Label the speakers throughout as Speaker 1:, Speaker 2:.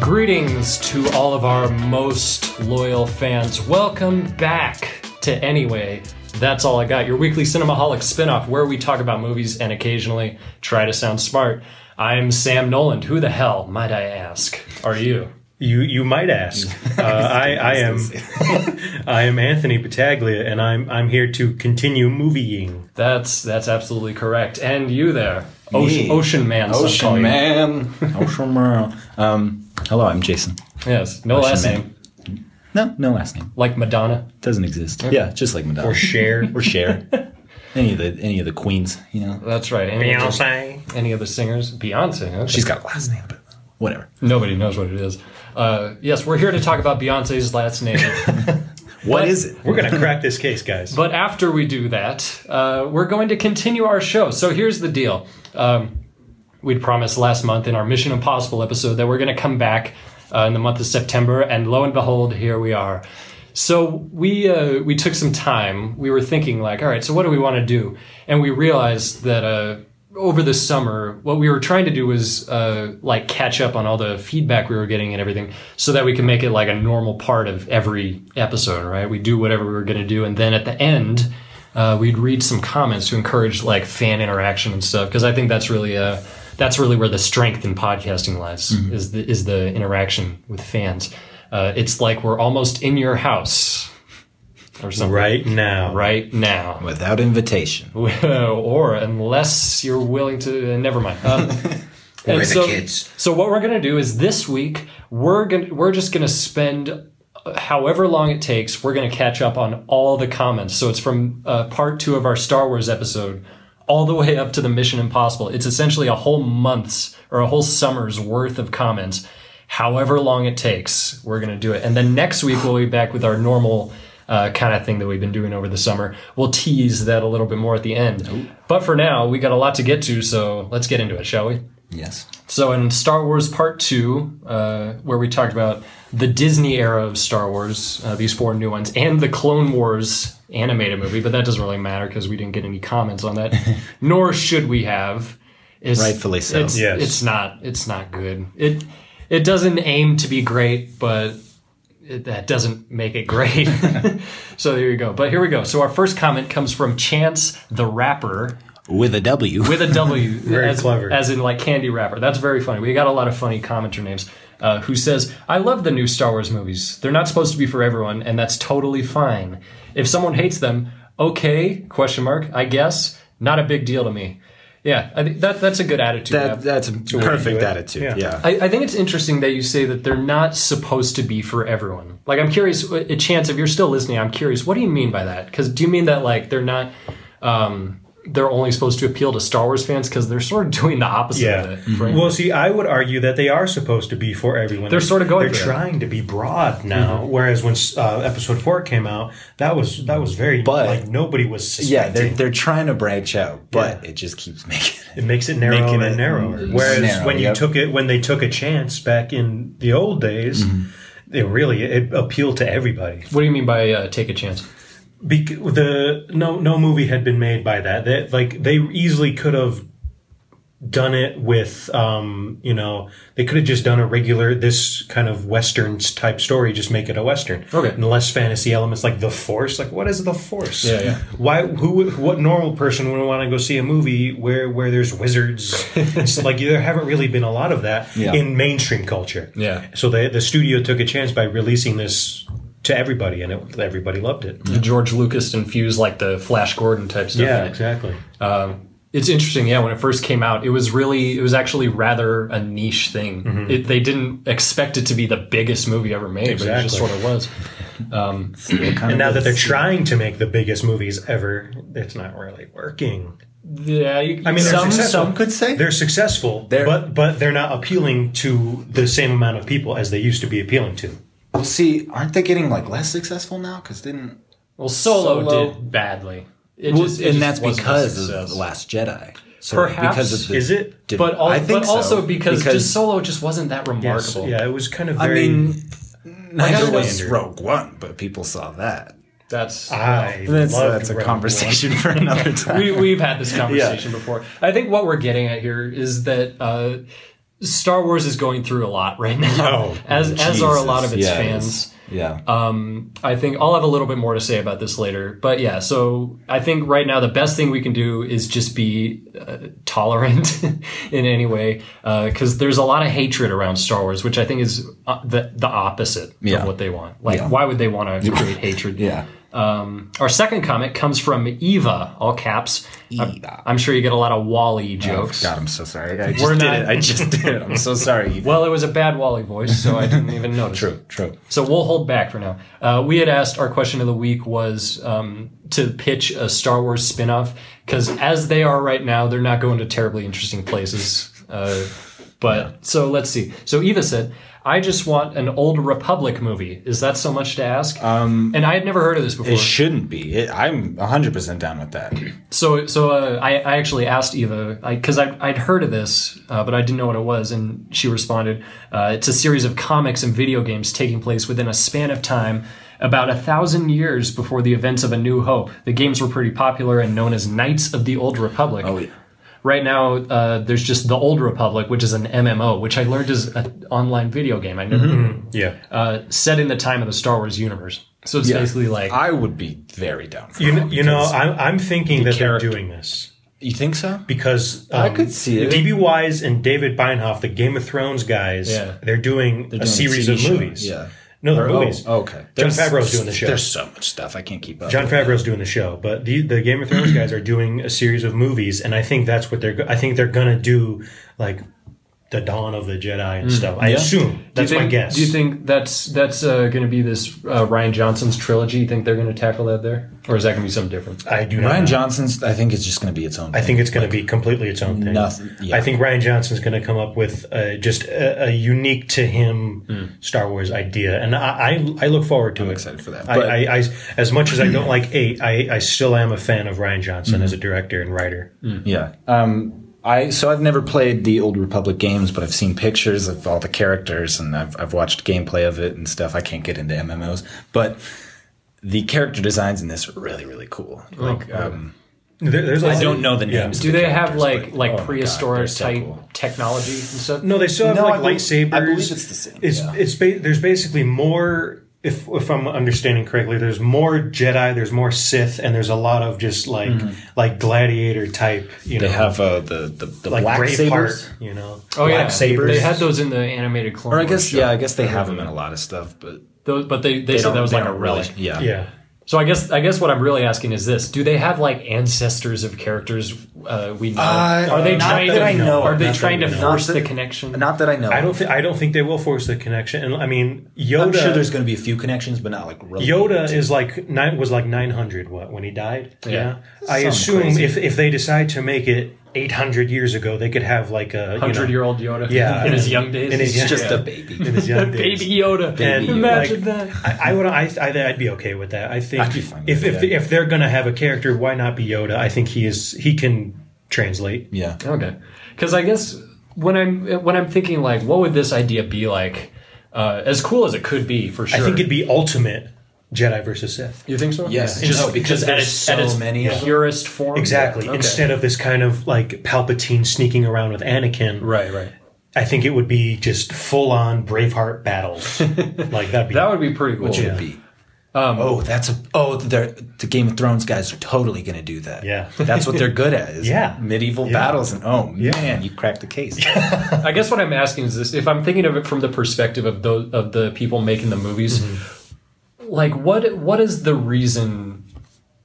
Speaker 1: Greetings to all of our most loyal fans. Welcome back to Anyway. That's all I got. Your weekly Cinemaholic spinoff where we talk about movies and occasionally try to sound smart. I'm Sam Noland. Who the hell, might I ask, are you?
Speaker 2: You you might ask. Uh, I I am I am Anthony Pataglia, and I'm I'm here to continue movieing.
Speaker 1: That's that's absolutely correct. And you there, Ocean,
Speaker 3: Me.
Speaker 1: Ocean Man. some call you.
Speaker 3: Ocean Man. Ocean Man. Um, hello, I'm Jason.
Speaker 1: Yes, no last
Speaker 3: Man.
Speaker 1: name.
Speaker 3: No, no last name.
Speaker 1: Like Madonna.
Speaker 3: Doesn't exist. Yeah, just like Madonna
Speaker 2: Or share.
Speaker 3: or Cher. any of the any of the queens, you know.
Speaker 1: That's right. Any, Other,
Speaker 2: Beyonce.
Speaker 1: any other singers? Beyonce. okay.
Speaker 3: She's got a last name, but whatever.
Speaker 1: Nobody knows what it is. Uh, yes, we're here to talk about Beyonce's last name.
Speaker 3: What is it?
Speaker 2: We're gonna crack this case, guys.
Speaker 1: but after we do that, uh, we're going to continue our show. So here's the deal. Um, we'd promised last month in our Mission Impossible episode that we're going to come back uh, in the month of September, and lo and behold, here we are. So we uh, we took some time. We were thinking like, all right, so what do we want to do? And we realized that uh, over the summer, what we were trying to do was uh, like catch up on all the feedback we were getting and everything, so that we can make it like a normal part of every episode. Right? We do whatever we were going to do, and then at the end. Uh, we'd read some comments to encourage like fan interaction and stuff because I think that's really uh, that's really where the strength in podcasting lies is the is the interaction with fans. Uh, it's like we're almost in your house or something
Speaker 2: right now,
Speaker 1: right now,
Speaker 3: Without invitation.
Speaker 1: or unless you're willing to. Uh, never mind. Um, and
Speaker 3: the
Speaker 1: so,
Speaker 3: kids.
Speaker 1: so what we're gonna do is this week we're gonna we're just gonna spend uh, however long it takes, we're going to catch up on all the comments. So it's from uh, part two of our Star Wars episode all the way up to the Mission Impossible. It's essentially a whole month's or a whole summer's worth of comments. However long it takes, we're going to do it. And then next week, we'll be back with our normal uh, kind of thing that we've been doing over the summer. We'll tease that a little bit more at the end. But for now, we got a lot to get to, so let's get into it, shall we?
Speaker 3: Yes.
Speaker 1: So in Star Wars Part Two, uh, where we talked about the Disney era of Star Wars, uh, these four new ones, and the Clone Wars animated movie, but that doesn't really matter because we didn't get any comments on that, nor should we have. It's,
Speaker 3: Rightfully so.
Speaker 1: It's,
Speaker 2: Yes.
Speaker 1: it's not. It's not good. It it doesn't aim to be great, but it, that doesn't make it great. so there you go. But here we go. So our first comment comes from Chance the Rapper
Speaker 3: With a W.
Speaker 1: with a W.
Speaker 2: Very
Speaker 1: as,
Speaker 2: clever.
Speaker 1: As in, like, candy wrapper. That's very funny. We got a lot of funny commenter names. Uh, who says, I love the new Star Wars movies. They're not supposed to be for everyone, and that's totally fine. If someone hates them, okay, question mark, I guess, not a big deal to me. Yeah, I think that, that's a good attitude. to
Speaker 3: that,
Speaker 1: have.
Speaker 3: that's a perfect
Speaker 2: it.
Speaker 3: attitude.
Speaker 2: Yeah.
Speaker 3: Yeah.
Speaker 1: I, I think it's interesting that you say that they're not supposed to be for everyone. Like, I'm curious, a chance if you're still listening, I'm curious, what do you mean by that? Because do you mean that like they're not, um, they're only supposed to appeal to Star Wars fans because they're sort of doing the opposite
Speaker 2: Yeah. Mm-hmm.
Speaker 1: of it. right?
Speaker 2: Well, see, I would argue that they are supposed to be for everyone.
Speaker 1: They're sort of going
Speaker 2: They're
Speaker 1: for that.
Speaker 2: trying to be broad now. Whereas when uh, episode four came out, that was that was very
Speaker 3: But-
Speaker 2: like nobody was
Speaker 3: Yeah,
Speaker 2: suspecting.
Speaker 3: they're they're trying to branch out, but it just keeps making it.
Speaker 2: It makes it narrow
Speaker 3: Making
Speaker 2: and
Speaker 3: it
Speaker 2: narrower.
Speaker 3: m-
Speaker 2: Whereas
Speaker 3: narrow,
Speaker 2: when you
Speaker 3: yep.
Speaker 2: took it, when they took a chance back in the old days, it really it appealed to everybody.
Speaker 1: what do you mean by uh, take a chance?
Speaker 2: Bec- the no no movie had been made by that. They, like they easily could have done it with um, you know they could have just done a regular this kind of western type story just make it a western
Speaker 1: Okay.
Speaker 2: and less fantasy elements like the force like what is the force
Speaker 1: Yeah, yeah.
Speaker 2: why who would- what normal person would want to go see a movie where where there's wizards it's like there haven't really been a lot of that
Speaker 3: Yeah.
Speaker 2: in mainstream culture
Speaker 1: Yeah.
Speaker 2: so the the studio took a chance by releasing this to everybody and it, everybody loved it
Speaker 1: The George Lucas infused like the Flash Gordon type stuff. in it.
Speaker 2: exactly
Speaker 1: Um, it's interesting, yeah. When it first came out, it was really, it was actually rather a niche thing.
Speaker 2: Mm-hmm.
Speaker 1: It, they didn't expect it to be the biggest movie ever made, but it just
Speaker 2: Exactly.
Speaker 1: sort of was.
Speaker 2: And now that they're trying to make the biggest movies ever, it's not really working.
Speaker 1: Yeah, you,
Speaker 2: I mean, they're
Speaker 1: some
Speaker 2: successful.
Speaker 1: some
Speaker 3: some could say-
Speaker 2: they're successful,
Speaker 3: They're-
Speaker 2: but but they're not appealing to the same amount of people as they used to be appealing to.
Speaker 3: Well, see, aren't they getting like less successful now? Because didn't
Speaker 1: Well, Solo,
Speaker 3: Solo-
Speaker 1: did badly. It
Speaker 3: Well,
Speaker 1: just- it
Speaker 3: and
Speaker 1: just
Speaker 3: that's
Speaker 1: wasn't a
Speaker 3: because of
Speaker 1: success.
Speaker 3: the Last Jedi. So
Speaker 1: Perhaps.
Speaker 2: Is it?
Speaker 3: di-
Speaker 1: but, al-
Speaker 3: I think
Speaker 1: but
Speaker 3: so,
Speaker 1: also because, just Solo just wasn't that remarkable.
Speaker 2: Yeah, it was kind of
Speaker 3: I
Speaker 2: very.
Speaker 3: mean, neither was
Speaker 2: Highlander.
Speaker 3: Rogue One, but people saw that.
Speaker 1: That's
Speaker 2: I
Speaker 3: That's,
Speaker 2: loved
Speaker 3: that's a
Speaker 2: Rogue
Speaker 3: conversation for another time.
Speaker 1: we, we've had this conversation before. I think what we're getting at here is that uh, Star Wars is going through a lot right now,
Speaker 2: Oh,
Speaker 1: as as are a lot of its
Speaker 3: Jesus, yeah,
Speaker 1: fans.
Speaker 3: Yeah.
Speaker 1: Um, I think I'll have a little bit more to say about this later, but yeah. So I think right now the best thing we can do is just be uh, tolerant in any way, because there's a lot of hatred around Star Wars, which I think is uh, the the opposite
Speaker 3: Yeah.
Speaker 1: of what they want. Like,
Speaker 3: Yeah.
Speaker 1: why would they want to create hatred?
Speaker 3: yeah.
Speaker 1: Um, our second comment comes from Eva, all caps.
Speaker 3: Eva. Oh,
Speaker 1: I'm sure you get a lot of Wally jokes.
Speaker 3: God, I'm so sorry. I just
Speaker 1: We're
Speaker 3: did
Speaker 1: not-
Speaker 3: it. I just did it. I'm so sorry.
Speaker 1: Well, it was a bad Wally voice, so I didn't even notice.
Speaker 3: True, true.
Speaker 1: So we'll hold back for now. Uh, we had asked our question of the week was um, to pitch a Star Wars spinoff because as they are right now, they're not going to terribly interesting places. Uh, but so let's see. So Eva said, "I just want an old Republic movie. Is that so much to ask?" Um, and I had never heard of this before.
Speaker 3: It shouldn't be. It, I'm 100% down with that.
Speaker 1: So, so uh, I, I actually asked Eva because I, I'd heard of this, uh, but I didn't know what it was, and she responded, uh, "It's a series of comics and video games taking place within a span of time about a thousand years before the events of A New Hope. The games were pretty popular and known as Knights of the Old Republic. Right now, uh, there's just the Old Republic, which is an MMO, which I learned is an online video game. I never
Speaker 2: Yeah.
Speaker 1: uh, set in the time of the Star Wars universe. So it's basically like
Speaker 3: I would be very down for
Speaker 2: You know,
Speaker 3: that
Speaker 2: you know
Speaker 3: because-
Speaker 2: I'm, I'm thinking that
Speaker 3: character-
Speaker 2: they're doing this
Speaker 3: you think so?
Speaker 2: because um,
Speaker 3: I could see it.
Speaker 2: DB Wise and David Beinhoff, the Game of Thrones guys,
Speaker 1: Yeah.
Speaker 2: they're doing a
Speaker 3: doing
Speaker 2: series
Speaker 3: TV
Speaker 2: of
Speaker 3: show,
Speaker 2: movies.
Speaker 3: yeah.
Speaker 2: No, they're
Speaker 3: Oh,
Speaker 2: movies.
Speaker 3: okay.
Speaker 2: John Favreau's doing the show.
Speaker 3: There's so much stuff. I can't keep up.
Speaker 2: John Favreau's doing the show, but the the Game of Thrones guys are doing a series of movies, and I think that's what they're. go- I think they're gonna do like the Dawn of the Jedi
Speaker 3: Mm.
Speaker 2: and stuff. I assume
Speaker 1: Do you
Speaker 2: that's my
Speaker 1: think-
Speaker 2: guess.
Speaker 1: Do you think that's that's uh, going to be this uh, Ryan Johnson's trilogy? You think they're going to tackle that there, or is that going to be something different?
Speaker 2: I do not.
Speaker 3: Ryan
Speaker 2: know.
Speaker 3: Johnson's, I think, it's just going to be its own.
Speaker 2: I think it's going to be completely its own thing.
Speaker 3: nothing- yeah.
Speaker 2: I think Ryan Johnson's going to come up with uh, just a, a unique to him Star Wars idea, and I I, I look forward to it.
Speaker 3: Mm. excited for that.
Speaker 2: I,
Speaker 3: But-
Speaker 2: I, I, as much as I don't like eight, I, I still am a fan of Ryan Johnson as
Speaker 3: Mm.
Speaker 2: a director and writer.
Speaker 3: Yeah. Um, I so I've never played the old Republic games, but I've seen pictures of all the characters and I've I've watched gameplay of it and stuff. I can't get into MMOs, but the character designs in this are really really cool. Like um,
Speaker 2: There- there's a
Speaker 3: I
Speaker 2: lot-
Speaker 3: don't know the
Speaker 2: yeah.
Speaker 3: names.
Speaker 1: Oh. Do
Speaker 3: of the
Speaker 1: they have
Speaker 3: characters,
Speaker 1: like like
Speaker 3: but- oh my God, they're
Speaker 1: prehistoric
Speaker 3: so
Speaker 1: type
Speaker 3: cool.
Speaker 1: technology and stuff?
Speaker 2: No, they still have
Speaker 3: No,
Speaker 2: like
Speaker 3: I believe-
Speaker 2: lightsabers.
Speaker 3: I believe it's the same,
Speaker 2: It's,
Speaker 3: yeah.
Speaker 2: it's ba- there's basically more. If, if I'm understanding correctly, there's more Jedi, there's more Sith, and there's a lot of just like
Speaker 3: Mm-hmm.
Speaker 2: like gladiator type, you know,
Speaker 3: They have uh, the the, the
Speaker 2: like
Speaker 3: black
Speaker 2: Braveheart,
Speaker 3: sabers.
Speaker 2: you know.
Speaker 1: Oh yeah,
Speaker 3: Black sabers.
Speaker 1: they had those in the animated Clone
Speaker 3: Or I
Speaker 1: Wars
Speaker 3: guess
Speaker 1: show.
Speaker 3: yeah, I guess they have them in a lot of stuff, but
Speaker 1: Those, but they, they,
Speaker 3: they
Speaker 1: said that
Speaker 3: don't-
Speaker 1: was
Speaker 3: they
Speaker 1: like a
Speaker 3: don't
Speaker 1: relic.
Speaker 3: really- yeah,
Speaker 2: Yeah.
Speaker 1: So I guess I guess what I'm really asking is this: Do they have like ancestors of characters uh, we know?
Speaker 3: Uh,
Speaker 1: are they
Speaker 2: not
Speaker 1: trying
Speaker 2: that
Speaker 1: to
Speaker 2: I know.
Speaker 1: Are they
Speaker 2: Not that
Speaker 1: trying to
Speaker 2: we know.
Speaker 1: force
Speaker 3: Not
Speaker 1: the
Speaker 3: that-
Speaker 1: connection?
Speaker 3: Not that I know.
Speaker 2: I don't think I don't think they will force the connection. And I mean, Yoda
Speaker 3: I'm sure there's going to be a few connections, but not like really
Speaker 2: Yoda is like nine was like 900 what when he died. Yeah. I
Speaker 3: Something
Speaker 2: assume
Speaker 3: crazy.
Speaker 2: if if they decide to make it 800 years ago, they could have like a you know,
Speaker 1: Hundred year old Yoda.
Speaker 2: Yeah.
Speaker 1: in his young days.
Speaker 2: In his
Speaker 3: He's
Speaker 2: young-
Speaker 3: just
Speaker 2: yeah.
Speaker 3: a baby.
Speaker 2: in his young days.
Speaker 1: Baby Yoda.
Speaker 2: And,
Speaker 1: Imagine
Speaker 2: like,
Speaker 1: that.
Speaker 2: I, I would. I, I, I'd be okay with that. I think
Speaker 3: I'd be fine with
Speaker 2: if
Speaker 3: it,
Speaker 2: if,
Speaker 3: yeah.
Speaker 2: if they're gonna have a character, why not be Yoda? I think he is. He can translate.
Speaker 3: Yeah.
Speaker 1: Okay, because I guess when I'm when I'm thinking like, what would this idea be like? Uh, as cool as it could be, for sure.
Speaker 2: I think it'd be ultimate Jedi versus Sith.
Speaker 1: you think so?
Speaker 3: Yes.
Speaker 1: Yeah.
Speaker 2: Just-
Speaker 3: no, because
Speaker 2: just at
Speaker 3: there's
Speaker 2: its-
Speaker 3: so
Speaker 2: at its-
Speaker 3: many of them.
Speaker 1: Purest form.
Speaker 2: Exactly.
Speaker 1: Yeah, okay.
Speaker 2: Instead of this kind of like Palpatine sneaking around with Anakin,
Speaker 1: Right. Right.
Speaker 2: I think it would be just full on Braveheart battles. like that'd be.
Speaker 1: That would be pretty cool.
Speaker 3: Should be.
Speaker 2: Um,
Speaker 3: oh, that's a oh they're- the Game of Thrones guys are totally gonna do that.
Speaker 2: Yeah.
Speaker 3: that's what they're good at. Is
Speaker 2: Yeah.
Speaker 3: medieval
Speaker 2: Yeah.
Speaker 3: battles and oh man, you cracked the case.
Speaker 1: I guess what I'm asking is this: if I'm thinking of it from the perspective of those of the people making the movies,
Speaker 2: Mm-hmm.
Speaker 1: like what what is the reason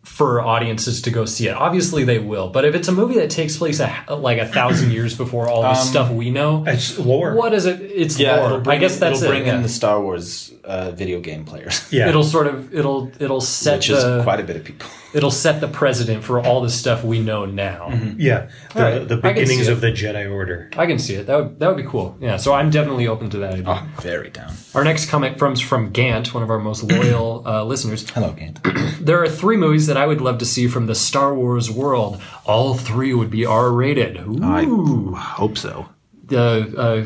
Speaker 1: for audiences to go see it? Obviously, they will. But if it's a movie that takes place a, like a thousand years before all
Speaker 2: Um,
Speaker 1: this stuff we know,
Speaker 2: it's lore.
Speaker 1: What is it? It's lore. I guess that's
Speaker 3: it'll
Speaker 1: it.
Speaker 3: bring
Speaker 1: yeah.
Speaker 3: in the Star Wars uh, video game players,
Speaker 2: yeah.
Speaker 1: It'll sort of it'll it'll set
Speaker 3: which is
Speaker 1: the
Speaker 3: quite a bit of people.
Speaker 1: it'll set the precedent for all the stuff we know now.
Speaker 3: Mm-hmm.
Speaker 2: yeah. The,
Speaker 1: Alright,
Speaker 2: the
Speaker 1: I can
Speaker 2: beginnings
Speaker 1: see it.
Speaker 2: of the Jedi Order.
Speaker 1: I can see it. That would that would be cool. Yeah. So I'm definitely open to that. idea.
Speaker 3: Oh, very down.
Speaker 1: Our next comment comes from Gant, one of our most loyal uh, listeners.
Speaker 3: Hello, Gant.
Speaker 1: There are three movies that I would love to see from the Star Wars world. All three would be R rated. Ooh.
Speaker 3: Hope so.
Speaker 1: The uh,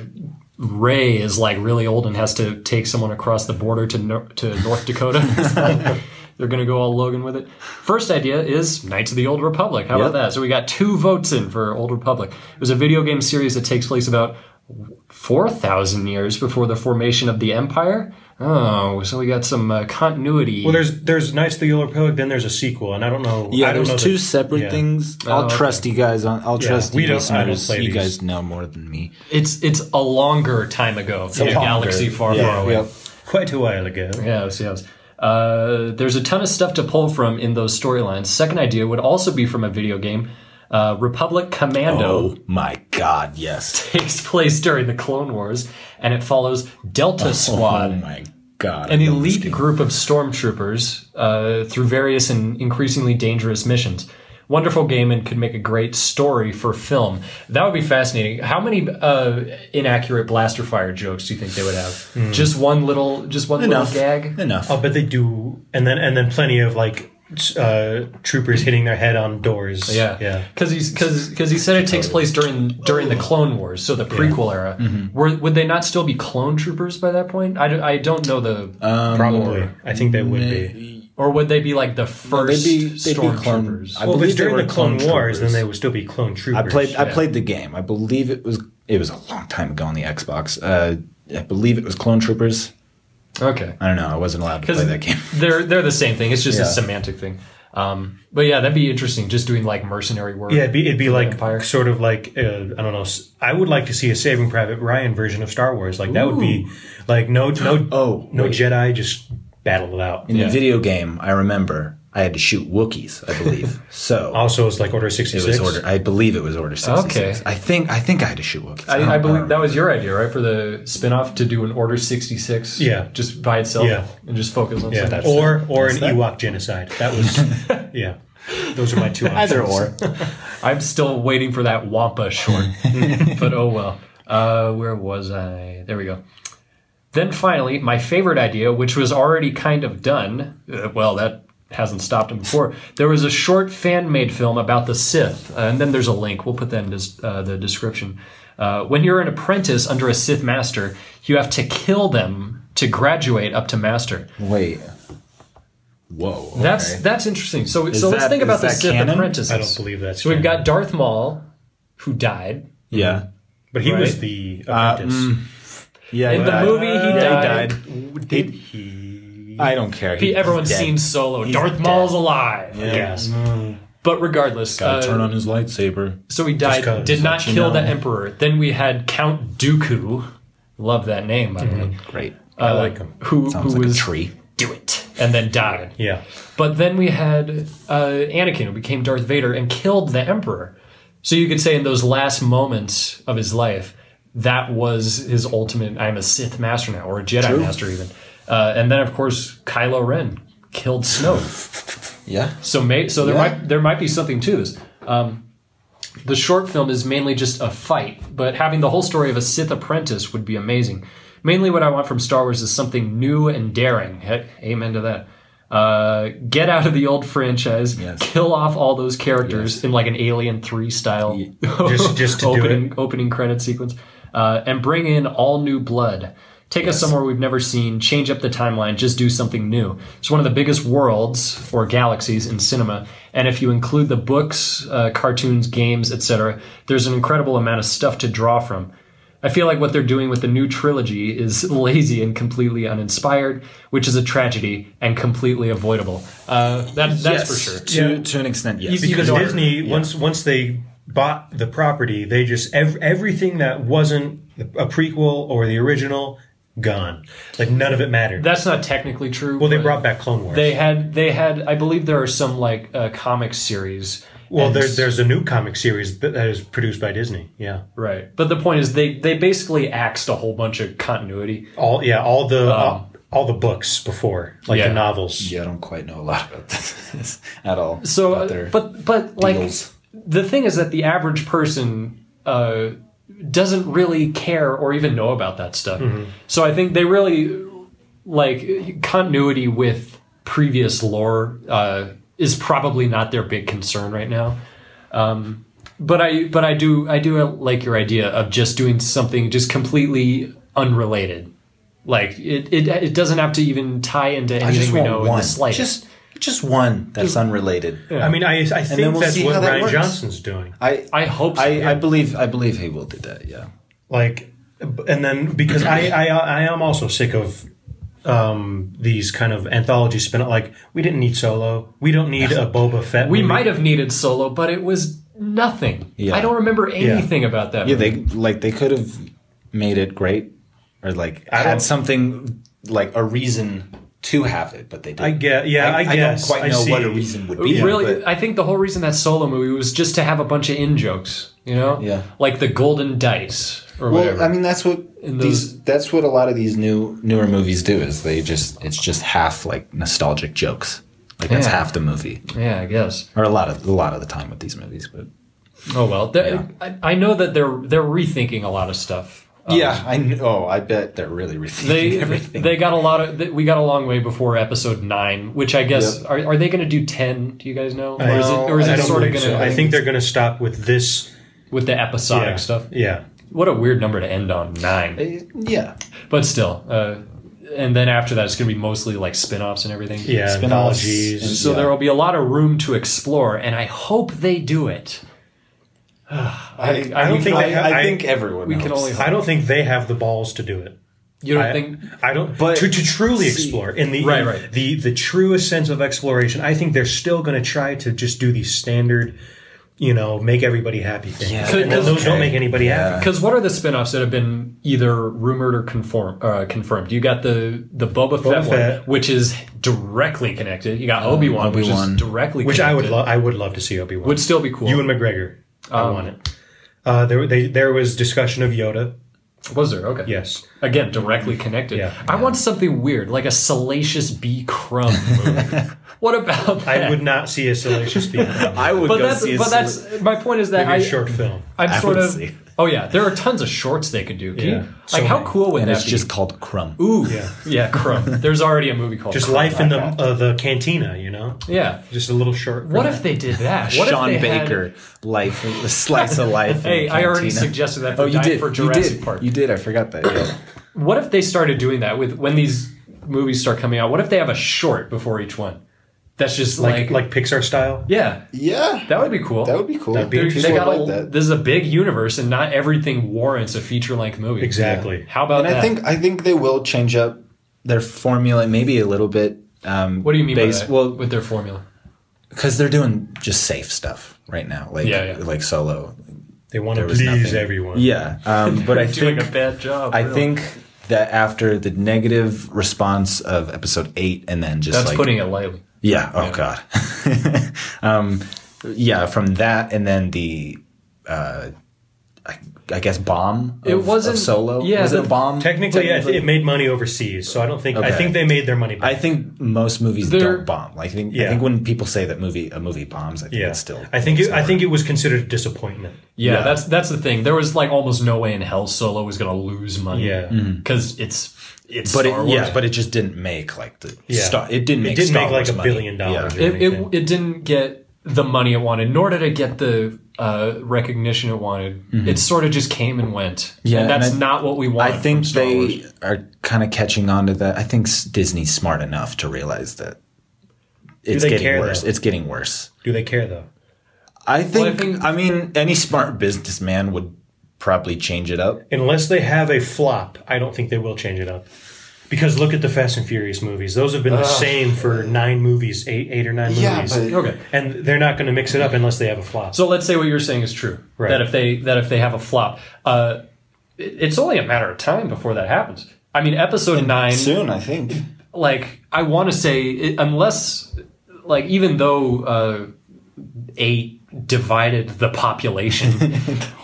Speaker 1: Ray is like really old and has to take someone across the border to nor- to North Dakota. They're gonna go all Logan with it. First idea is Knights of the Old Republic. How about
Speaker 3: Yep.
Speaker 1: that? So we got two votes in for Old Republic. It was a video game series that takes place about four thousand years before the formation of the empire. Oh, so we got some uh, continuity.
Speaker 2: Well, there's there's Knights of the Old Republic, then there's a sequel, and I don't know. I
Speaker 3: Yeah,
Speaker 2: don't
Speaker 3: there's
Speaker 2: know
Speaker 3: two
Speaker 2: the-
Speaker 3: separate
Speaker 2: yeah. Oh,
Speaker 3: things. I'll
Speaker 1: okay.
Speaker 3: trust you guys on. I'll
Speaker 2: Yeah,
Speaker 3: trust
Speaker 2: we
Speaker 3: you
Speaker 2: don't- I don't
Speaker 3: listeners.
Speaker 2: play
Speaker 3: You
Speaker 2: these.
Speaker 3: guys know more than me.
Speaker 1: it's it's a longer time ago from a
Speaker 3: Longer.
Speaker 1: galaxy far,
Speaker 3: Yeah,
Speaker 1: far away.
Speaker 3: yep.
Speaker 2: Quite a while ago.
Speaker 1: Yes, yes. Uh, there's a ton of stuff to pull from in those storylines. Second idea would also be from a video game. Uh, Republic Commando
Speaker 3: Oh my God! Yes.
Speaker 1: takes place during the Clone Wars, and it follows Delta Squad,
Speaker 3: Oh my God!
Speaker 1: an
Speaker 3: I love this
Speaker 1: elite
Speaker 3: game.
Speaker 1: group of stormtroopers, uh, through various and increasingly dangerous missions. Wonderful game and could make a great story for film. That would be fascinating. How many uh, inaccurate blaster fire jokes do you think they would have? Just one little, just one
Speaker 3: Hmm. Enough.
Speaker 1: little gag.
Speaker 3: Enough.
Speaker 2: I'll bet Oh, they do, and then and then plenty of like s- uh, troopers hitting their head on doors.
Speaker 1: Yeah,
Speaker 2: yeah.
Speaker 1: Because he's because because he said it takes place during during the Clone Wars, so the prequel era.
Speaker 2: Mm-hmm.
Speaker 1: Were, would they not still be clone troopers by that point? I, do, I don't know the
Speaker 3: Um,
Speaker 2: Probably, I think they would be.
Speaker 1: or would they be like the
Speaker 3: they'd
Speaker 1: first
Speaker 3: be- they'd be clone-
Speaker 1: stormtroopers?
Speaker 3: I
Speaker 2: Well, if
Speaker 3: believe
Speaker 2: it's
Speaker 3: they
Speaker 2: during
Speaker 3: were
Speaker 2: the Clone,
Speaker 3: clone
Speaker 2: Wars, then
Speaker 3: troopers.
Speaker 2: they would still be clone troopers.
Speaker 3: I played. I
Speaker 1: yeah.
Speaker 3: played the game. I believe it was. It was a long time ago on the Xbox. Uh, I believe it was Clone Troopers.
Speaker 1: Okay,
Speaker 3: I don't know. I wasn't allowed to play
Speaker 1: because
Speaker 3: that game.
Speaker 1: they're they're the same thing. It's just a
Speaker 3: Yeah.
Speaker 1: semantic thing. Um, but yeah, that'd be interesting. Just doing like mercenary work.
Speaker 2: Yeah, it'd be, it'd be like
Speaker 1: Empire.
Speaker 2: sort of like uh, I don't know. s- I would like to see a Saving Private Ryan version of Star Wars. Like that would be like no no
Speaker 3: Oh,
Speaker 2: no
Speaker 3: wait.
Speaker 2: Jedi, just battle it out.
Speaker 3: In
Speaker 1: Yeah.
Speaker 3: the video game, I remember I had to shoot Wookiees. I believe so.
Speaker 2: Also, it's like Order
Speaker 3: it
Speaker 2: sixty
Speaker 3: was
Speaker 2: six.
Speaker 3: order. I believe it was Order sixty six.
Speaker 1: Okay.
Speaker 3: I think. I think I had to shoot Wookiees. Um,
Speaker 1: I, I
Speaker 3: don't-
Speaker 2: Uh-huh.
Speaker 1: believe
Speaker 3: don't
Speaker 1: that was your idea, right, for the spin-off to do an Order sixty six.
Speaker 2: Yeah.
Speaker 1: just by itself.
Speaker 2: Yeah.
Speaker 1: and just focus on
Speaker 2: Yeah,
Speaker 1: something.
Speaker 2: or or an
Speaker 3: that.
Speaker 2: Ewok genocide. That was yeah. Those are my two options.
Speaker 3: Either or.
Speaker 1: I'm still waiting for that Wampa short, but oh well. Uh, where was I? There we go. Then finally, my favorite idea, which was already kind of done. Uh, well, that hasn't stopped him before. There was a short fan made film about the Sith, uh, and then there's a link. We'll put that in des- uh, the description. Uh, when you're an apprentice under a Sith master, you have to kill them to graduate up to master.
Speaker 3: Wait. Whoa.
Speaker 1: That's
Speaker 3: okay.
Speaker 1: that's interesting. So so let's
Speaker 3: that-
Speaker 1: think about
Speaker 3: is
Speaker 1: the
Speaker 3: that
Speaker 1: Sith
Speaker 3: canon?
Speaker 1: apprentices.
Speaker 2: I don't believe that's
Speaker 1: So we've
Speaker 2: canon.
Speaker 1: got Darth Maul, who died.
Speaker 3: yeah.
Speaker 2: But he was
Speaker 1: Right.
Speaker 2: the apprentice.
Speaker 3: Yeah.
Speaker 1: In
Speaker 3: he
Speaker 1: the
Speaker 3: died.
Speaker 1: movie, he
Speaker 3: Yeah,
Speaker 1: died.
Speaker 2: Did he?
Speaker 3: I don't care.
Speaker 1: Be-
Speaker 3: He-
Speaker 1: Everyone's
Speaker 3: he's dead.
Speaker 1: seen Solo. Darth
Speaker 3: dead.
Speaker 1: Maul's alive.
Speaker 2: Yes.
Speaker 1: But regardless,
Speaker 3: Gotta
Speaker 1: uh,
Speaker 3: turn on his lightsaber.
Speaker 1: so he died.
Speaker 2: gotta
Speaker 1: Did not
Speaker 3: let you
Speaker 1: kill the
Speaker 3: know.
Speaker 1: Emperor. Then we had Count Dooku. Love that name, by the way.
Speaker 3: Great.
Speaker 1: I
Speaker 2: like him.
Speaker 1: Who,
Speaker 3: Mm-hmm. Sounds
Speaker 1: who
Speaker 3: Um, like
Speaker 1: was
Speaker 3: a tree.
Speaker 1: do it and then died.
Speaker 2: Yeah.
Speaker 1: But then we had uh, Anakin, who became Darth Vader and killed the Emperor. So you could say in those last moments of his life, that was his ultimate. I'm a Sith master now, or a Jedi master even. Uh, and then of course Kylo Ren killed Snoke.
Speaker 3: Yeah.
Speaker 1: so may, so there
Speaker 3: Yeah.
Speaker 1: might there might be something to this. Um, the short film is mainly just a fight, but having the whole story of a Sith apprentice would be amazing. Mainly, what I want from Star Wars is something new and daring. Heck, amen to that. Uh, get out of the old franchise.
Speaker 3: Yes.
Speaker 1: Kill off all those characters in like an Alien Three style
Speaker 2: Just- just to do
Speaker 1: opening opening credit sequence, uh, and bring in all new blood. Take us somewhere we've never seen. Change up the timeline. Just do something new. It's one of the biggest worlds or galaxies in cinema, and if you include the books, uh, cartoons, games, etc., there's an incredible amount of stuff to draw from. I feel like what they're doing with the new trilogy is lazy and completely uninspired, which is a tragedy and completely avoidable. Uh, that, that's
Speaker 3: Yes,
Speaker 1: for sure.
Speaker 3: To
Speaker 2: Yeah.
Speaker 3: to an extent, yes.
Speaker 1: Easy-
Speaker 2: Because
Speaker 1: Even though-
Speaker 2: Disney once once they bought the property, they just ev- everything that wasn't a prequel or the original gone. Like none of it mattered.
Speaker 1: That's not technically true.
Speaker 2: well, they
Speaker 1: but-
Speaker 2: brought back Clone Wars.
Speaker 1: They had they had I believe there are some like uh, comic series.
Speaker 2: well,
Speaker 1: and-
Speaker 2: there's there's a new comic series that that is produced by Disney. Yeah.
Speaker 1: right. But the point is they they basically axed a whole bunch of continuity.
Speaker 2: All yeah, all the all, all the books before, like
Speaker 1: Um, Yeah.
Speaker 2: the novels.
Speaker 3: yeah, I don't quite know a lot about this at all.
Speaker 1: So
Speaker 3: About
Speaker 1: uh,
Speaker 3: their-
Speaker 1: but but like
Speaker 3: deals.
Speaker 1: the thing is that the average person uh, doesn't really care or even know about that stuff.
Speaker 3: Mm-hmm.
Speaker 1: So I think they really like continuity with previous lore uh, is probably not their big concern right now. Um, but I but I do I do like your idea of just doing something just completely unrelated. Like it it, it doesn't have to even tie into
Speaker 3: I just
Speaker 1: anything we
Speaker 3: want
Speaker 1: know in
Speaker 3: one.
Speaker 1: the slightest.
Speaker 3: Just just one that's unrelated.
Speaker 2: I mean, I, I think
Speaker 3: then we'll
Speaker 2: that's
Speaker 3: see
Speaker 2: what
Speaker 3: how that
Speaker 2: Ryan
Speaker 3: works.
Speaker 2: Johnson's doing.
Speaker 3: I
Speaker 1: I hope so,
Speaker 3: I,
Speaker 1: yeah.
Speaker 3: I believe I believe he will do that. Yeah.
Speaker 2: Like, and then because I, I I am also sick of um, these kind of anthology spin like we didn't need Solo, we don't need a Boba Fett.
Speaker 1: We
Speaker 2: movie.
Speaker 1: might have needed Solo, but it was nothing.
Speaker 3: Yeah.
Speaker 1: I don't remember anything about that.
Speaker 3: Yeah,
Speaker 1: movie.
Speaker 3: they like they could have made it great or like
Speaker 2: I don't-
Speaker 3: had something like a reason to have it, but they didn't.
Speaker 2: I get yeah I, guess
Speaker 3: don't quite know
Speaker 2: see.
Speaker 3: what a reason would be.
Speaker 1: We really,
Speaker 3: but-
Speaker 1: I think the whole reason that Solo movie was just to have a bunch of in jokes. You know,
Speaker 3: Yeah.
Speaker 1: like the golden dice or whatever.
Speaker 3: well, I mean that's what
Speaker 1: In
Speaker 3: these that's what a lot of these new newer movies do is they just it's just half like nostalgic jokes. Like that's
Speaker 1: Yeah.
Speaker 3: half the movie,
Speaker 1: yeah, I guess.
Speaker 3: or a lot of a lot of the time with these movies. But
Speaker 1: Oh well, They're-
Speaker 3: Yeah.
Speaker 1: I, I know that they're they're rethinking a lot of stuff. Um,
Speaker 3: yeah, I kn- oh I bet they're really rethinking
Speaker 1: they
Speaker 3: everything.
Speaker 1: they got a lot of th- we got a long way before episode nine, which I guess are, are they going to do ten? Do you guys know, or is it or is
Speaker 2: I
Speaker 1: it
Speaker 2: don't
Speaker 1: sort of
Speaker 2: believe
Speaker 1: going
Speaker 2: so.
Speaker 1: to?
Speaker 2: I think they're gonna stop with this
Speaker 1: with the episodic
Speaker 2: yeah,
Speaker 1: stuff.
Speaker 2: Yeah,
Speaker 1: What a weird number to end on nine,
Speaker 3: yeah,
Speaker 1: but still. Uh, and then after that, it's going to be mostly like spin offs and everything.
Speaker 2: yeah,
Speaker 3: Spin-offs
Speaker 2: anthologies.
Speaker 3: and-
Speaker 1: So
Speaker 3: Yeah.
Speaker 1: there will be a lot of room to explore, and I hope they do it.
Speaker 3: I,
Speaker 1: I don't think
Speaker 2: they have-
Speaker 3: I,
Speaker 2: I-
Speaker 3: think everyone
Speaker 1: we can
Speaker 3: knows.
Speaker 1: only hope.
Speaker 2: I don't think they have the balls to do it.
Speaker 1: You don't
Speaker 2: I
Speaker 1: think?
Speaker 2: I don't.
Speaker 3: But-
Speaker 2: But to, to truly
Speaker 3: See.
Speaker 2: explore in the
Speaker 1: Right,
Speaker 2: in
Speaker 1: right.
Speaker 2: the the truest sense of exploration, I think they're still going to try to just do these standard, you know, make everybody happy things.
Speaker 3: Yeah.
Speaker 2: And then those don't
Speaker 3: Okay.
Speaker 2: make anybody
Speaker 3: Yeah.
Speaker 2: happy.
Speaker 1: Because what are the spin-offs that have been either rumored or conform, uh, confirmed? You got the the Boba, Fett, one,
Speaker 2: Fett.
Speaker 1: which is directly connected. You got Obi Wan, which
Speaker 3: Obi-Wan.
Speaker 1: is directly
Speaker 2: Which I
Speaker 1: connected.
Speaker 2: would love. I would love to see Obi Wan.
Speaker 1: would still be cool. Um,
Speaker 2: you and McGregor? I want it. Uh, there, they, there was discussion of Yoda.
Speaker 1: was there okay?
Speaker 2: Yes.
Speaker 1: Again, directly connected.
Speaker 2: Yeah.
Speaker 1: I want something weird, like a Salacious B. Crumb movie. what about that?
Speaker 2: I would not see a salacious being
Speaker 3: I would
Speaker 1: But
Speaker 3: go
Speaker 1: that's
Speaker 3: see. a
Speaker 1: but
Speaker 3: sli-
Speaker 1: that's my point is that
Speaker 2: a
Speaker 1: I
Speaker 2: short film.
Speaker 1: I'm
Speaker 3: I
Speaker 1: sort
Speaker 3: would
Speaker 1: of.
Speaker 3: see.
Speaker 1: Oh yeah, there are tons of shorts they could do. Can you-
Speaker 2: Yeah.
Speaker 1: like
Speaker 2: So
Speaker 1: how
Speaker 2: many.
Speaker 1: cool would
Speaker 3: and
Speaker 1: that
Speaker 3: it's
Speaker 1: be?
Speaker 3: just called crumb.
Speaker 1: ooh
Speaker 2: Yeah.
Speaker 1: yeah crumb. There's already a movie called
Speaker 2: Just
Speaker 1: Crumb.
Speaker 2: life in the uh, the cantina, you know.
Speaker 1: Yeah.
Speaker 2: Just a little short.
Speaker 1: What if they did that? What if
Speaker 3: Sean
Speaker 1: they had-
Speaker 3: Baker, life, a slice of life. in
Speaker 1: Hey,
Speaker 3: the
Speaker 1: I already
Speaker 3: cantina.
Speaker 1: suggested that for,
Speaker 3: Oh, you
Speaker 1: Di-
Speaker 3: did.
Speaker 1: for
Speaker 3: you
Speaker 1: Jurassic
Speaker 3: did.
Speaker 1: Park.
Speaker 3: You did. I forgot that. Yeah.
Speaker 1: What if they started doing that with when these movies start coming out? What if they have a short before each one? That's just like,
Speaker 2: like like Pixar style?
Speaker 1: yeah,
Speaker 4: Yeah.
Speaker 1: that would be cool.
Speaker 4: That would be cool.
Speaker 2: That'd be They're-
Speaker 1: They
Speaker 4: People would
Speaker 1: got a-
Speaker 4: like that.
Speaker 1: This is a big universe, and not everything warrants a feature length movie.
Speaker 2: Exactly.
Speaker 1: How about
Speaker 3: And
Speaker 1: that?
Speaker 3: I think I think they will change up their formula maybe a little bit. Um,
Speaker 1: what do you mean
Speaker 3: based,
Speaker 1: by that?
Speaker 3: Well,
Speaker 1: with their formula?
Speaker 3: because they're doing just safe stuff right now, like
Speaker 1: Yeah, yeah.
Speaker 3: like solo.
Speaker 2: They want
Speaker 3: There
Speaker 2: to
Speaker 3: was
Speaker 2: please
Speaker 3: nothing.
Speaker 2: everyone.
Speaker 3: Yeah, um, but I
Speaker 1: Doing
Speaker 3: think
Speaker 1: a bad job.
Speaker 3: I
Speaker 1: really.
Speaker 3: think that after the negative response of episode eight, and then just
Speaker 1: that's
Speaker 3: like
Speaker 1: putting it lightly.
Speaker 3: Yeah. Oh God. um, yeah. From that, and then the, uh, I, I guess bomb. Of,
Speaker 1: It wasn't-
Speaker 3: of solo.
Speaker 1: yeah,
Speaker 3: Was
Speaker 1: the-
Speaker 3: it a bomb?
Speaker 2: Technically, I th- it made money overseas, so I don't think I
Speaker 3: Okay.
Speaker 2: think they made their money back.
Speaker 3: I think most movies
Speaker 1: There-
Speaker 3: don't bomb. Like, I think I
Speaker 2: Yeah.
Speaker 3: think when people say that movie a movie bombs, I think
Speaker 2: yeah,
Speaker 3: it's still. Mm-hmm.
Speaker 2: I think
Speaker 3: it's
Speaker 2: it, I
Speaker 3: not.
Speaker 2: think it was considered a disappointment.
Speaker 1: Yeah,
Speaker 3: Yeah.
Speaker 1: that's that's the thing. There was like almost no way in hell Solo was going to lose money.
Speaker 2: Yeah.
Speaker 3: Mm-hmm.
Speaker 1: because it's it's
Speaker 3: But
Speaker 1: Star
Speaker 3: it,
Speaker 1: Wars.
Speaker 3: yeah, but it just didn't make like the
Speaker 2: Yeah.
Speaker 3: star. It didn't.
Speaker 2: It
Speaker 3: Make
Speaker 2: didn't
Speaker 3: Star
Speaker 2: make, like,
Speaker 3: Wars
Speaker 2: a
Speaker 3: money.
Speaker 2: billion dollars.
Speaker 3: Yeah.
Speaker 2: or
Speaker 1: it, it,
Speaker 2: anything.
Speaker 1: it didn't get the money it wanted, nor did it get the uh, recognition it wanted. It sort of just came and went.
Speaker 3: Mm-hmm. Yeah,
Speaker 1: and that's
Speaker 3: and I-
Speaker 1: not what we
Speaker 3: I
Speaker 1: wanted. from
Speaker 3: think
Speaker 1: Star Wars.
Speaker 3: they are kind of catching on to that. I think s- Disney's smart enough to realize that it's
Speaker 2: they
Speaker 3: getting
Speaker 2: care,
Speaker 3: worse.
Speaker 2: though?
Speaker 3: It's getting worse.
Speaker 2: Do they care though?
Speaker 3: I think,
Speaker 1: I think-
Speaker 3: I mean, any smart businessman would probably change it up.
Speaker 2: Unless they have a flop, I don't think they will change it up. Because look at the Fast and Furious movies; those have been the same for nine movies, eight, eight or nine
Speaker 4: Yeah,
Speaker 2: movies.
Speaker 4: but-
Speaker 1: Okay.
Speaker 2: and they're not going to mix it up unless they have a flop.
Speaker 1: So let's say what you're saying is true.
Speaker 2: Right.
Speaker 1: That if they that if they have a flop, uh, it- it's only a matter of time before that happens. I mean, episode nine.
Speaker 4: soon, I think.
Speaker 1: like I want to say it, unless like even though uh, eight divided the population,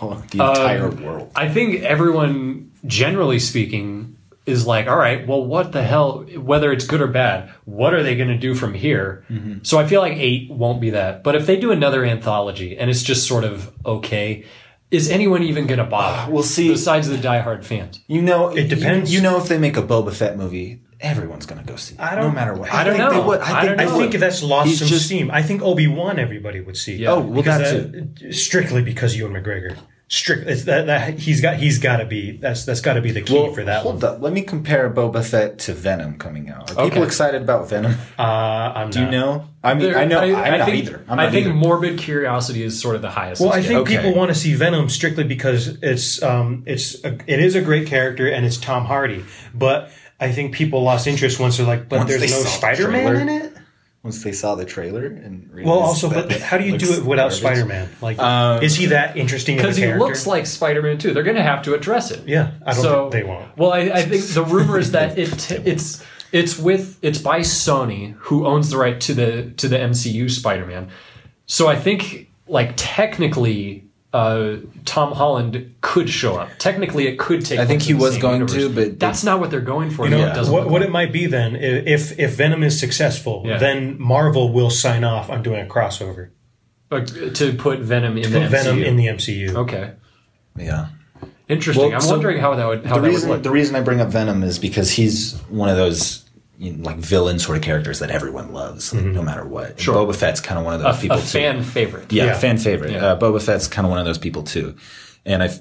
Speaker 3: Oh,
Speaker 2: Um,
Speaker 3: the entire world.
Speaker 1: I think everyone generally speaking is like, all right, well, what the hell? Whether it's good or bad, what are they going to do from here?
Speaker 3: Mm-hmm.
Speaker 1: So I feel like eight won't be that. But if they do another anthology and it's just sort of okay. Is anyone even going to bother?
Speaker 3: We'll see.
Speaker 1: Besides the diehard fans,
Speaker 3: You know, it
Speaker 2: depends.
Speaker 3: You, know, if they make a Boba Fett movie, everyone's gonna go see. It,
Speaker 2: I don't-
Speaker 3: no matter what.
Speaker 2: I
Speaker 1: don't
Speaker 3: think
Speaker 1: know.
Speaker 3: They would.
Speaker 1: I
Speaker 3: I think,
Speaker 1: don't
Speaker 3: they
Speaker 2: I
Speaker 1: know.
Speaker 3: would.
Speaker 2: think that's lost
Speaker 3: He's
Speaker 2: some
Speaker 3: just-
Speaker 2: steam. I think Obi Wan everybody would see.
Speaker 1: Yeah.
Speaker 3: Oh well,
Speaker 2: Because
Speaker 3: that's
Speaker 2: that- strictly because you and McGregor. strict. It's that, that he's got he's got to be that's that's got to be the key for that one.
Speaker 3: hold up. Let me compare Boba Fett to Venom coming out. Are people
Speaker 1: Okay.
Speaker 3: excited about Venom?
Speaker 2: Uh, I'm
Speaker 3: Do you
Speaker 2: not.
Speaker 3: know? I mean, I know. I, am not
Speaker 1: think,
Speaker 3: either. I'm
Speaker 1: I
Speaker 3: not
Speaker 1: think
Speaker 3: either.
Speaker 1: morbid curiosity is sort of the highest.
Speaker 2: Well,
Speaker 1: it's
Speaker 2: I
Speaker 1: getting.
Speaker 2: think
Speaker 3: Okay.
Speaker 2: people want to see Venom strictly because it's um, it's a, it is a great character and it's Tom Hardy. But I think people lost interest once they're like, but
Speaker 3: Once they
Speaker 2: there's no
Speaker 3: saw the
Speaker 2: Spider Man
Speaker 3: trailer.
Speaker 2: in it.
Speaker 3: Once they saw the trailer and realized
Speaker 2: Well, also,
Speaker 3: that
Speaker 2: but how do you do
Speaker 3: looks
Speaker 2: it without
Speaker 3: garbage. Um,
Speaker 2: Spider Man? Like, is he that interesting?
Speaker 1: because
Speaker 2: Because
Speaker 1: he looks like Spider-Man too. They're going to have to address it.
Speaker 2: Yeah, I don't
Speaker 1: so,
Speaker 2: think they won't.
Speaker 1: Well, I, I think the rumor is that it it's it's with it's by Sony who owns the right to the to the MCU Spider-Man. So I think like technically. Uh, Tom Holland could show up. Technically, it could take.
Speaker 3: I think
Speaker 1: place
Speaker 3: he
Speaker 1: in the
Speaker 3: was
Speaker 1: same
Speaker 3: going
Speaker 1: universe.
Speaker 3: to, but
Speaker 1: that's not what they're going for. no, it
Speaker 2: Yeah.
Speaker 1: doesn't
Speaker 2: What,
Speaker 1: look
Speaker 2: what
Speaker 1: like.
Speaker 2: it might be then, i- if if Venom is successful,
Speaker 1: Yeah.
Speaker 2: then Marvel will sign off on doing a crossover.
Speaker 1: But to put Venom in the
Speaker 2: Put Venom
Speaker 1: MCU.
Speaker 2: in the MCU.
Speaker 1: okay,
Speaker 3: Yeah.
Speaker 1: interesting.
Speaker 3: Well,
Speaker 1: I'm
Speaker 3: so
Speaker 1: wondering how that would how
Speaker 2: Oh,
Speaker 3: the
Speaker 1: that
Speaker 3: reason
Speaker 1: would look.
Speaker 3: the reason I bring up Venom is because he's one of those you know, like villain sort of characters that everyone loves,
Speaker 2: Mm-hmm.
Speaker 3: like, no matter what. And
Speaker 1: Sure.
Speaker 3: Boba Fett's kind of one of those
Speaker 1: A,
Speaker 3: people
Speaker 1: a
Speaker 3: too.
Speaker 1: fan favorite.
Speaker 3: Yeah,
Speaker 2: Yeah.
Speaker 3: fan favorite.
Speaker 1: Yeah.
Speaker 3: Uh, Boba Fett's kind of one of those people too, and I, f-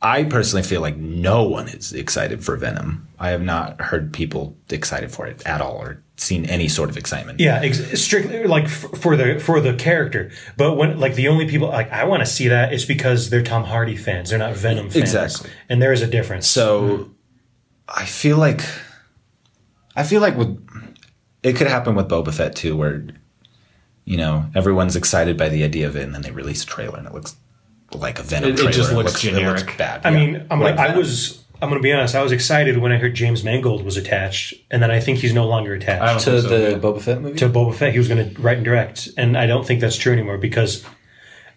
Speaker 3: I personally feel like no one is excited for Venom. I have not heard people excited for it at all, or seen any sort of excitement.
Speaker 2: Yeah, ex- strictly like f- for the for the character. But when like the only people like I want to see that is because they're Tom Hardy fans. They're not Venom fans.
Speaker 3: Exactly.
Speaker 2: And there is a difference.
Speaker 3: So I feel like I feel like with it could happen with Boba Fett too, where you know everyone's excited by the idea of it, and then they release a trailer and it looks like a Venom
Speaker 1: It- it
Speaker 3: trailer.
Speaker 1: just looks
Speaker 3: It
Speaker 1: generic.
Speaker 3: looks bad.
Speaker 2: I
Speaker 3: yeah.
Speaker 2: mean, I'm
Speaker 3: Like
Speaker 2: like I
Speaker 3: Venom.
Speaker 2: was. I'm going to be honest. I was excited when I heard James Mangold was attached, and then I think he's no longer
Speaker 1: I don't
Speaker 2: attached
Speaker 3: to
Speaker 1: think so,
Speaker 3: the
Speaker 1: yeah.
Speaker 3: Boba Fett movie.
Speaker 2: to Boba Fett. He was going to write and direct, and I don't think that's true anymore because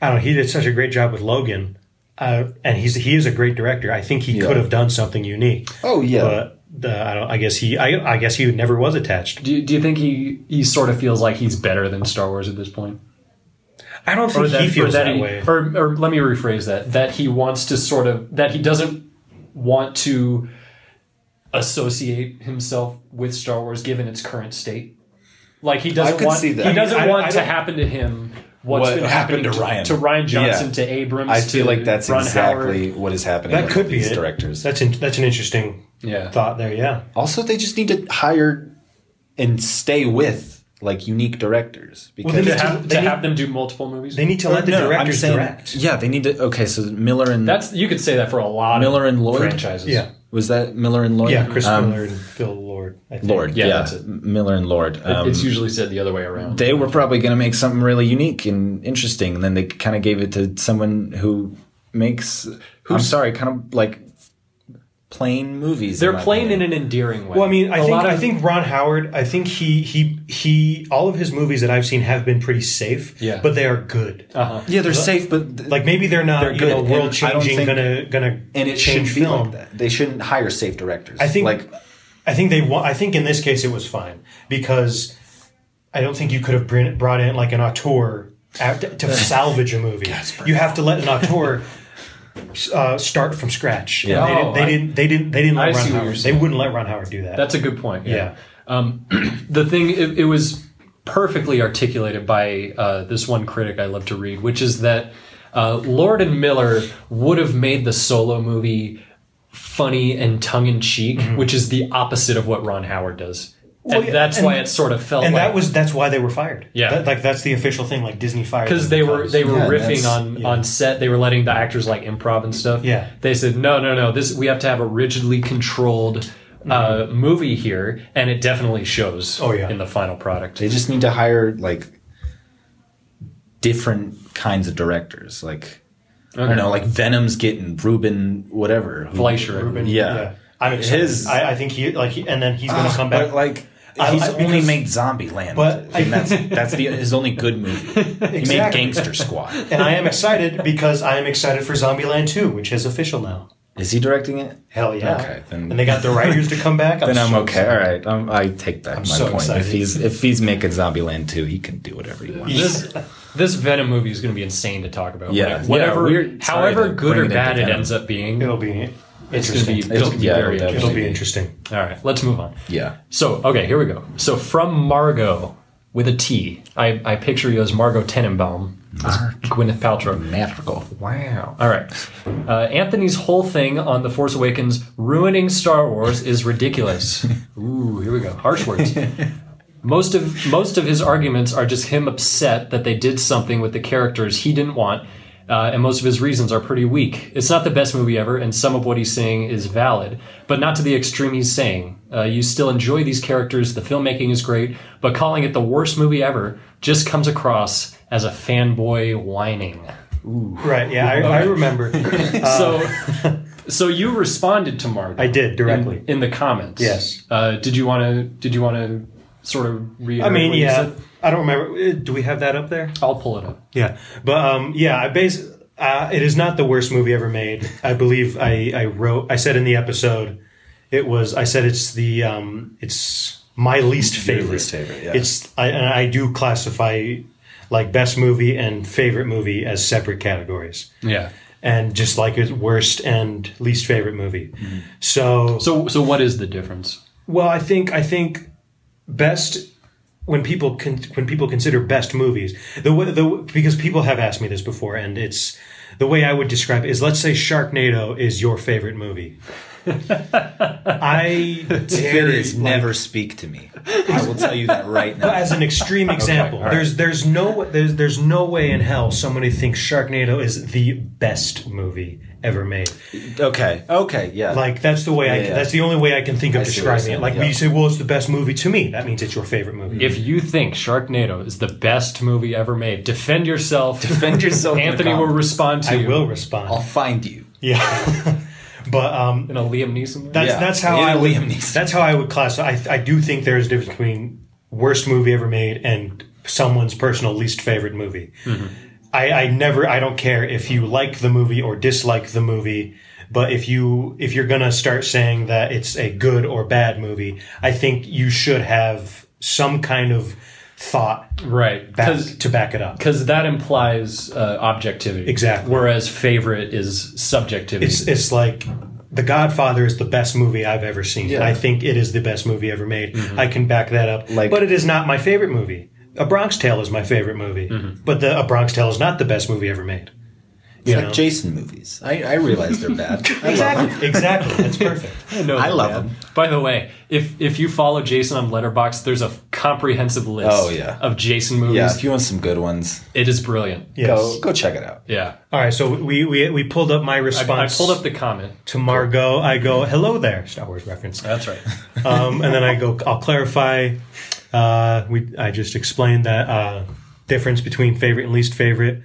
Speaker 2: I don't. know, He did such a great job with Logan, uh, and he's he is a great director. I think he
Speaker 3: Yeah.
Speaker 2: could have done something unique.
Speaker 3: oh yeah,
Speaker 2: But uh, I don't. I guess he. I, I guess he never was attached.
Speaker 1: Do you, do you think he, he sort of feels like he's better than Star Wars at this point?
Speaker 2: I don't think he feels that, way.
Speaker 1: Or, or let me rephrase that. That he wants to sort of, that he doesn't want to associate himself with Star Wars given its current state. Like he doesn't
Speaker 3: I could
Speaker 1: want,
Speaker 3: see that.
Speaker 1: he
Speaker 3: I mean,
Speaker 1: doesn't
Speaker 2: I-
Speaker 1: want
Speaker 2: I
Speaker 1: to
Speaker 2: don't-
Speaker 1: happen to him what's
Speaker 3: What
Speaker 1: been
Speaker 3: happened
Speaker 1: happening
Speaker 3: to Ryan.
Speaker 1: to Ryan Johnson,
Speaker 3: Yeah.
Speaker 1: to Abrams.
Speaker 3: I feel
Speaker 1: to
Speaker 3: like that's
Speaker 1: Ron
Speaker 3: exactly
Speaker 1: Howard.
Speaker 3: what is happening.
Speaker 2: That
Speaker 3: with
Speaker 2: could
Speaker 3: all
Speaker 2: be
Speaker 3: these
Speaker 2: it.
Speaker 3: directors.
Speaker 2: That's in, that's an interesting
Speaker 1: Yeah.
Speaker 2: thought there. Yeah.
Speaker 3: Also, they just need to hire and stay with like unique directors because
Speaker 2: then
Speaker 1: To
Speaker 2: they-
Speaker 1: have,
Speaker 2: They
Speaker 1: to
Speaker 2: need-
Speaker 1: have them do multiple movies.
Speaker 2: They need to let the
Speaker 3: No, I'm
Speaker 2: directors
Speaker 3: saying-
Speaker 2: direct.
Speaker 3: Yeah, they need to. Okay, so Miller and
Speaker 1: that's you could say that for a lot
Speaker 3: Miller
Speaker 1: of
Speaker 3: and Lloyd?
Speaker 1: franchises.
Speaker 2: Yeah.
Speaker 3: was that Miller and Lloyd?
Speaker 2: Yeah. Chris
Speaker 3: Um,
Speaker 2: Miller and Phil Lord. I think.
Speaker 3: Lord,
Speaker 1: Yeah,
Speaker 3: yeah,
Speaker 1: that's it.
Speaker 3: Miller and Lord. Um,
Speaker 1: it's usually said the other way around.
Speaker 3: they were probably going to make something really unique and interesting, and then they kind of gave it to someone who makes. I'm sorry, kind of like plain movies.
Speaker 1: They're playing in an endearing way.
Speaker 2: Well, I mean, I
Speaker 1: A
Speaker 2: think
Speaker 1: lot of-
Speaker 2: I think Ron Howard. I think he he he. All of his movies that I've seen have been pretty safe.
Speaker 1: Yeah.
Speaker 2: But they are good.
Speaker 1: uh-huh.
Speaker 3: yeah, they're safe, but th-
Speaker 2: Like maybe they're not
Speaker 3: Uh, They're
Speaker 2: you
Speaker 3: good,
Speaker 2: know
Speaker 3: and I don't
Speaker 2: world changing
Speaker 3: think-
Speaker 2: gonna gonna
Speaker 3: and it
Speaker 2: change
Speaker 3: shouldn't be
Speaker 2: film.
Speaker 3: like that. They shouldn't hire safe directors.
Speaker 2: I think
Speaker 3: like
Speaker 2: I think they wa- I think in this case it was fine because I don't think you could have bring, brought in like an auteur out to, to salvage a movie. You have to let an auteur uh, start from scratch. And
Speaker 3: Yeah.
Speaker 2: they,
Speaker 1: Oh,
Speaker 2: didn't, they
Speaker 1: I-
Speaker 2: didn't. They didn't. They didn't
Speaker 1: I
Speaker 2: let Ron
Speaker 1: see what you're
Speaker 2: Howard. They wouldn't let Ron Howard do that.
Speaker 1: That's a good point.
Speaker 2: yeah.
Speaker 1: the thing it, it was perfectly articulated by uh, this one critic I love to read, which is that uh, Lord and Miller would have made the solo movie funny and tongue in cheek, which is the opposite of what Ron Howard does, and
Speaker 2: yeah,
Speaker 1: that's
Speaker 2: and-
Speaker 1: why it sort of felt
Speaker 2: And
Speaker 1: like
Speaker 2: that was that's why they were fired.
Speaker 1: Yeah.
Speaker 2: That- like that's the official thing. Like Disney fired
Speaker 1: because
Speaker 2: them
Speaker 1: they were they were
Speaker 3: Yeah,
Speaker 1: riffing
Speaker 3: that's-
Speaker 1: on on set. They were letting the actors like improv and stuff.
Speaker 2: Yeah.
Speaker 1: they said no, no, no. This we have to have a rigidly controlled uh, movie here, and it definitely shows.
Speaker 2: Oh, yeah.
Speaker 1: in the final product.
Speaker 3: They just need to hire like different kinds of directors. Like I
Speaker 1: Okay.
Speaker 3: don't know, like Venom's getting Ruben whatever. who-
Speaker 1: Fleischer.
Speaker 2: Ruben,
Speaker 3: Yeah.
Speaker 2: I'm excited.
Speaker 3: His-
Speaker 2: I, I think he like he, and then he's going to
Speaker 3: Ah,
Speaker 2: come back.
Speaker 3: But like
Speaker 2: I-
Speaker 3: he's
Speaker 2: I-
Speaker 3: only
Speaker 2: because-
Speaker 3: made Zombieland.
Speaker 2: But I-
Speaker 3: and that's that's the his only good movie. He made
Speaker 2: Exactly.
Speaker 3: Gangster Squad.
Speaker 2: and I am excited because I am excited for Zombieland 2, which is official now.
Speaker 3: Is he directing it?
Speaker 2: Hell yeah!
Speaker 3: Okay, then-
Speaker 2: and they got the writers to come back.
Speaker 3: Then I'm
Speaker 2: so
Speaker 3: okay. All right, um, I take back my
Speaker 2: so
Speaker 3: point.
Speaker 2: excited.
Speaker 3: If he's if he's making Zombieland 2, he can do whatever he wants.
Speaker 1: this this Venom movie is going to be insane to talk about.
Speaker 3: Yeah.
Speaker 1: Whatever- whatever,
Speaker 3: Yeah, we're- sorry
Speaker 1: however
Speaker 3: to
Speaker 1: good or
Speaker 3: bring it into
Speaker 1: bad it
Speaker 3: Venom.
Speaker 1: ends up being,
Speaker 2: It'll be
Speaker 1: it's going to be,
Speaker 2: interesting.
Speaker 1: it's gonna be
Speaker 3: yeah,
Speaker 1: very
Speaker 3: it'll
Speaker 1: interesting.
Speaker 2: It'll be interesting.
Speaker 1: All right, let's move on.
Speaker 3: Yeah.
Speaker 1: So, okay, here we go. So, from Margot, with a T. I, I picture you as Margot Tenenbaum, as Gwyneth Paltrow.
Speaker 3: Magical.
Speaker 1: Wow. All right. Uh, Anthony's whole thing on The Force Awakens ruining Star Wars is ridiculous. Ooh, here we go. Harsh words. Most of most of his arguments are just him upset that they did something with the characters he didn't want, uh, and most of his reasons are pretty weak. It's not the best movie ever, and some of what he's saying is valid, but not to the extreme he's saying. Uh, you still enjoy these characters, the filmmaking is great, but calling it the worst movie ever just comes across as a fanboy whining.
Speaker 2: Right. Yeah, I, I remember.
Speaker 1: so, so you responded to Mark.
Speaker 2: Uh, I did directly.
Speaker 1: in, in the comments.
Speaker 2: Yes.
Speaker 1: Uh, did you want to? Did you want to sort of read?
Speaker 2: I mean, yeah. I don't remember. uh, Do we have that up there?
Speaker 1: I'll pull it up.
Speaker 2: Yeah, but um, yeah, I base. Uh, it is not the worst movie ever made. I believe I, I wrote. I said in the episode, it was. I said it's the. Um, it's my least favorite.
Speaker 3: least favorite, yeah.
Speaker 2: It's. I, and I do classify, like best movie and favorite movie as separate categories,
Speaker 1: Yeah.
Speaker 2: and just like it's worst and least favorite movie. So
Speaker 1: So, so what is the difference?
Speaker 2: well, I think I think best when people con- when people consider best movies the way, the because people have asked me this before, and it's the way I would describe it is let's say Sharknado is your favorite movie. I dare
Speaker 3: Fitties
Speaker 2: like,
Speaker 3: never speak to me. I will tell you that right now.
Speaker 2: as an extreme example.
Speaker 1: all right.
Speaker 2: There's there's no there's there's no way in hell somebody thinks Sharknado is the best movie ever made.
Speaker 3: Okay. Okay. Yeah.
Speaker 2: Like that's the way I
Speaker 3: Yeah, yeah.
Speaker 2: that's the only way I can think of
Speaker 3: I see what you're
Speaker 2: describing it.
Speaker 3: saying,
Speaker 2: Like
Speaker 3: yeah.
Speaker 2: when you say, "Well, it's the best movie to me," that means it's your favorite movie.
Speaker 1: If you think Sharknado is the best movie ever made, defend yourself.
Speaker 3: defend yourself. in the
Speaker 1: Anthony will
Speaker 3: comments.
Speaker 1: respond to
Speaker 2: I
Speaker 1: you
Speaker 2: will respond.
Speaker 3: I'll find you.
Speaker 2: Yeah, but um,
Speaker 1: in a Liam Neeson. way.
Speaker 2: that's
Speaker 3: Yeah.
Speaker 2: that's how
Speaker 3: Yeah,
Speaker 2: I would,
Speaker 3: Liam Neeson.
Speaker 2: that's how I would classify. I, I do think there is a difference between worst movie ever made and someone's personal least favorite movie. I, I never. I don't care if you like the movie or dislike the movie. But if you if you're gonna start saying that it's a good or bad movie, I think you should have some kind of thought
Speaker 1: right.
Speaker 2: back,
Speaker 1: Because
Speaker 2: to back it up.
Speaker 1: because that implies uh, objectivity.
Speaker 2: Exactly.
Speaker 1: Whereas favorite is subjectivity.
Speaker 2: it's it's like The Godfather is the best movie I've ever seen.
Speaker 3: Yeah.
Speaker 2: I think it is the best movie ever made.
Speaker 1: Mm-hmm.
Speaker 2: I can back that up.
Speaker 3: Like-
Speaker 2: but it is not my favorite movie. A Bronx Tale is my favorite movie,
Speaker 1: Mm-hmm.
Speaker 2: but the A Bronx Tale is not the best movie ever made.
Speaker 3: It's
Speaker 2: know.
Speaker 3: like Jason movies. I, I realize they're bad. I love them.
Speaker 2: Exactly, exactly. That's perfect.
Speaker 1: know
Speaker 3: I
Speaker 1: them,
Speaker 3: love
Speaker 1: man.
Speaker 3: them.
Speaker 1: By the way, if if you follow Jason on Letterbox, there's a comprehensive list
Speaker 3: Oh, yeah.
Speaker 1: of Jason movies.
Speaker 3: Yeah. If you want some good ones,
Speaker 1: It is brilliant.
Speaker 2: Yes.
Speaker 3: go go check it out.
Speaker 1: Yeah.
Speaker 2: All right. So we we we pulled up my
Speaker 1: I
Speaker 2: response.
Speaker 1: pulled up the comment.
Speaker 2: to Margot. I go, "Hello there," Star Wars reference.
Speaker 1: That's right.
Speaker 2: um, and then I go, I'll clarify. Uh, we, I just explained that uh, difference between favorite and least favorite.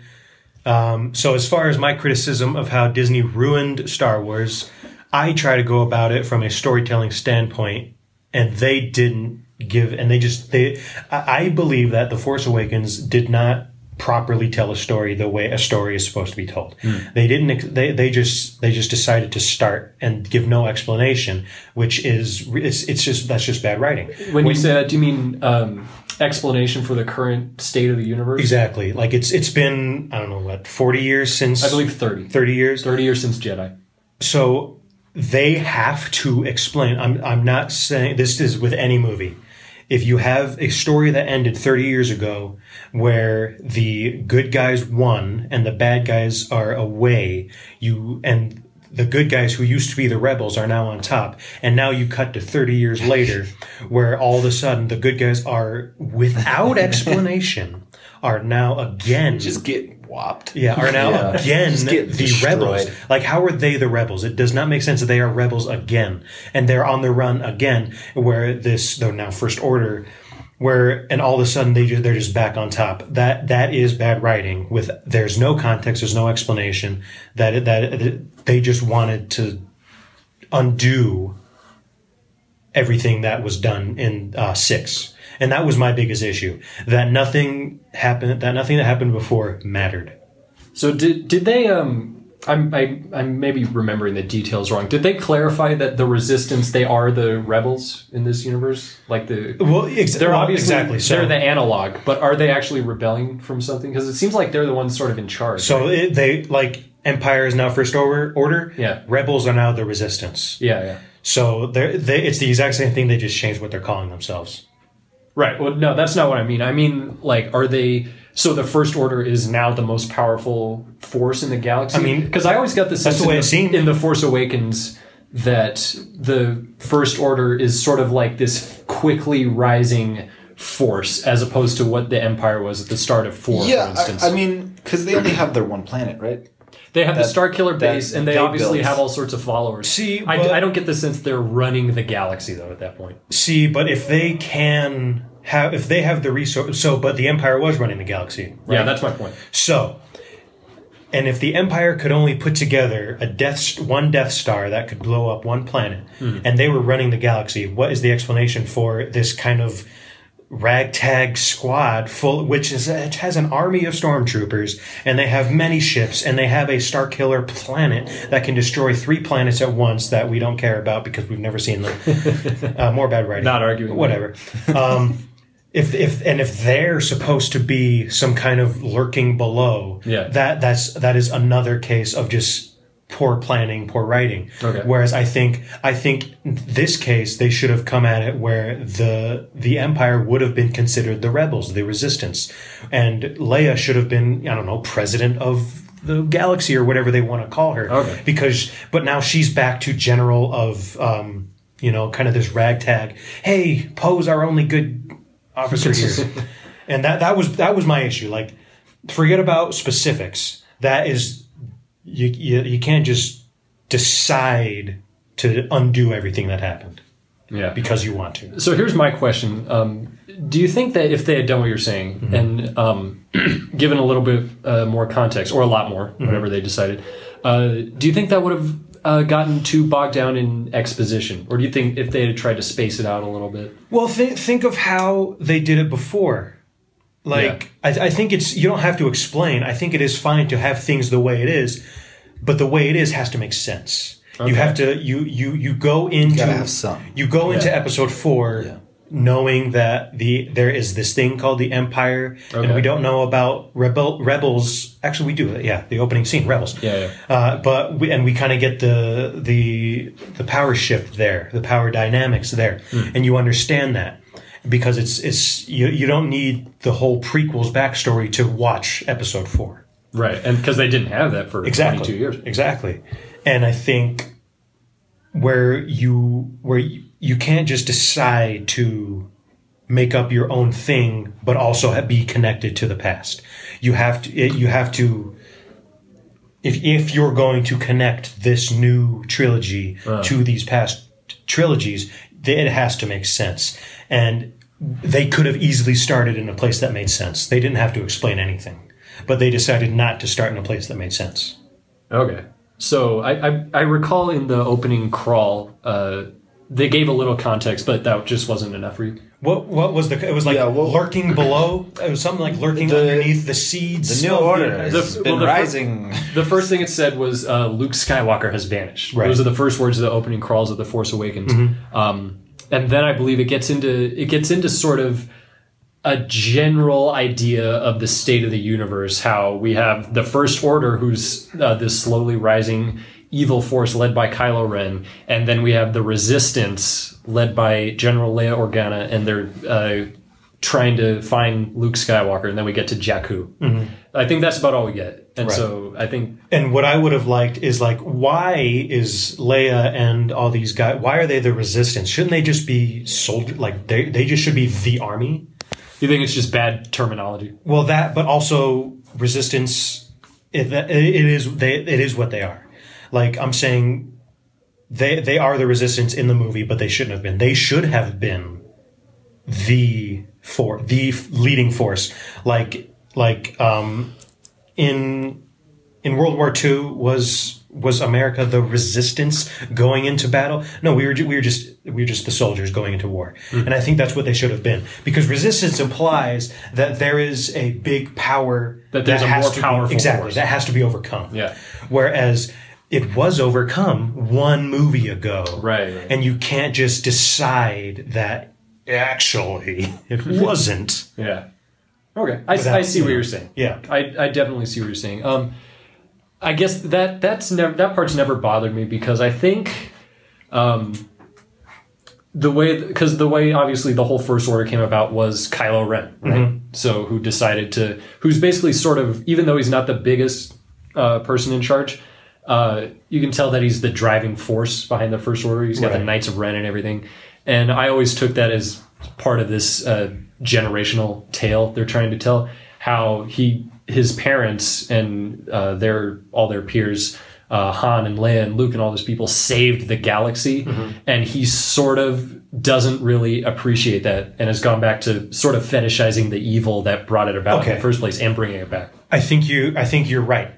Speaker 2: Um, so as far as my criticism of how Disney ruined Star Wars, I try to go about it from a storytelling standpoint, and they didn't give, and they just they. I I believe that the Force Awakens did not properly tell a story the way a story is supposed to be told.
Speaker 1: Hmm.
Speaker 2: They didn't. ex- They they just they just decided to start and give no explanation, which is it's, it's just that's just bad writing.
Speaker 1: When, you say that, do you mean um, explanation for the current state of the universe?
Speaker 2: Exactly. Like it's it's been I don't know what forty years since
Speaker 1: I believe 30.
Speaker 2: thirty years
Speaker 1: 30 years since Jedi.
Speaker 2: so they have to explain i'm i'm not saying this is with any movie if you have a story that ended 30 years ago where the good guys won and the bad guys are away you and the good guys who used to be the rebels are now on top and now you cut to 30 years later where all of a sudden the good guys are without explanation are now again
Speaker 3: Just get whopped.
Speaker 2: yeah, are now
Speaker 3: Yeah.
Speaker 2: again
Speaker 3: Just
Speaker 2: the
Speaker 3: get destroyed.
Speaker 2: rebels. Like, how are they the rebels? It does not make sense that they are rebels again, and they're on the run again. Where this, though, now First Order, where and all of a sudden they ju- they're just back on top. That that is bad writing. With there's no context, there's no explanation. That that they just wanted to undo everything that was done in uh, six. And that was my biggest issue. That nothing happened. That nothing that happened before mattered.
Speaker 1: So did did they? Um, I'm I, I'm maybe remembering the details wrong. Did they clarify that the Resistance they are the rebels in this universe? Like the
Speaker 2: Well, ex-
Speaker 1: they're
Speaker 2: well,
Speaker 1: obviously
Speaker 2: exactly so.
Speaker 1: they're the analog, but are they actually rebelling from something? Because it seems like they're the ones sort of in charge.
Speaker 2: so it, they like Empire is now First Order. Order.
Speaker 1: Yeah.
Speaker 2: Rebels are now the Resistance.
Speaker 1: yeah, yeah.
Speaker 2: So they're, they it's the exact same thing. They just changed what they're calling themselves.
Speaker 1: Right. Well, no, that's not what I mean. I mean, like, are they? So the First Order is now the most powerful force in the galaxy.
Speaker 2: I mean,
Speaker 1: because I always got the sense
Speaker 2: the way
Speaker 1: in,
Speaker 2: it seemed.
Speaker 1: in the Force Awakens that the First Order is sort of like this quickly rising force, as opposed to what the Empire was at the start of Four. for
Speaker 3: Yeah,
Speaker 1: instance.
Speaker 3: I, I mean, because they only have their one planet, right?
Speaker 1: They have the
Speaker 3: That-
Speaker 1: Star Killer
Speaker 3: that
Speaker 1: base, and they
Speaker 3: they
Speaker 1: obviously
Speaker 3: built.
Speaker 1: have all sorts of followers.
Speaker 2: See,
Speaker 1: I,
Speaker 2: but-
Speaker 1: I don't get the sense they're running the galaxy though. At that point,
Speaker 2: See, but if they can have, if they have the resource, so, but the Empire was running the galaxy. Right?
Speaker 1: yeah, that's my point.
Speaker 2: So, and if the Empire could only put together a death, one Death Star that could blow up one planet, and they were running the galaxy, what is the explanation for this kind of ragtag squad full, which is it has an army of stormtroopers, and they have many ships, and they have a star killer planet that can destroy three planets at once that we don't care about because we've never seen them. uh, more bad writing.
Speaker 1: Not arguing.
Speaker 2: Whatever. Um, if if and if they're supposed to be some kind of lurking below,
Speaker 1: Yeah.
Speaker 2: that that's that is another case of just poor planning, poor writing.
Speaker 1: Okay.
Speaker 2: Whereas I think I think this case they should have come at it where the the empire would have been considered the rebels, the resistance, and Leia should have been I don't know president of the galaxy or whatever they want to call her
Speaker 1: Okay.
Speaker 2: because but now she's back to general of um, you know kind of this ragtag hey poe's our only good officer here and that that was that was my issue like forget about specifics that is you you, you can't just decide to undo everything that happened
Speaker 1: Yeah.
Speaker 2: because you want to
Speaker 1: So here's my question: um, Do you think that if they had done what you're saying and um, given a little bit uh, more context, or a lot more, whatever they decided, uh, do you think that would have uh, gotten too bogged down in exposition, or do you think if they had tried to space it out a little bit?
Speaker 2: Well, think think of how they did it before. Like I, I think it's you don't have to explain. I think it is fine to have things the way it is, but the way it is has to make sense. You have to you you you go into
Speaker 3: gotta have some.
Speaker 2: you go into episode four. Knowing that the there is this thing called the Empire, and
Speaker 1: Okay.
Speaker 2: we don't know about rebel rebels. Actually, we do. Yeah, the opening scene, rebels.
Speaker 1: Yeah,
Speaker 2: Uh, but we, and we kind of get the the the power shift there, the power dynamics there,
Speaker 1: Hmm.
Speaker 2: and you understand that because it's it's you you don't need the whole prequels backstory to watch episode four
Speaker 1: Right, and because they didn't have that for
Speaker 2: exactly
Speaker 1: 22 years.
Speaker 2: exactly, and I think where you where you, you can't just decide to make up your own thing, but also ha- be connected to the past. You have to it- you have to if if you're going to connect this new trilogy
Speaker 1: Uh.
Speaker 2: to these past trilogies, th- it has to make sense. And they could have easily started in a place that made sense. They didn't have to explain anything, but they decided not to start in a place that made sense.
Speaker 1: Okay. So I, I, I recall in the opening crawl, uh, they gave a little context, but that just wasn't enough for you.
Speaker 2: What what was the? It was like
Speaker 3: Yeah, well-
Speaker 2: lurking below. It was something like lurking
Speaker 3: The-
Speaker 2: underneath the seeds.
Speaker 3: The New
Speaker 2: of
Speaker 3: Order
Speaker 1: the-
Speaker 3: has
Speaker 1: well,
Speaker 3: been
Speaker 1: the fir-
Speaker 3: rising.
Speaker 1: The first thing it said was uh, Luke Skywalker has vanished.
Speaker 2: Right.
Speaker 1: Those are the first words of the opening crawls of the Force Awakens. Um, and then I believe it gets into it gets into sort of a general idea of the state of the universe. How we have the First Order, who's uh, this slowly rising evil force led by Kylo Ren, and then we have the Resistance led by General Leia Organa, and they're uh, trying to find Luke Skywalker, and then we get to Jakku. I think that's about all we get. And so I think
Speaker 2: And what I would have liked is like, why is Leia and all these guys? Why are they the resistance? Shouldn't they just be soldier? Like they they just should be the army.
Speaker 1: You think it's just bad terminology?
Speaker 2: Well, that, but also resistance. It, that- it is they it is what they are. Like I'm saying, they they are the resistance in the movie, but they shouldn't have been. They should have been the for the f- leading force. Like like um in in World War II was was America the resistance going into battle? No, we were ju- we were just we were just the soldiers going into war,
Speaker 1: Hmm.
Speaker 2: and I think that's what they should have been because resistance implies that there is a big power
Speaker 1: That there's a
Speaker 2: has
Speaker 1: more
Speaker 2: to be-
Speaker 1: powerful
Speaker 2: exactly
Speaker 1: force.
Speaker 2: that has to be overcome.
Speaker 1: Yeah.
Speaker 2: whereas. It was overcome one movie ago,
Speaker 1: Right, right.
Speaker 2: And you can't just decide that actually it wasn't.
Speaker 1: Yeah. Okay, I,
Speaker 2: Without-
Speaker 1: I see what you're saying.
Speaker 2: Yeah.
Speaker 1: I, I definitely see what you're saying. Um, I guess that that's never that part's never bothered me because I think um, the way because the way obviously the whole first order came about was Kylo Ren, right?
Speaker 2: Mm-hmm.
Speaker 1: So who decided to who's basically sort of even though he's not the biggest uh, person in charge, uh, you can tell that he's the driving force behind the first order. He's got the
Speaker 2: Right.
Speaker 1: Knights of Ren and everything, and I always took that as part of this uh, generational tale they're trying to tell how he his parents and uh, their all their peers. Uh, Han and Leia and Luke and all those people saved the galaxy, and he sort of doesn't really appreciate that, and has gone back to sort of fetishizing the evil that brought it about in
Speaker 2: Okay.
Speaker 1: the first place and bringing it back.
Speaker 2: I think you. I think you're right.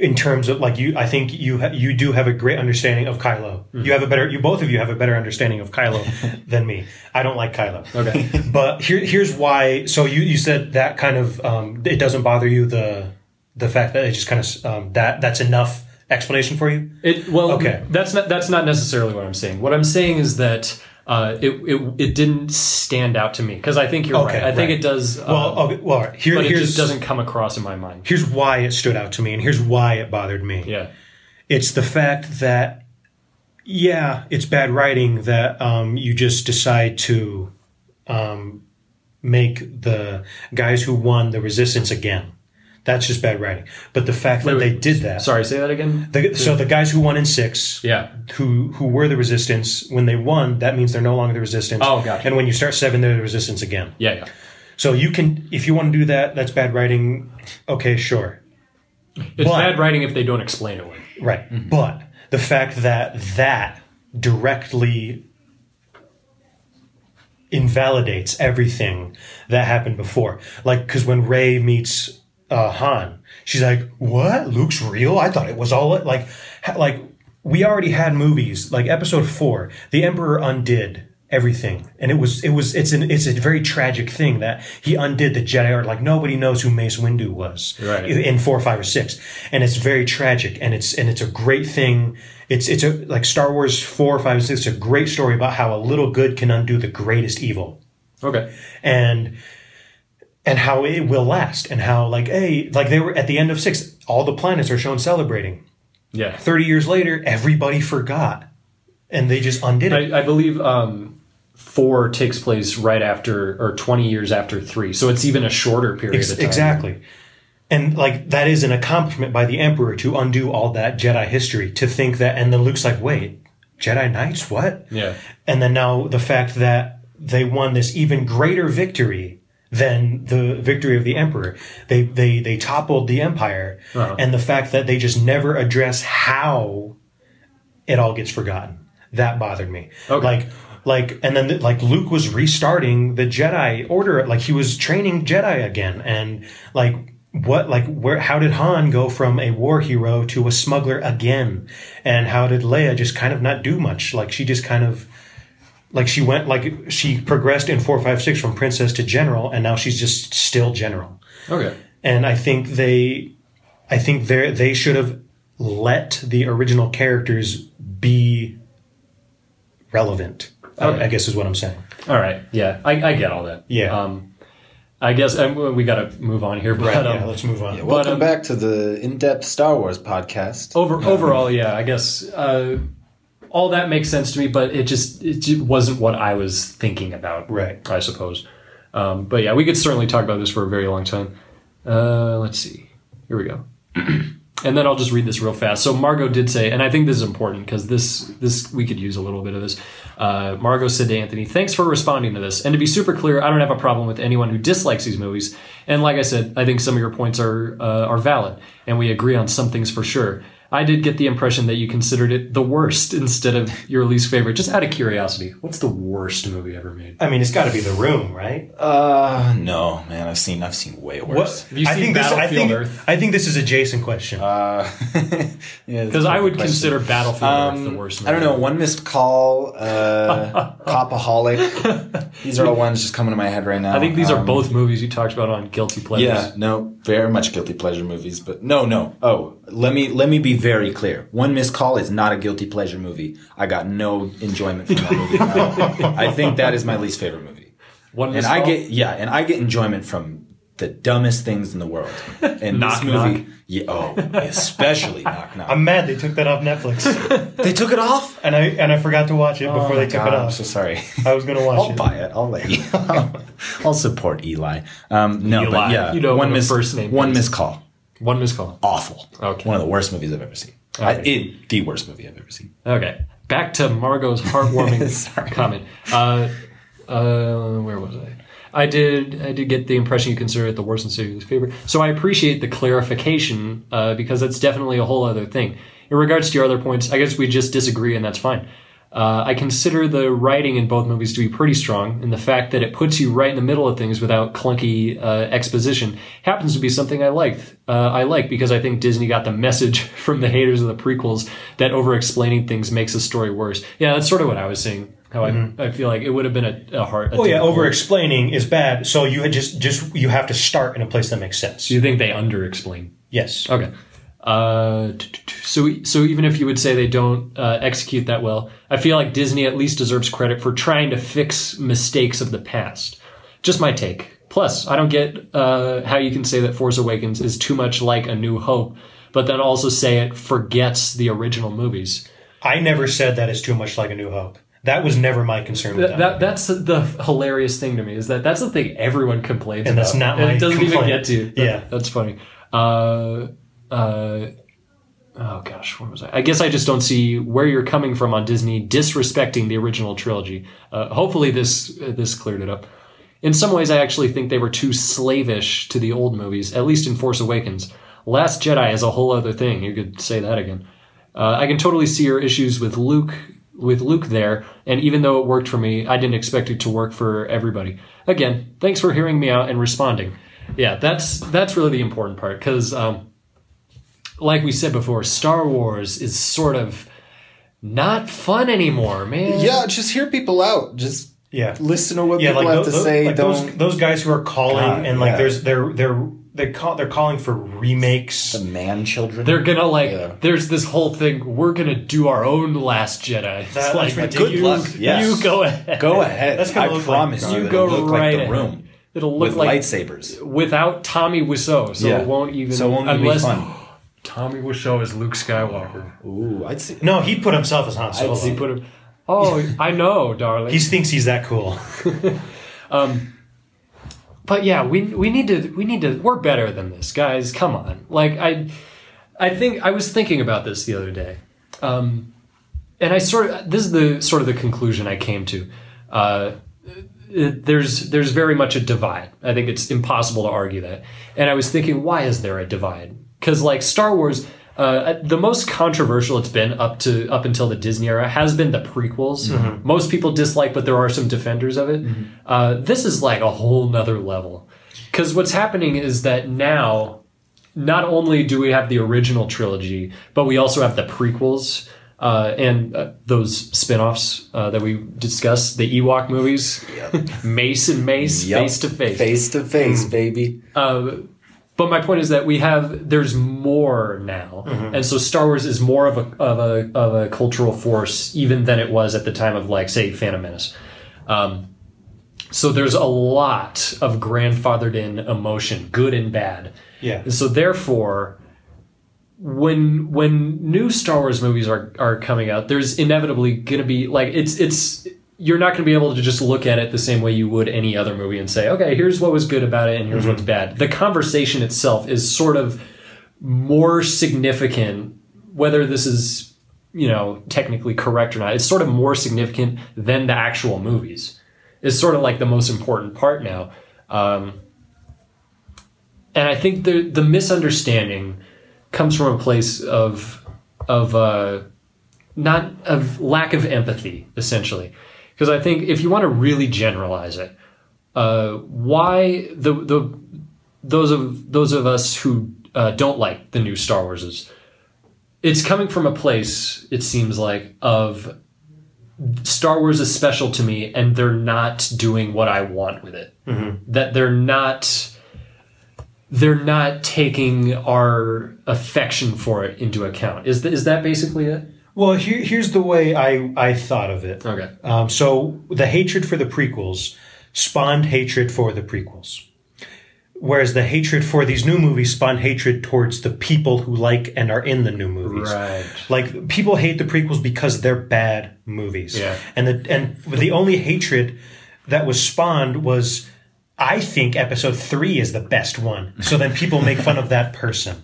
Speaker 2: In terms of like you, I think you ha- you do have a great understanding of Kylo.
Speaker 1: Mm-hmm.
Speaker 2: You have a better. You both of you have a better understanding of Kylo than me. I don't like Kylo.
Speaker 1: Okay.
Speaker 2: But here, here's why. So you you said that kind of um, it doesn't bother you the the fact that it just kind of um, that that's enough explanation for you.
Speaker 1: It well,
Speaker 2: Okay.
Speaker 1: That's not that's not necessarily what I'm saying. What I'm saying is that uh, it, it it didn't stand out to me because I think you're
Speaker 2: Okay,
Speaker 1: right. I think
Speaker 2: right.
Speaker 1: it does. Uh,
Speaker 2: Well, okay, well, all right. here
Speaker 1: but it
Speaker 2: here's
Speaker 1: just doesn't come across in my mind.
Speaker 2: here's why it stood out to me, and here's why it bothered me.
Speaker 1: Yeah.
Speaker 2: It's the fact that, yeah, it's bad writing that um, you just decide to um, make the guys who won the resistance again. That's just bad writing. But the fact that
Speaker 1: wait.
Speaker 2: they did that.
Speaker 1: Sorry. Say that again.
Speaker 2: The, so the guys who won in six,
Speaker 1: Yeah.
Speaker 2: who who were the resistance when they won, that means they're no longer the resistance.
Speaker 1: Oh, gotcha.
Speaker 2: And when you start seven, they're the resistance again.
Speaker 1: Yeah. Yeah.
Speaker 2: So you can, if you want to do that, that's bad writing. Okay, sure.
Speaker 1: It's
Speaker 2: But-
Speaker 1: bad writing if they don't explain it. well.
Speaker 2: Right. But the fact that that directly invalidates everything that happened before. Like, because when Ray meets uh, Han, she's like, "What? Luke's real? I thought it was all like, ha- like we already had movies like Episode Four, The Emperor undid." Everything, and it was, it was, it's an, it's a very tragic thing that he undid the Jedi Order. Like nobody knows who Mace Windu was
Speaker 1: Right.
Speaker 2: in four, five, or six, and it's very tragic, and it's and it's a great thing. It's it's a like Star Wars four, five, and six. It's a great story about how a little good can undo the greatest evil,
Speaker 1: Okay.
Speaker 2: and and how it will last, and how like hey, like they were at the end of six, all the planets are shown celebrating.
Speaker 1: Yeah.
Speaker 2: Thirty years later, everybody forgot, and they just undid it.
Speaker 1: I, I believe um, four takes place right after or 20 years after three, so it's even a shorter period
Speaker 2: Ex-
Speaker 1: of time.
Speaker 2: Exactly. And like that is an accomplishment by the Emperor to undo all that Jedi history. To think that, and then Luke's like, "Wait, Jedi Knights? What?"
Speaker 1: Yeah.
Speaker 2: And then now the fact that they won this even greater victory than the victory of the Emperor. They they they toppled the Empire,
Speaker 1: Uh-huh.
Speaker 2: and the fact that they just never address how it all gets forgotten. That bothered me.
Speaker 1: Okay.
Speaker 2: Like like and then like Luke was restarting the Jedi order like he was training Jedi again and like what like where how did Han go from a war hero to a smuggler again and how did Leia just kind of not do much like she just kind of like she went like she progressed in 456 from princess to general and now she's just still general
Speaker 1: Okay.
Speaker 2: and I think they, I think they they should have let the original characters be relevant. I, I guess is what I'm saying.
Speaker 1: All right. Yeah. I, I get all that.
Speaker 2: Yeah.
Speaker 1: Um, I guess um, we got to move on here, but um,
Speaker 2: yeah, let's move on.
Speaker 1: Welcome
Speaker 3: Welcome
Speaker 1: um, Oh.
Speaker 3: back to the in-depth Star Wars podcast.
Speaker 1: Over overall, yeah, I guess uh, all that makes sense to me, but it just it ju- wasn't what I was thinking about.
Speaker 2: Right.
Speaker 1: I suppose. Um, but yeah, we could certainly talk about this for a very long time. Uh, let's see. Here we go. and then I'll just read this real fast. So Margot did say, and I think this is important because this this we could use a little bit of this. Uh, Margot said to Anthony, "Thanks for responding to this. And to be super clear, I don't have a problem with anyone who dislikes these movies. And like I said, I think some of your points are uh, are valid, and we agree on some things for sure." I did get the impression that you considered it the worst instead of your least favorite. Just out of curiosity, what's the worst movie ever made?
Speaker 2: I mean, it's got to be the room, right?
Speaker 3: Uh, no, man, I've seen I've seen way worse.
Speaker 1: you
Speaker 2: I
Speaker 1: seen
Speaker 2: think this. I
Speaker 1: Battlefield
Speaker 2: think
Speaker 1: Earth?
Speaker 2: I think this is a Jason question.
Speaker 3: Uh,
Speaker 1: Because I would consider Battlefield Earth the worst. Movie.
Speaker 3: Um, I don't know. One missed call, uh, copaholic. These are all ones just coming to my head right now.
Speaker 1: I think these are
Speaker 3: Um,
Speaker 1: both movies you talked about on Guilty Pleasures.
Speaker 3: Yeah, no, very much guilty pleasure movies, but no, no. Oh, let me let me be very clear. One missed call is not a guilty pleasure movie. I got no enjoyment from that movie. at all. I think that is my least favorite movie,
Speaker 1: One
Speaker 3: and
Speaker 1: Missed
Speaker 3: I
Speaker 1: Call?
Speaker 3: get yeah, and I get enjoyment from the dumbest things in the world. And
Speaker 1: Knock,
Speaker 3: this movie, Yeah, oh, especially knock knock.
Speaker 4: I'm mad they took that off Netflix,
Speaker 3: they took it off.
Speaker 4: and I and I forgot to watch it
Speaker 1: Oh
Speaker 4: before they took
Speaker 3: God,
Speaker 4: it
Speaker 3: I'm
Speaker 4: off.
Speaker 3: so sorry.
Speaker 4: I was gonna watch
Speaker 3: I'll
Speaker 4: it.
Speaker 3: buy it. I'll let you. I'll support Eli. Um, no,
Speaker 1: Eli.
Speaker 3: but yeah,
Speaker 1: You know,
Speaker 3: one
Speaker 1: the
Speaker 3: miss
Speaker 1: first name
Speaker 3: one
Speaker 1: is-
Speaker 3: missed call.
Speaker 1: One missed call.
Speaker 3: Awful.
Speaker 1: Okay.
Speaker 3: One of the worst movies I've ever seen. I,
Speaker 1: right.
Speaker 3: it the worst movie I've ever seen.
Speaker 1: Okay, back to Margot's heartwarming
Speaker 3: Sorry.
Speaker 1: comment. Uh, uh, where was I? I did. I did get the impression you consider it the worst in series favorite. So I appreciate the clarification uh, because that's definitely a whole other thing. In regards to your other points, I guess we just disagree, and that's fine. Uh, I consider the writing in both movies to be pretty strong, and the fact that it puts you right in the middle of things without clunky uh, exposition happens to be something I liked. Uh, I like because I think Disney got the message from the haters of the prequels that over-explaining things makes a story worse. Yeah, that's sort of what I was saying. How I, I feel like it would have been a, a hard.
Speaker 4: Mm-hmm. Oh yeah, over explaining is bad. So you had just just you have to start in a place that makes sense.
Speaker 1: Do you think they under-explain?
Speaker 4: Yes.
Speaker 1: Okay. Uh, t- t- t- so so even if you would say they don't uh, execute that well, I feel like Disney at least deserves credit for trying to fix mistakes of the past. Just my take. Plus, I don't get uh, how you can say that Force Awakens is too much like A New Hope, but then also say it forgets the original movies.
Speaker 4: I never said that is too much like a New Hope. That was never my concern. With
Speaker 1: That,
Speaker 4: that,
Speaker 1: that that's the hilarious thing to me is that that's the thing everyone complains
Speaker 4: And
Speaker 1: about,
Speaker 4: that's not
Speaker 1: and
Speaker 4: my
Speaker 1: it doesn't even
Speaker 4: complaint.
Speaker 1: get to. you. That-
Speaker 4: Yeah.
Speaker 1: that's funny. Uh, uh, oh gosh, where was I? I guess I just don't see where you're coming from on Disney disrespecting the original trilogy. Uh, hopefully, this uh, this cleared it up. In some ways, I actually think they were too slavish to the old movies, at least in Force Awakens. Last Jedi is a whole other thing. You could say that again. Uh, I can totally see your issues with Luke with Luke there, and even though it worked for me, I didn't expect it to work for everybody. Again, thanks for hearing me out and responding. Yeah, that's that's really the important part because, um, like we said before, Star Wars is sort of not fun anymore, man.
Speaker 5: Yeah, just hear people out. Just
Speaker 4: yeah.
Speaker 5: listen to what
Speaker 4: Yeah,
Speaker 5: people
Speaker 4: like,
Speaker 5: have
Speaker 4: tho-
Speaker 5: to
Speaker 4: tho-
Speaker 5: say.
Speaker 4: like
Speaker 5: don't.
Speaker 4: those those guys who are calling
Speaker 5: God,
Speaker 4: and like
Speaker 5: yeah.
Speaker 4: there's they're they're they call they're calling for remakes.
Speaker 3: The man children.
Speaker 1: They're gonna like.
Speaker 5: Yeah.
Speaker 1: There's this whole thing. We're gonna do our own Last Jedi. It's
Speaker 4: That-
Speaker 1: like,
Speaker 4: that's ridiculous.
Speaker 1: you-
Speaker 3: luck, yes.
Speaker 1: You go ahead.
Speaker 3: go ahead.
Speaker 4: That's gonna
Speaker 3: I
Speaker 4: look like-
Speaker 3: promise you.
Speaker 1: You go
Speaker 3: it'll look
Speaker 1: right
Speaker 3: like
Speaker 1: ahead.
Speaker 3: the room
Speaker 1: It'll look
Speaker 3: with
Speaker 1: like
Speaker 3: lightsabers.
Speaker 1: without Tommy Wiseau, so
Speaker 3: Yeah.
Speaker 1: it won't even.
Speaker 3: So it won't even be
Speaker 1: unless,
Speaker 3: fun.
Speaker 1: Tommy Wiseau is Luke Skywalker.
Speaker 3: Ooh, I'd see.
Speaker 4: No, he put himself as Han Solo.
Speaker 1: He put him. Oh, I know, darling.
Speaker 4: he thinks he's that cool.
Speaker 1: but yeah, we we need to we need to we're better than this, guys. Come on. Like I I think I was thinking about this the other day. Um and I sort of this is the sort of the conclusion I came to. Uh it- there's there's very much a divide. I think it's impossible to argue that. And I was thinking, why is there a divide? Because like Star Wars, uh, the most controversial it's been up to up until the Disney era has been the prequels. Most people dislike, but there are some defenders of it. Uh, this is like a whole nother level. Because what's happening is that now not only do we have the original trilogy, but we also have the prequels uh, and uh, those spin-offs uh, that we discussed, the Ewok movies, Mace and Mace,
Speaker 3: Yep.
Speaker 1: face to face.
Speaker 5: face to face,
Speaker 1: Hmm.
Speaker 5: baby.
Speaker 1: But my point is that we have there's more now, and so Star Wars is more of a of a of a cultural force even than it was at the time of like say Phantom Menace. Um, so there's a lot of grandfathered in emotion, good and bad.
Speaker 4: Yeah.
Speaker 1: And so therefore, when when new Star Wars movies are are coming out, there's inevitably going to be like it's it's you're not going to be able to just look at it the same way you would any other movie and say, okay, here's what was good about it and here's what's bad. The conversation itself is sort of more significant, whether this is you know technically correct or not. It's sort of more significant than the actual movies. It's sort of like the most important part now. Um, and I think the the misunderstanding comes from a place of of uh, not of lack of empathy, essentially. Because I think if you want to really generalize it, uh, why the the those of those of us who uh, don't like the new Star Wars is it's coming from a place it seems like of Star Wars is special to me, and they're not doing what I want with it. That they're not they're not taking our affection for it into account. Is th- is that basically it?
Speaker 4: well, here, here's the way I I thought of it.
Speaker 1: Okay.
Speaker 4: Um, so the hatred for the prequels spawned hatred for the prequels.
Speaker 2: Whereas the hatred for these new movies spawned hatred towards the people who like and are in the new movies.
Speaker 1: Right.
Speaker 2: Like people hate the prequels because they're bad movies.
Speaker 1: Yeah.
Speaker 2: And the and the only hatred that was spawned was I think episode 3 is the best one. So then people make fun of that person.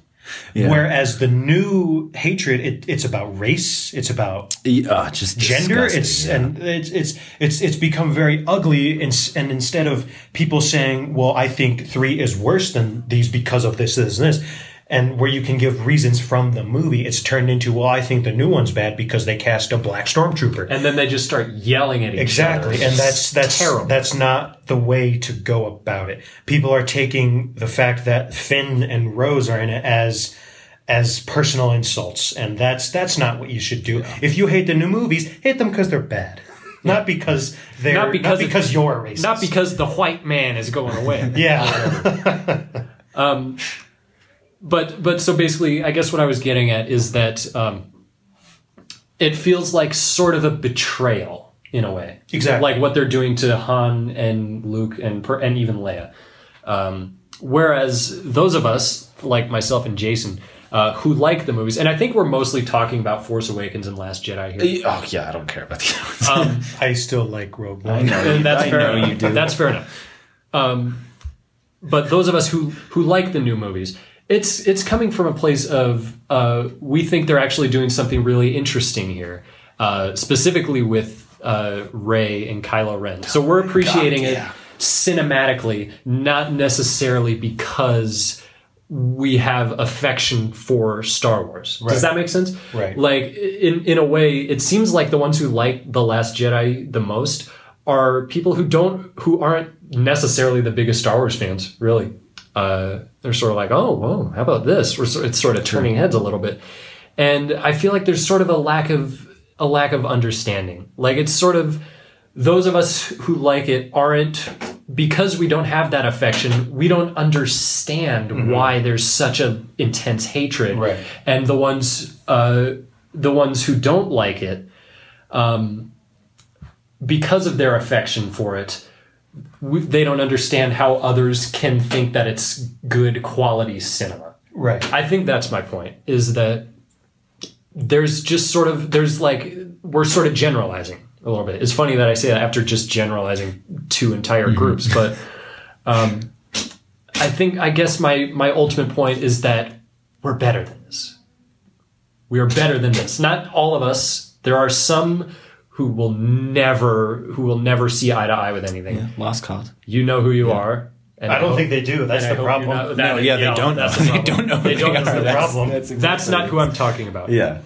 Speaker 2: Whereas the new hatred, it, it's about race, it's about
Speaker 3: E- ah, just
Speaker 2: gender.
Speaker 3: disgusting,
Speaker 2: It's
Speaker 3: yeah.
Speaker 2: and it's it's it's it's become very ugly. And, s- and instead of people saying, "Well, I think three is worse than these because of this, this, and this," and where you can give reasons from the movie, it's turned into, "Well, I think the new one's bad because they cast a black stormtrooper."
Speaker 1: And then they just start yelling at each other.
Speaker 2: Exactly, and that's that's
Speaker 1: terrible.
Speaker 2: that's not the way to go about it. People are taking the fact that Finn and Rose are in it as as personal insults, and that's that's not what you should do. If you hate the new movies, hate them because they're bad, not because they're
Speaker 1: Not
Speaker 2: not
Speaker 1: because
Speaker 2: because,
Speaker 1: it-
Speaker 2: you're racist.
Speaker 1: not because the white man is going away.
Speaker 2: yeah,
Speaker 1: but but so basically, I guess what I was getting at is that um, it feels like sort of a betrayal in a way,
Speaker 2: Exactly.
Speaker 1: like what they're doing to Han and Luke and Per- and even Leia. Um, whereas those of us, like myself and Jason, uh, who like the movies, and I think we're mostly talking about Force Awakens and Last Jedi here.
Speaker 3: E- Oh yeah, I don't care about the others.
Speaker 2: I still like Rogue One.
Speaker 1: And that's
Speaker 3: I
Speaker 1: fair
Speaker 3: know
Speaker 1: enough.
Speaker 3: you do.
Speaker 1: That's fair enough. Um, but those of us who who like the new movies, it's it's coming from a place of uh, we think they're actually doing something really interesting here, uh, specifically with uh, Ray and Kylo Ren. So we're appreciating
Speaker 3: God,
Speaker 1: it
Speaker 3: yeah.
Speaker 1: cinematically, not necessarily because we have affection for Star Wars. Does that make sense?
Speaker 2: Right.
Speaker 1: Like in in a way, it seems like the ones who like the Last Jedi the most are people who don't who aren't necessarily the biggest Star Wars fans. Really, uh, they're sort of like, oh, whoa, how about this? We're, sor- it's sort of turning heads a little bit, and I feel like there's sort of a lack of a lack of understanding. Like it's sort of those of us who like it aren't because we don't have that affection we don't understand why there's such a intense hatred
Speaker 2: Mm-hmm. Right.
Speaker 1: and the ones uh, the ones who don't like it um, because of their affection for it we, they don't understand how others can think that it's good quality cinema
Speaker 2: Right.
Speaker 1: I think that's my point is that there's just sort of there's like we're sort of generalizing a little bit. It's funny that I say that after just generalizing two entire
Speaker 3: Mm-hmm.
Speaker 1: groups, but um, I think I guess my my ultimate point is that we're better than this. We are better than this. Not all of us. There are some who will never who will never see eye to eye with anything.
Speaker 3: Lost cause.
Speaker 1: You know who you are. And
Speaker 2: I don't
Speaker 1: hope-
Speaker 2: think they do. That's
Speaker 1: and I
Speaker 2: the
Speaker 1: hope you're
Speaker 2: problem.
Speaker 1: not- that-
Speaker 3: No, Oh, yeah, they
Speaker 1: you know,
Speaker 3: don't
Speaker 1: that's the
Speaker 3: know. They
Speaker 1: problem.
Speaker 3: don't know who
Speaker 1: They don't.
Speaker 3: they
Speaker 1: is the
Speaker 3: are.
Speaker 2: That's-
Speaker 1: problem.
Speaker 2: that's
Speaker 1: That's not who I'm talking about.
Speaker 3: Yeah.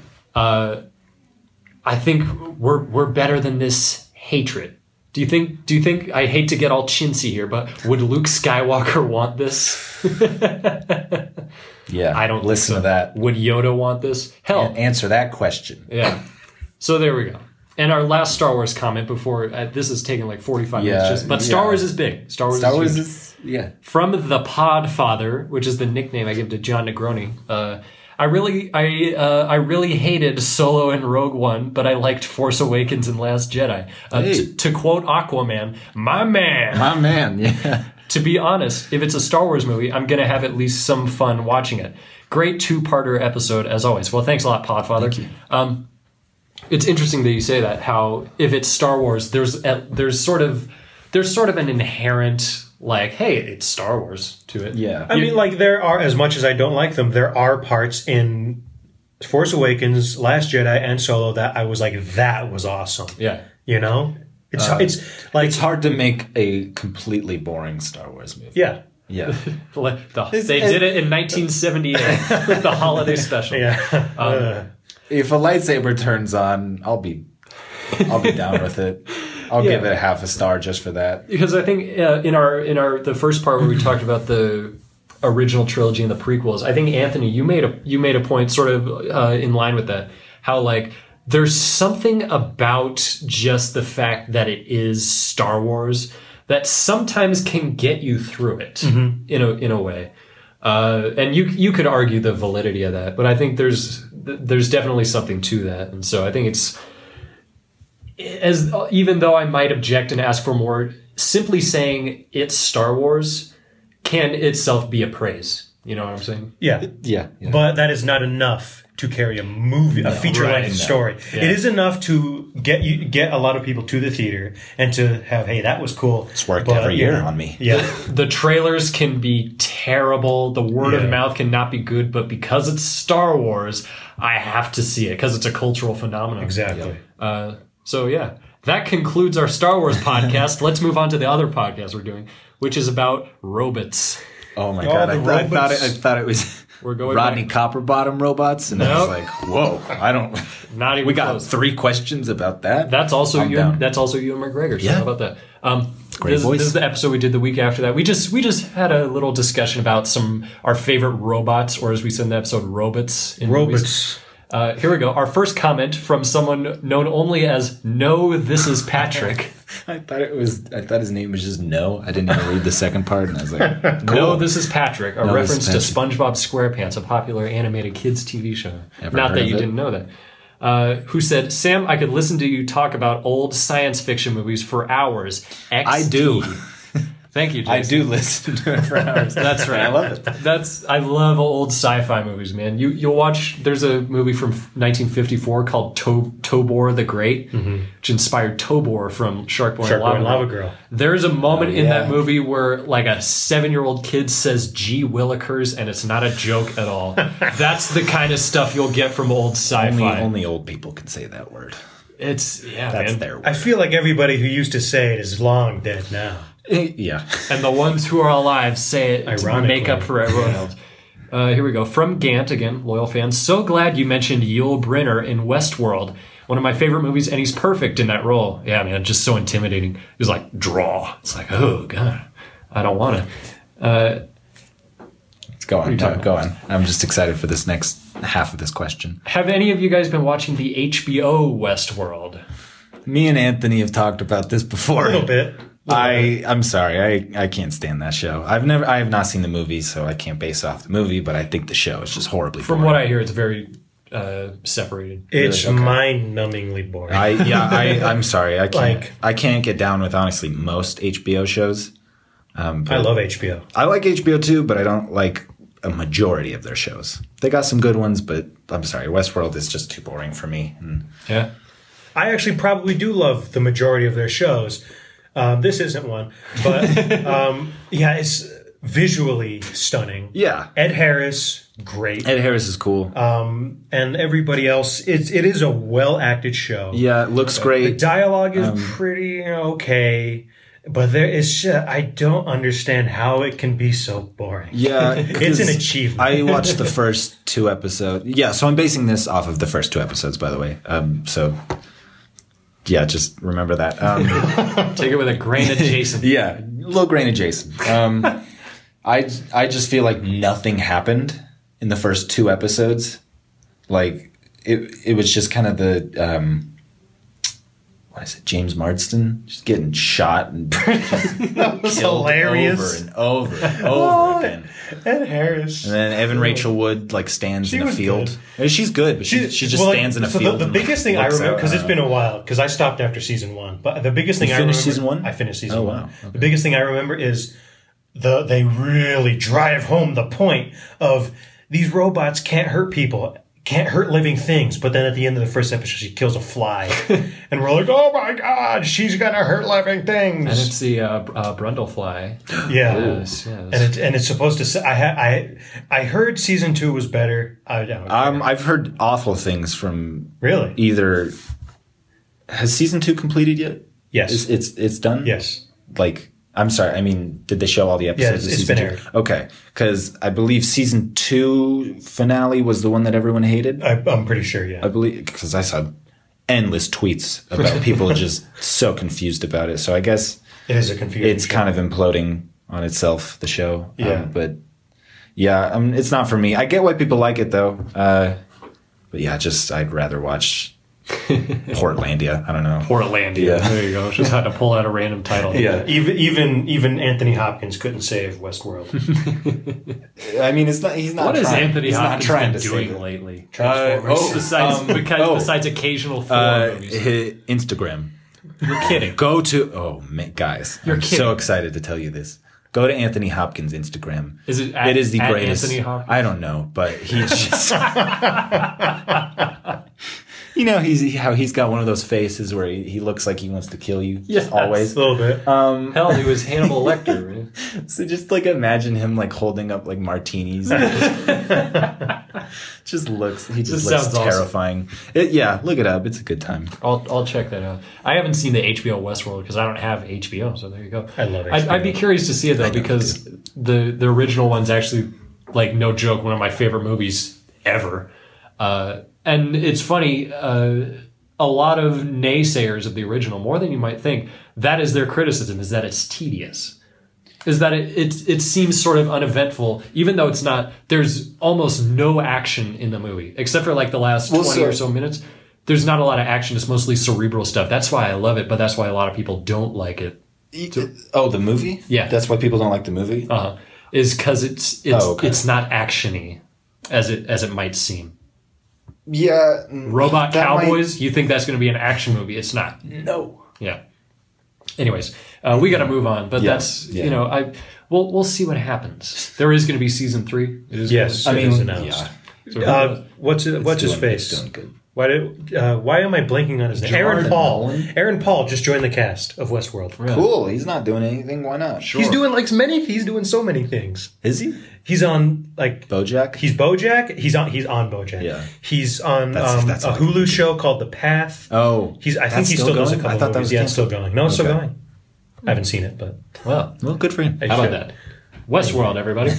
Speaker 1: I think we're we're better than this hatred. Do you think? Do you think? I hate to get all chintzy here, but would Luke Skywalker want this?
Speaker 3: Yeah.
Speaker 1: I don't think so.
Speaker 3: listen to that.
Speaker 1: Would Yoda want this? Hell,
Speaker 3: Answer that question.
Speaker 1: yeah. So there we go. And our last Star Wars comment before uh, this is taking like forty five minutes.
Speaker 3: Yeah,
Speaker 1: Just, but Star
Speaker 3: yeah.
Speaker 1: Wars is big. Star Wars.
Speaker 3: Star
Speaker 1: is
Speaker 3: Wars
Speaker 1: huge.
Speaker 3: is yeah.
Speaker 1: from the Podfather, which is the nickname I give to John Negroni. Uh, I really, I, uh, I really hated Solo and Rogue One, but I liked Force Awakens and Last Jedi. Uh,
Speaker 3: Hey.
Speaker 1: t- to quote Aquaman, "My man."
Speaker 3: My man. Yeah.
Speaker 1: to be honest, if it's a Star Wars movie, I'm gonna have at least some fun watching it. Great two-parter episode as always. Well, thanks a lot, Podfather. Um, it's interesting that you say that. How if it's Star Wars, there's a, there's sort of there's sort of an inherent like, hey, it's Star Wars to it.
Speaker 3: Yeah.
Speaker 2: I mean, like there are as much as I don't like them, there are parts in Force Awakens, Last Jedi, and Solo that I was like, that was awesome.
Speaker 1: Yeah.
Speaker 2: you know, it's it's like
Speaker 3: Uh, It's hard to make a completely boring Star Wars movie.
Speaker 2: yeah,
Speaker 3: Yeah.
Speaker 1: The- they did it in 1978 with the holiday special.
Speaker 2: yeah.
Speaker 3: if a lightsaber turns on, I'll be I'll be down with it. I'll give it a half a star just for that.
Speaker 1: because I think uh, in our in our the first part where we talked about the original trilogy and the prequels, I think Anthony, you made a you made a point sort of uh, in line with that, how like there's something about just the fact that it is Star Wars that sometimes can get you through it in a in a way. Uh, and you you could argue the validity of that, but I think there's th- there's definitely something to that, and so I think it's as uh, even though I might object and ask for more, simply saying it's Star Wars can itself be a praise. You know what I'm saying?
Speaker 2: Yeah.
Speaker 5: Yeah. yeah.
Speaker 2: But that is not enough to carry a movie, a feature length
Speaker 3: right, no.
Speaker 2: story. It is enough to get you get a lot of people to the theater and to have, hey, that was cool.
Speaker 3: It's worked
Speaker 2: But,
Speaker 3: every
Speaker 2: you
Speaker 3: year
Speaker 2: know,
Speaker 3: on me.
Speaker 2: Yeah,
Speaker 1: The trailers can be terrible. The word
Speaker 2: Yeah.
Speaker 1: of mouth cannot be good, but because it's Star Wars, I have to see it because it's a cultural phenomenon.
Speaker 2: exactly.
Speaker 1: Uh, so yeah, that concludes our Star Wars podcast. Let's move on to the other podcast we're doing, which is about robots.
Speaker 3: Oh my god!
Speaker 2: the
Speaker 3: I, th- I thought it. I
Speaker 2: robots.
Speaker 3: thought it was
Speaker 1: We're going
Speaker 3: Rodney
Speaker 1: back.
Speaker 3: Copperbottom robots, and I was
Speaker 1: Nope.
Speaker 3: like, "Whoa! I don't."
Speaker 1: Not even
Speaker 3: we got
Speaker 1: close.
Speaker 3: three questions about that.
Speaker 1: That's also
Speaker 3: I'm
Speaker 1: you.
Speaker 3: down.
Speaker 1: That's also you and McGregor. So
Speaker 3: Yeah.
Speaker 1: how about that? Um,
Speaker 3: Great
Speaker 1: this,
Speaker 3: voice.
Speaker 1: this is the episode we did the week after that. We just we just had a little discussion about some our favorite robots, or as we said in the episode, robots. In movies.
Speaker 2: Robots.
Speaker 1: Uh, here we go. Our first comment from someone known only as "No, this is Patrick."
Speaker 3: I thought it was. I thought his name was just no. I didn't even read the second part, and I was like, cool.
Speaker 1: No, this is Patrick. A
Speaker 3: this
Speaker 1: reference
Speaker 3: is
Speaker 1: to SpongeBob SquarePants, a popular animated kids TV show.
Speaker 3: Ever
Speaker 1: Not
Speaker 3: heard
Speaker 1: that
Speaker 3: of
Speaker 1: you
Speaker 3: it?
Speaker 1: didn't know that. Uh, who said, Sam? I could listen to you talk about old science fiction movies for hours. XD.
Speaker 3: I do.
Speaker 1: Thank you. Jason.
Speaker 3: I do listen to it for hours.
Speaker 1: That's right.
Speaker 3: I love it.
Speaker 1: That's I love old sci-fi movies, man. You you'll watch. There's a movie from 1954 called to- Tobor the Great, which inspired Tobor from Sharkboy,
Speaker 2: Sharkboy
Speaker 1: and Lava,
Speaker 2: and Lava
Speaker 1: Girl.
Speaker 2: Girl.
Speaker 1: There's a moment in
Speaker 3: yeah.
Speaker 1: that movie where like a seven-year-old kid says "Gee Willikers" and it's not a joke at all. That's the kind of stuff you'll get from old
Speaker 3: Only,
Speaker 1: sci-fi.
Speaker 3: only old people can say that word.
Speaker 1: it's yeah,
Speaker 3: That's
Speaker 1: man.
Speaker 3: their word.
Speaker 2: I feel like everybody who used to say it is long dead now.
Speaker 3: yeah.
Speaker 1: and the ones who are alive say it to
Speaker 2: Ironically.
Speaker 1: make up for everyone else. Uh, here we go. From Gant again, loyal fans. So glad you mentioned Yul Brynner in Westworld, one of my favorite movies, and he's perfect in that role. Yeah, man, just so intimidating. He's like, draw. It's like, oh, God, I don't want to. Uh,
Speaker 3: Go on.
Speaker 1: talking
Speaker 3: Go, go on. I'm just excited for this next half of this question.
Speaker 1: have any of you guys been watching the HBO Westworld?
Speaker 3: Me and Anthony have talked about this before.
Speaker 2: A little bit.
Speaker 3: I I'm sorry. I I can't stand that show. I've never I have not seen the movie, so I can't base off the movie. But I think the show is just horribly.
Speaker 1: From
Speaker 3: boring.
Speaker 1: what I hear, it's very uh, separated.
Speaker 2: It's
Speaker 3: okay.
Speaker 2: mind-numbingly boring.
Speaker 3: I yeah, I I'm sorry. I can't
Speaker 2: Like-
Speaker 3: I can't get down with honestly most HBO shows.
Speaker 2: I love HBO.
Speaker 3: I like HBO too, but I don't like a majority of their shows. They got some good ones, but I'm sorry, Westworld is just too boring for me. Mm. And
Speaker 1: Yeah.
Speaker 2: I actually probably do love the majority of their shows. Um, this isn't one, but um, yeah, it's visually stunning.
Speaker 3: yeah,
Speaker 2: Ed Harris, great,
Speaker 3: Ed Harris is cool.
Speaker 2: Uh, and everybody else. It's it is a well acted show.
Speaker 3: yeah, Um, it looks
Speaker 2: The
Speaker 3: great.
Speaker 2: dialogue is pretty okay, but there is ju- I don't understand how it can be so boring.
Speaker 3: Yeah,
Speaker 2: It's an
Speaker 3: 'cause
Speaker 2: achievement.
Speaker 3: I watched the first two episodes. Yeah, so I'm basing this off of the first two episodes, by the way. Um, so yeah, just remember that. Um,
Speaker 1: Take it with a grain of Jason.
Speaker 3: Yeah, low grain adjacent. Um, I I just feel like nothing happened in the first two episodes. Like it it was just kind of the um, what is it? James Marsden just getting shot and
Speaker 2: It's
Speaker 3: killed
Speaker 2: hilarious.
Speaker 3: over and over and over again.
Speaker 2: Ed Harris.
Speaker 3: And then Evan Rachel Wood like stands in a
Speaker 2: was
Speaker 3: field. She's good, but she, she just
Speaker 2: well, like,
Speaker 3: stands in a
Speaker 2: so the-
Speaker 3: field.
Speaker 2: The,
Speaker 3: and, like,
Speaker 2: biggest thing I
Speaker 3: looks
Speaker 2: remember
Speaker 3: out. Uh,
Speaker 2: because it's been a while because I stopped after season one. But the biggest thing I remember
Speaker 3: finished season one?
Speaker 2: I finished season
Speaker 3: Oh,
Speaker 2: one.
Speaker 3: wow.
Speaker 2: The biggest thing I remember is the they really drive home the point of these robots can't hurt people. Can't hurt living things, but then at the end of the first episode, she kills a fly, and we're like, "Oh my god, she's gonna hurt living
Speaker 1: And
Speaker 2: things!"
Speaker 1: it's the uh, br- uh, Brundlefly.
Speaker 2: yeah,
Speaker 1: Yes, yes.
Speaker 2: and it, and it's supposed to. s- I ha- I I heard season two was better. I don't
Speaker 3: Um, I've heard awful things from
Speaker 2: really.
Speaker 3: either has season two completed yet?
Speaker 2: Yes.
Speaker 3: it's it's, it's done.
Speaker 2: yes,
Speaker 3: like I'm sorry. I mean, did they show all the episodes?
Speaker 2: Yeah,
Speaker 3: of
Speaker 2: it's- it's
Speaker 3: season
Speaker 2: been
Speaker 3: two?
Speaker 2: aired.
Speaker 3: Okay, because I believe season two finale was the one that everyone hated.
Speaker 2: I, I'm pretty sure. Yeah,
Speaker 3: I believe because I saw endless tweets about people just so confused about it. So I guess
Speaker 2: It is a confusion.
Speaker 3: it's kind of imploding on itself. The show, Um,
Speaker 2: Yeah.
Speaker 3: but yeah, um, it's not for me. I get why people like it though. Uh, but yeah, just I'd rather watch Portlandia. I don't know.
Speaker 1: Portlandia.
Speaker 3: Yeah.
Speaker 1: There you go. Just had to pull out a random title.
Speaker 2: even even even Anthony Hopkins couldn't save Westworld.
Speaker 3: I mean, it's not. He's not.
Speaker 1: What is
Speaker 3: trying.
Speaker 1: Anthony
Speaker 3: he's
Speaker 1: Hopkins
Speaker 3: not trying
Speaker 1: been
Speaker 3: to
Speaker 1: doing
Speaker 3: Sing.
Speaker 1: lately?
Speaker 3: Uh, oh,
Speaker 1: Besides, because,
Speaker 3: oh.
Speaker 1: besides occasional four
Speaker 3: uh,
Speaker 1: movies,
Speaker 3: hi- Instagram.
Speaker 1: you're kidding.
Speaker 3: Go to. Oh, man, guys,
Speaker 1: You're
Speaker 3: I'm
Speaker 1: kidding.
Speaker 3: so excited to tell you this. Go to Anthony Hopkins' Instagram.
Speaker 1: Is it at-
Speaker 3: it is the
Speaker 1: at
Speaker 3: greatest.
Speaker 1: Anthony Hopkins?
Speaker 3: I don't know, but he just. you know he's how he's got one of those faces where he, he looks like he wants to kill you.
Speaker 1: Yes.
Speaker 3: always.
Speaker 2: a little bit.
Speaker 1: Hell, he was Hannibal Lecter. man.
Speaker 3: So just like imagine him like holding up like martinis. just looks. He
Speaker 1: This
Speaker 3: just, looks
Speaker 1: sounds awesome.
Speaker 3: terrifying. It, yeah, look it up. It's a good time.
Speaker 1: I'll, I'll check that out. I haven't seen the HBO Westworld because I don't have HBO, so there you go. I
Speaker 2: love
Speaker 1: I'd, I'd be
Speaker 2: HBO.
Speaker 1: curious to see it though because the the original one's actually like no joke one of my favorite movies ever. Uh, and it's funny, uh, a lot of naysayers of the original, more than you might think, that is their criticism is that it's tedious is that it, it it seems sort of uneventful, even though it's not. There's almost no action in the movie, except for like the last
Speaker 5: Well,
Speaker 1: twenty
Speaker 5: so-
Speaker 1: or so minutes. There's not a lot of action. It's mostly cerebral stuff. That's why I love it, but that's why a lot of people don't like it.
Speaker 3: Oh, the movie.
Speaker 1: Yeah.
Speaker 3: that's why people don't like the movie.
Speaker 1: Uh, is because it's it's
Speaker 3: Oh, okay.
Speaker 1: it's not actiony as it as it might seem.
Speaker 5: Yeah. mm,
Speaker 1: Robot
Speaker 5: that might-
Speaker 1: Cowboys. You think that's going to be an action movie? It's not.
Speaker 3: No.
Speaker 1: Yeah. Anyways, uh, we got to move on, but
Speaker 3: Yeah.
Speaker 1: that's
Speaker 3: Yeah.
Speaker 1: you know I we'll we'll see what happens. There is going to be season three. It is
Speaker 2: yes,
Speaker 1: gonna-
Speaker 2: it
Speaker 3: mean,
Speaker 2: was announced.
Speaker 3: yeah.
Speaker 1: so-
Speaker 2: Uh, what's what's his
Speaker 3: doing-
Speaker 2: face?
Speaker 3: it's doing good.
Speaker 2: Why did, uh, why am I blanking on his name? Aaron
Speaker 3: Jordan
Speaker 2: Paul.
Speaker 3: Nolan?
Speaker 2: Aaron Paul just joined the cast of Westworld.
Speaker 5: Cool. He's not doing anything. Why not? Sure.
Speaker 2: He's doing like many. He's doing so many things.
Speaker 3: Is he
Speaker 2: He's on like
Speaker 3: BoJack?
Speaker 2: He's BoJack. He's on. He's on BoJack.
Speaker 3: Yeah.
Speaker 2: He's on
Speaker 3: That's-
Speaker 2: um,
Speaker 3: that's
Speaker 2: a
Speaker 3: all I
Speaker 2: Hulu show called The Path.
Speaker 3: Oh.
Speaker 2: He's. I
Speaker 3: That's
Speaker 2: think he still,
Speaker 3: still
Speaker 2: does a
Speaker 3: going?
Speaker 2: couple.
Speaker 3: I thought
Speaker 2: movies.
Speaker 3: that was
Speaker 2: yeah, it's still
Speaker 3: canceled.
Speaker 2: going. No, it's still
Speaker 3: Okay.
Speaker 2: going. I haven't seen it, but
Speaker 1: well,
Speaker 3: well, good for him.
Speaker 2: I
Speaker 1: How about
Speaker 2: should.
Speaker 1: that? Westworld, everybody.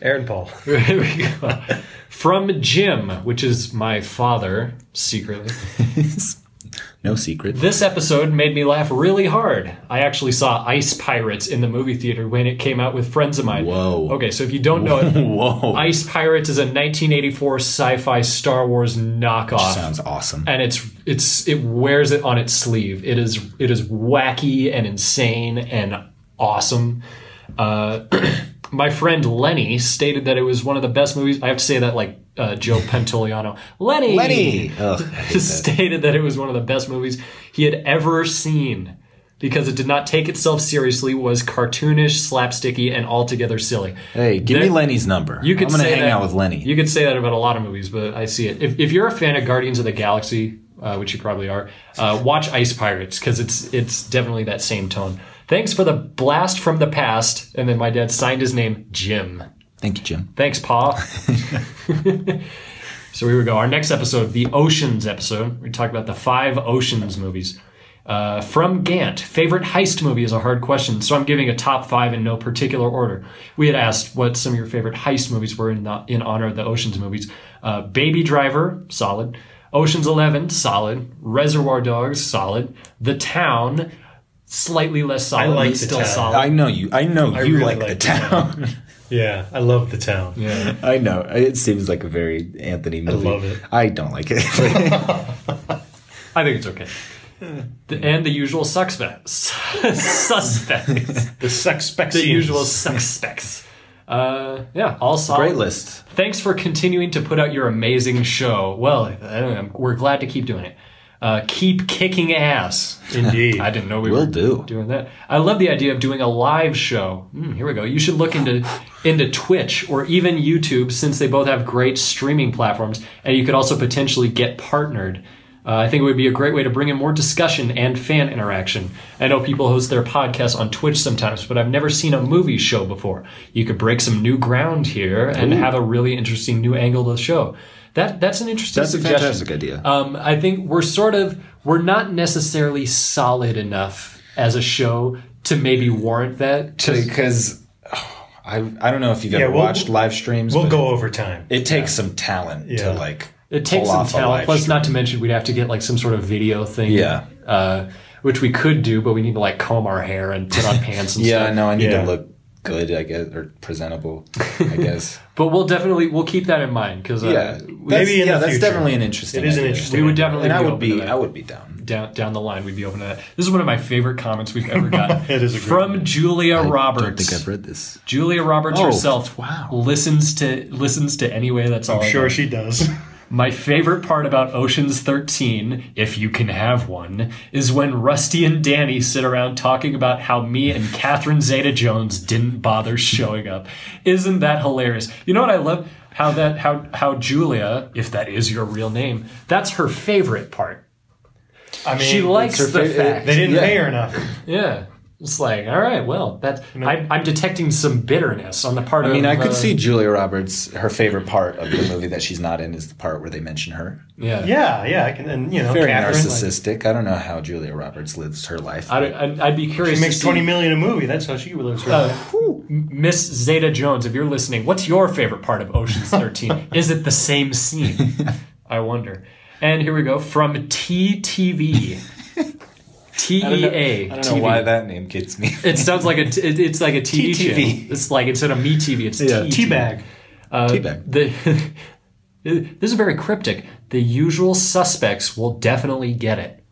Speaker 2: Aaron Paul.
Speaker 1: Here we go. From Jim, which is my father, secretly.
Speaker 3: No secret.
Speaker 1: This episode made me laugh really hard. I actually saw Ice Pirates in the movie theater when it came out with friends of mine.
Speaker 3: Whoa.
Speaker 1: Okay, so if you don't know it,
Speaker 3: Whoa.
Speaker 1: Ice Pirates is a 1984 sci-fi Star Wars knockoff.
Speaker 3: Sounds awesome.
Speaker 1: and it's it's it wears it on its sleeve. It is it is wacky and insane and awesome. Uh, my friend Lenny stated that it was one of the best movies. I have to say that like uh, Joe Pantoliano. Lenny,
Speaker 3: Lenny! Ugh, I hate that.
Speaker 1: stated that it was one of the best movies he had ever seen because it did not take itself seriously, was cartoonish, slapsticky, and altogether silly.
Speaker 3: Hey, give me
Speaker 1: There-
Speaker 3: Lenny's number.
Speaker 1: You could
Speaker 3: I'm gonna
Speaker 1: say
Speaker 3: hang
Speaker 1: that-
Speaker 3: out with Lenny.
Speaker 1: You could say that about a lot of movies, but I see it. If, if you're a fan of Guardians of the Galaxy, uh, which you probably are, uh, watch Ice Pirates because it's it's definitely that same tone. Thanks for the blast from the past, and then my dad signed his name Jim.
Speaker 3: Thank you, Jim.
Speaker 1: Thanks, Pa. so here we go. Our next episode, the Oceans episode. We talk about the five Oceans movies. Uh, from Gant, favorite heist movie is a hard question, so I'm giving a top five in no particular order. We had asked what some of your favorite heist movies were in, the, in honor of the Oceans movies. Uh, Baby Driver, solid. Oceans 11, solid. Reservoir Dogs, solid. The Town, slightly less solid, but
Speaker 2: like The
Speaker 1: still
Speaker 2: Town.
Speaker 1: solid.
Speaker 3: I know you. I know you
Speaker 2: really
Speaker 3: like,
Speaker 2: like
Speaker 3: the
Speaker 2: the
Speaker 3: town.
Speaker 2: Yeah, I love the town.
Speaker 1: Yeah.
Speaker 3: I know. It seems like a very Anthony movie.
Speaker 2: love it.
Speaker 3: I don't like it.
Speaker 1: I think it's okay. The, and the usual suspects. suspects.
Speaker 2: The sex specs.
Speaker 1: the usual suspects. Uh, yeah, all solid.
Speaker 3: Great list.
Speaker 1: Thanks for continuing to put out your amazing show. Well, I don't know, we're glad to keep doing it. Uh, keep kicking ass.
Speaker 2: Indeed.
Speaker 1: I didn't know we
Speaker 3: Will
Speaker 1: were
Speaker 3: do.
Speaker 1: doing that. I love the idea of doing a live show. Hmm, here we go. You should look into into Twitch or even YouTube since they both have great streaming platforms, and you could also potentially get partnered. Uh, I think it would be a great way to bring in more discussion and fan interaction. I know people host their podcasts on Twitch sometimes, but I've never seen a movie show before. You could break some new ground here and have a really interesting new angle to the show. That that's an interesting
Speaker 3: That's a
Speaker 1: suggestion.
Speaker 3: fantastic idea.
Speaker 1: Um, I think we're sort of we're not necessarily solid enough as a show to maybe warrant that.
Speaker 3: Because oh, I I don't know if you've ever
Speaker 2: we'll-
Speaker 3: watched live streams.
Speaker 2: We'll
Speaker 3: but
Speaker 2: go over time.
Speaker 3: It takes some talent to
Speaker 2: Yeah.
Speaker 3: like.
Speaker 1: It takes
Speaker 3: pull
Speaker 1: some
Speaker 3: off a live
Speaker 1: talent. Plus, not to
Speaker 3: stream.
Speaker 1: mention we'd have to get like some sort of video thing.
Speaker 3: Yeah.
Speaker 1: Uh, which we could do, but we need to like comb our hair and put on pants and
Speaker 3: Yeah,
Speaker 1: stuff.
Speaker 3: no, I need
Speaker 2: Yeah.
Speaker 3: to look good, I guess, or presentable, I guess.
Speaker 1: But we'll definitely we'll keep that in mind because uh, we,
Speaker 3: yeah, that's,
Speaker 2: Maybe in
Speaker 3: yeah,
Speaker 2: the
Speaker 3: that's
Speaker 2: future.
Speaker 3: definitely an interesting.
Speaker 2: It is an
Speaker 3: idea.
Speaker 2: interesting.
Speaker 1: we would definitely
Speaker 3: And I
Speaker 1: be
Speaker 3: would
Speaker 1: open
Speaker 3: be,
Speaker 1: to that.
Speaker 3: I would be down.
Speaker 1: down down the line we'd be open to that. This is one of my favorite comments we've ever gotten.
Speaker 2: It is a great
Speaker 1: from Julia Roberts.
Speaker 3: I don't think I've read this.
Speaker 1: Julia Roberts
Speaker 3: Oh,
Speaker 1: herself
Speaker 3: wow.
Speaker 1: listens to listens to anyway. That's all. I
Speaker 2: Sure,
Speaker 1: know.
Speaker 2: she does.
Speaker 1: My favorite part about Ocean's 13, if you can have one, is when Rusty and Danny sit around talking about how me and Catherine Zeta Jones didn't bother showing up. Isn't that hilarious? You know what I love? How that how how Julia, if that is your real name, that's her favorite part.
Speaker 2: I mean,
Speaker 1: She likes
Speaker 3: her
Speaker 1: the
Speaker 3: favorite-
Speaker 1: fact.
Speaker 2: they didn't
Speaker 3: Yeah.
Speaker 2: pay her enough.
Speaker 1: yeah. It's like, all right, well, that I, I'm detecting some bitterness on the part
Speaker 3: I
Speaker 1: of.
Speaker 3: mean, I could
Speaker 1: uh,
Speaker 3: see Julia Roberts. Her favorite part of the movie that she's not in is the part where they mention her.
Speaker 1: Yeah.
Speaker 2: Yeah, yeah. I can, and you know,
Speaker 3: Very
Speaker 2: Catherine like,
Speaker 3: narcissistic. I don't know how Julia Roberts lives her life.
Speaker 1: I'd, I'd, I'd be curious.
Speaker 2: she makes
Speaker 1: to see-
Speaker 2: twenty million a movie. That's how she lives her
Speaker 1: Oh.
Speaker 2: life.
Speaker 1: Miss Zeta Jones, if you're listening, what's your favorite part of Ocean's 13? Is it the same scene? I wonder. And here we go from TTV. T E A.
Speaker 3: I don't know why that name gets me.
Speaker 1: It sounds like a t- it, it's like a TV
Speaker 3: TTV.
Speaker 1: channel. It's like instead of me TV, it's
Speaker 3: Yeah.
Speaker 1: T
Speaker 2: Teabag.
Speaker 1: Uh,
Speaker 3: Teabag.
Speaker 1: The, this is very cryptic. The usual suspects will definitely get it.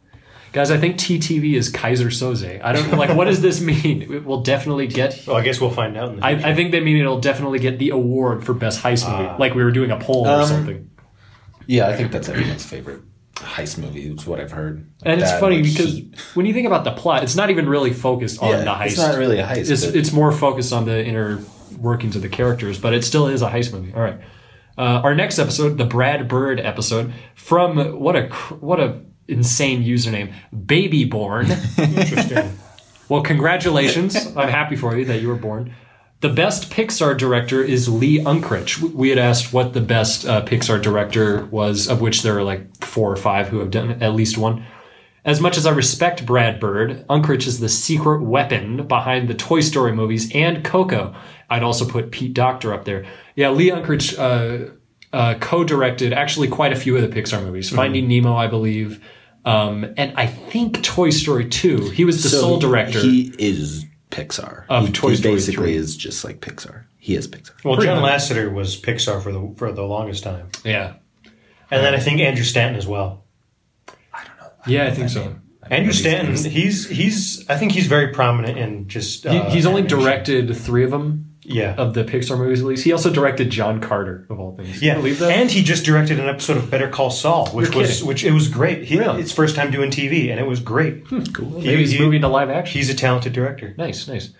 Speaker 1: Guys, I think TTV is Kaiser Soze. I don't like what does this mean? It will definitely get
Speaker 2: Well, I guess we'll find out. In the
Speaker 1: I, I think they mean it'll definitely get the award for best heist
Speaker 3: Ah.
Speaker 1: movie, like we were doing a poll
Speaker 3: Um,
Speaker 1: or something.
Speaker 3: Yeah, I think that's everyone's favorite heist movie. Is what I've heard. Like
Speaker 1: And it's
Speaker 3: that,
Speaker 1: funny
Speaker 3: like
Speaker 1: because
Speaker 3: Heat.
Speaker 1: when you think about the plot, it's not even really focused on
Speaker 3: Yeah,
Speaker 1: the heist.
Speaker 3: it's not really a heist,
Speaker 1: It's,
Speaker 3: but-
Speaker 1: it's more focused on the inner workings of the characters, but it still is a heist movie. All right. Uh, our next episode, the Brad Bird episode, from what a cr- what a insane username, Baby Born.
Speaker 2: Interesting.
Speaker 1: Well, congratulations. I'm happy for you that you were born. The best Pixar director is Lee Unkrich. We- We had asked what the best uh, Pixar director was, of which there are like four or five who have done at least one. As much as I respect Brad Bird, Unkrich is the secret weapon behind the Toy Story movies and Coco. I'd also put Pete Doctor up there. Yeah, Lee Unkrich uh, uh, co-directed actually quite a few of the Pixar movies, Finding Nemo, I believe, um, and I think Toy Story 2. He was the
Speaker 3: So
Speaker 1: sole director.
Speaker 3: He is Pixar.
Speaker 1: Of
Speaker 3: he,
Speaker 1: Toy
Speaker 3: he
Speaker 1: Story
Speaker 3: basically
Speaker 1: 3.
Speaker 3: is just like Pixar. He is Pixar.
Speaker 2: well, John Lasseter was Pixar for the for the longest time,
Speaker 1: yeah,
Speaker 2: and then I think Andrew Stanton as well.
Speaker 1: yeah, I think so.
Speaker 2: Andrew Stanton, he's he's I think he's very prominent in just.
Speaker 1: He,
Speaker 2: uh,
Speaker 1: he's only
Speaker 2: animation.
Speaker 1: directed three of them
Speaker 2: Yeah.
Speaker 1: of the Pixar movies, at least. He also directed John Carter of all things. Can you
Speaker 2: yeah,
Speaker 1: believe that.
Speaker 2: and he just directed an episode of Better Call Saul, which
Speaker 1: You're
Speaker 2: was
Speaker 1: kidding.
Speaker 2: which it was great. He,
Speaker 1: Really?
Speaker 2: It's first time doing TV, and it was great.
Speaker 3: Hmm.
Speaker 1: cool.
Speaker 2: he-
Speaker 1: Maybe he's
Speaker 2: he-
Speaker 1: moving to live action.
Speaker 2: He's a talented director.
Speaker 1: Nice, nice.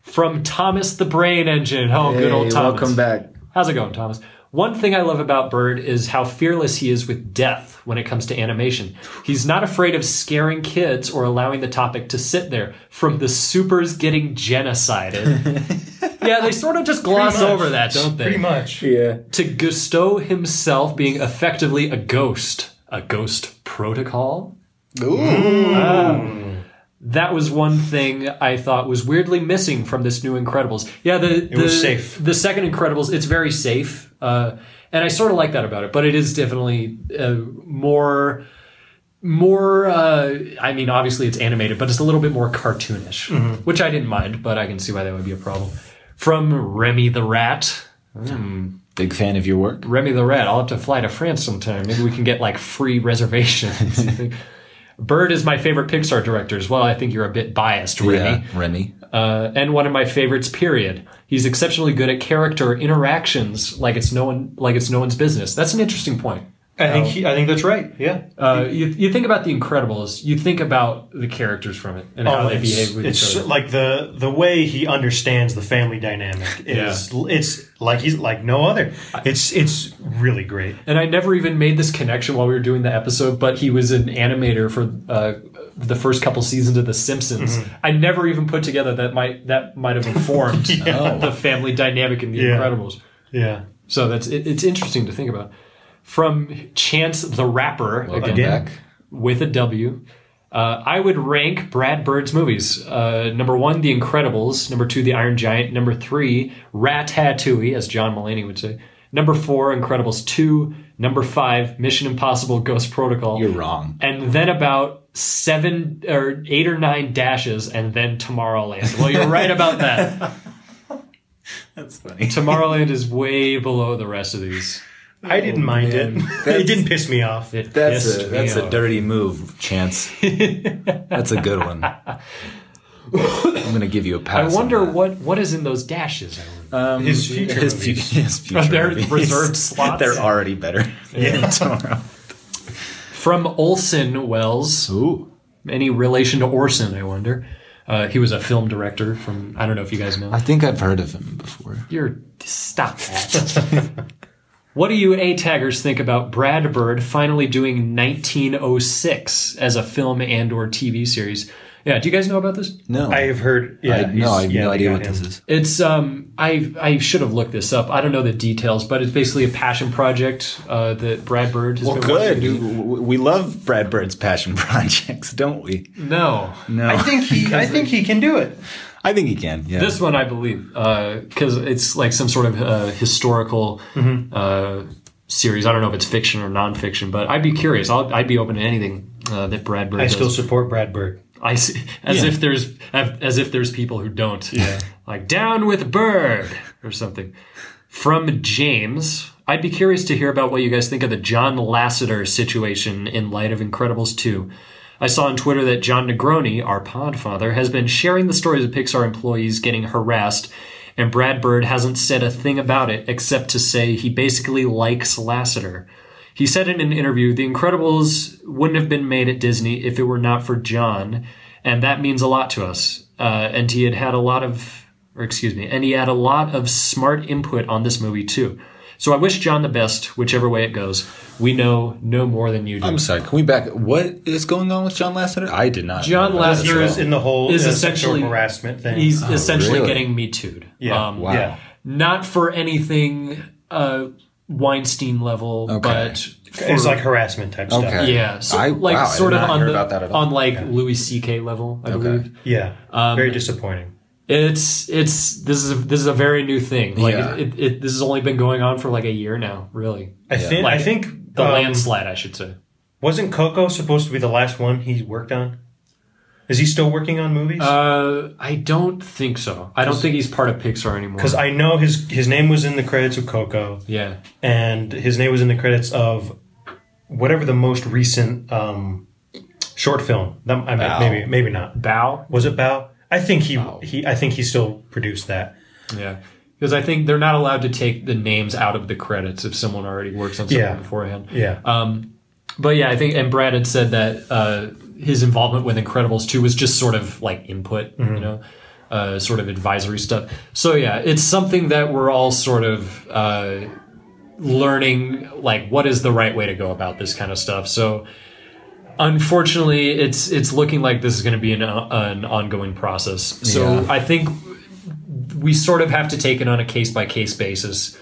Speaker 1: From Thomas the Brain Engine. Oh, good old Thomas.
Speaker 3: Welcome back.
Speaker 1: How's it going, Thomas? One thing I love about Bird is how fearless he is with death when it comes to animation. He's not afraid of scaring kids or allowing the topic to sit there, from the supers getting genocided. yeah, they sort of just gloss
Speaker 2: much.
Speaker 1: over that, don't they?
Speaker 2: Pretty much.
Speaker 3: Yeah.
Speaker 1: to Gusteau himself being effectively a ghost, a ghost protocol. Ah. That was one thing I thought was weirdly missing from this new Incredibles. Yeah, the it the,
Speaker 2: was safe.
Speaker 1: The second Incredibles, it's very safe, uh, and I sort of like that about it. But it is definitely uh, more more uh, i mean obviously it's animated but it's a little bit more cartoonish
Speaker 2: Mm-hmm.
Speaker 1: which i didn't mind but i can see why that would be a problem from remy the rat
Speaker 3: Big fan of your work.
Speaker 1: Remy the Rat. I'll have to fly to France sometime. Maybe we can get like free reservations. Bird is my favorite Pixar director as well. I think you're a bit biased, Remy.
Speaker 3: Yeah, Remy.
Speaker 1: Uh, and one of my favorites, period. He's exceptionally good at character interactions, like it's no one, like it's no one's business. That's an interesting point.
Speaker 2: I think he, I think that's right. Yeah.
Speaker 1: Uh, you, you think about The Incredibles, you think about the characters from it and how they
Speaker 2: Oh, it's,
Speaker 1: behave with
Speaker 2: it's
Speaker 1: each other.
Speaker 2: like the the way he understands the family dynamic is it's like he's like no other. It's it's really great.
Speaker 1: And I never even made this connection while we were doing the episode, but he was an animator for uh, the first couple seasons of The Simpsons. I never even put together that might that might have informed the family dynamic in The
Speaker 2: Yeah.
Speaker 1: Incredibles.
Speaker 2: Yeah.
Speaker 1: So that's it, it's interesting to think about. From Chance the Rapper
Speaker 3: Welcome
Speaker 1: again
Speaker 3: back.
Speaker 1: with a W. Uh, I would rank Brad Bird's movies. Uh, number one, The Incredibles. Number two, The Iron Giant. Number three, Ratatouille, as John Mulaney would say. Number four, Incredibles 2. Number five, Mission Impossible Ghost Protocol.
Speaker 3: You're wrong.
Speaker 1: And then about seven or eight or nine dashes, and then Tomorrowland. Well, you're right about that.
Speaker 3: That's funny.
Speaker 1: Tomorrowland is way below the rest of these.
Speaker 2: I didn't mind it.
Speaker 3: Oh, that's-
Speaker 2: it didn't piss me off.
Speaker 1: It
Speaker 3: That's
Speaker 1: pissed
Speaker 3: a
Speaker 1: me
Speaker 3: that's a
Speaker 1: off.
Speaker 3: dirty move, Chance. that's a good one. I'm gonna give you a
Speaker 1: I
Speaker 3: pass. on
Speaker 1: wonder
Speaker 3: that.
Speaker 1: what what is in those dashes. I wonder.
Speaker 3: Um,
Speaker 2: His future
Speaker 3: his,
Speaker 2: movies.
Speaker 3: fu- his future
Speaker 1: They're
Speaker 3: movies.
Speaker 1: reserved slots.
Speaker 3: They're already better. Yeah, tomorrow.
Speaker 1: From Olson Wells.
Speaker 3: Ooh,
Speaker 1: Any relation to Orson, I wonder. Uh, he was a film director from, I don't know if you guys know.
Speaker 3: I think I've heard of him before.
Speaker 1: You're stop that. what do you A taggers think about Brad Bird finally doing 1906 as a film and or TV series? Yeah, do you guys know about this?
Speaker 3: No,
Speaker 2: I have heard. Yeah,
Speaker 3: I, no, I
Speaker 2: he's-
Speaker 3: have
Speaker 2: yeah,
Speaker 3: no
Speaker 2: they
Speaker 3: idea
Speaker 2: got
Speaker 3: what this
Speaker 2: him.
Speaker 3: is.
Speaker 1: It's um I I should have looked this up. I don't know the details, but it's basically a passion project uh, that Brad Bird has
Speaker 3: Well,
Speaker 1: been wanting to
Speaker 3: good.
Speaker 1: do.
Speaker 3: We we love Brad Bird's passion projects, don't we?
Speaker 1: No.
Speaker 3: No,
Speaker 4: I think he. I think he can do it.
Speaker 3: I think he can. Yeah,
Speaker 1: This one I believe because it's like some sort of uh, historical
Speaker 2: Mm-hmm.
Speaker 1: uh, series. I don't know if it's fiction or nonfiction, but I'd be curious. I'll, I'd be open to anything uh, that Brad Bird
Speaker 2: I
Speaker 1: does.
Speaker 2: still support Brad Bird.
Speaker 1: I see. As
Speaker 3: Yeah.
Speaker 1: if there's as if there's people who don't. Yeah. Like down with Bird or something. From James, I'd be curious to hear about what you guys think of the John Lasseter situation in light of Incredibles 2. I saw on Twitter that John Negroni, our podfather, has been sharing the stories of Pixar employees getting harassed, and Brad Bird hasn't said a thing about it except to say he basically likes Lasseter. He said in an interview, The Incredibles wouldn't have been made at Disney if it were not for John, and that means a lot to us. Uh, and he had had a lot of, or excuse me, and he had a lot of smart input on this movie too. So I wish John the best, whichever way it goes. We know no more than you do.
Speaker 3: I'm sorry. Can we back? What is going on with John Lasseter? I did not.
Speaker 1: John
Speaker 3: know that.
Speaker 1: Lasseter
Speaker 2: He was in the whole
Speaker 1: Oh. Is
Speaker 2: uh,
Speaker 1: essentially-
Speaker 2: sexual harassment thing.
Speaker 1: He's essentially
Speaker 3: uh, really?
Speaker 1: getting me too'd.
Speaker 2: yeah,
Speaker 1: Um,
Speaker 3: Wow.
Speaker 2: yeah.
Speaker 1: Not for anything uh, Weinstein level,
Speaker 3: Okay.
Speaker 1: but for,
Speaker 2: It's like harassment type stuff.
Speaker 3: Okay.
Speaker 1: yeah, so,
Speaker 3: I-
Speaker 1: like
Speaker 3: wow, I did
Speaker 1: sort of
Speaker 3: not
Speaker 1: on
Speaker 3: hear
Speaker 1: the,
Speaker 3: about that at all.
Speaker 1: on like Louis C.K. level, I believe.
Speaker 2: Yeah,
Speaker 1: Um,
Speaker 2: very disappointing.
Speaker 1: It's it's this is a, this is a very new thing. Like
Speaker 3: Yeah.
Speaker 1: it, it, it, this has only been going on for like a year now, really.
Speaker 2: I think.
Speaker 1: Like,
Speaker 2: I think
Speaker 1: The
Speaker 2: um,
Speaker 1: landslide, I should say.
Speaker 2: wasn't Coco supposed to be the last one he worked on. Is he still working on movies?
Speaker 1: Uh, I don't think so. I don't think he's part of Pixar anymore.
Speaker 2: Because I know his his name was in the credits of Coco,
Speaker 1: yeah,
Speaker 2: and his name was in the credits of whatever the most recent um, short film. That, I mean,
Speaker 3: Bao.
Speaker 2: maybe maybe not.
Speaker 1: Bow.
Speaker 2: Was it Bao? I think he he. I think he still produced that.
Speaker 1: Yeah. Because I think they're not allowed to take the names out of the credits if someone already works on something
Speaker 2: Yeah.
Speaker 1: beforehand.
Speaker 2: Yeah.
Speaker 1: But yeah, I think, and Brad had said that uh, his involvement with Incredibles 2 was just sort of like input, you know, uh, sort of advisory stuff. So yeah, it's something that we're all sort of uh, learning, like, what is the right way to go about this kind of stuff. So unfortunately, it's it's looking like this is going to be an, uh, an ongoing process. So
Speaker 3: Yeah.
Speaker 1: I think we sort of have to take it on a case by case basis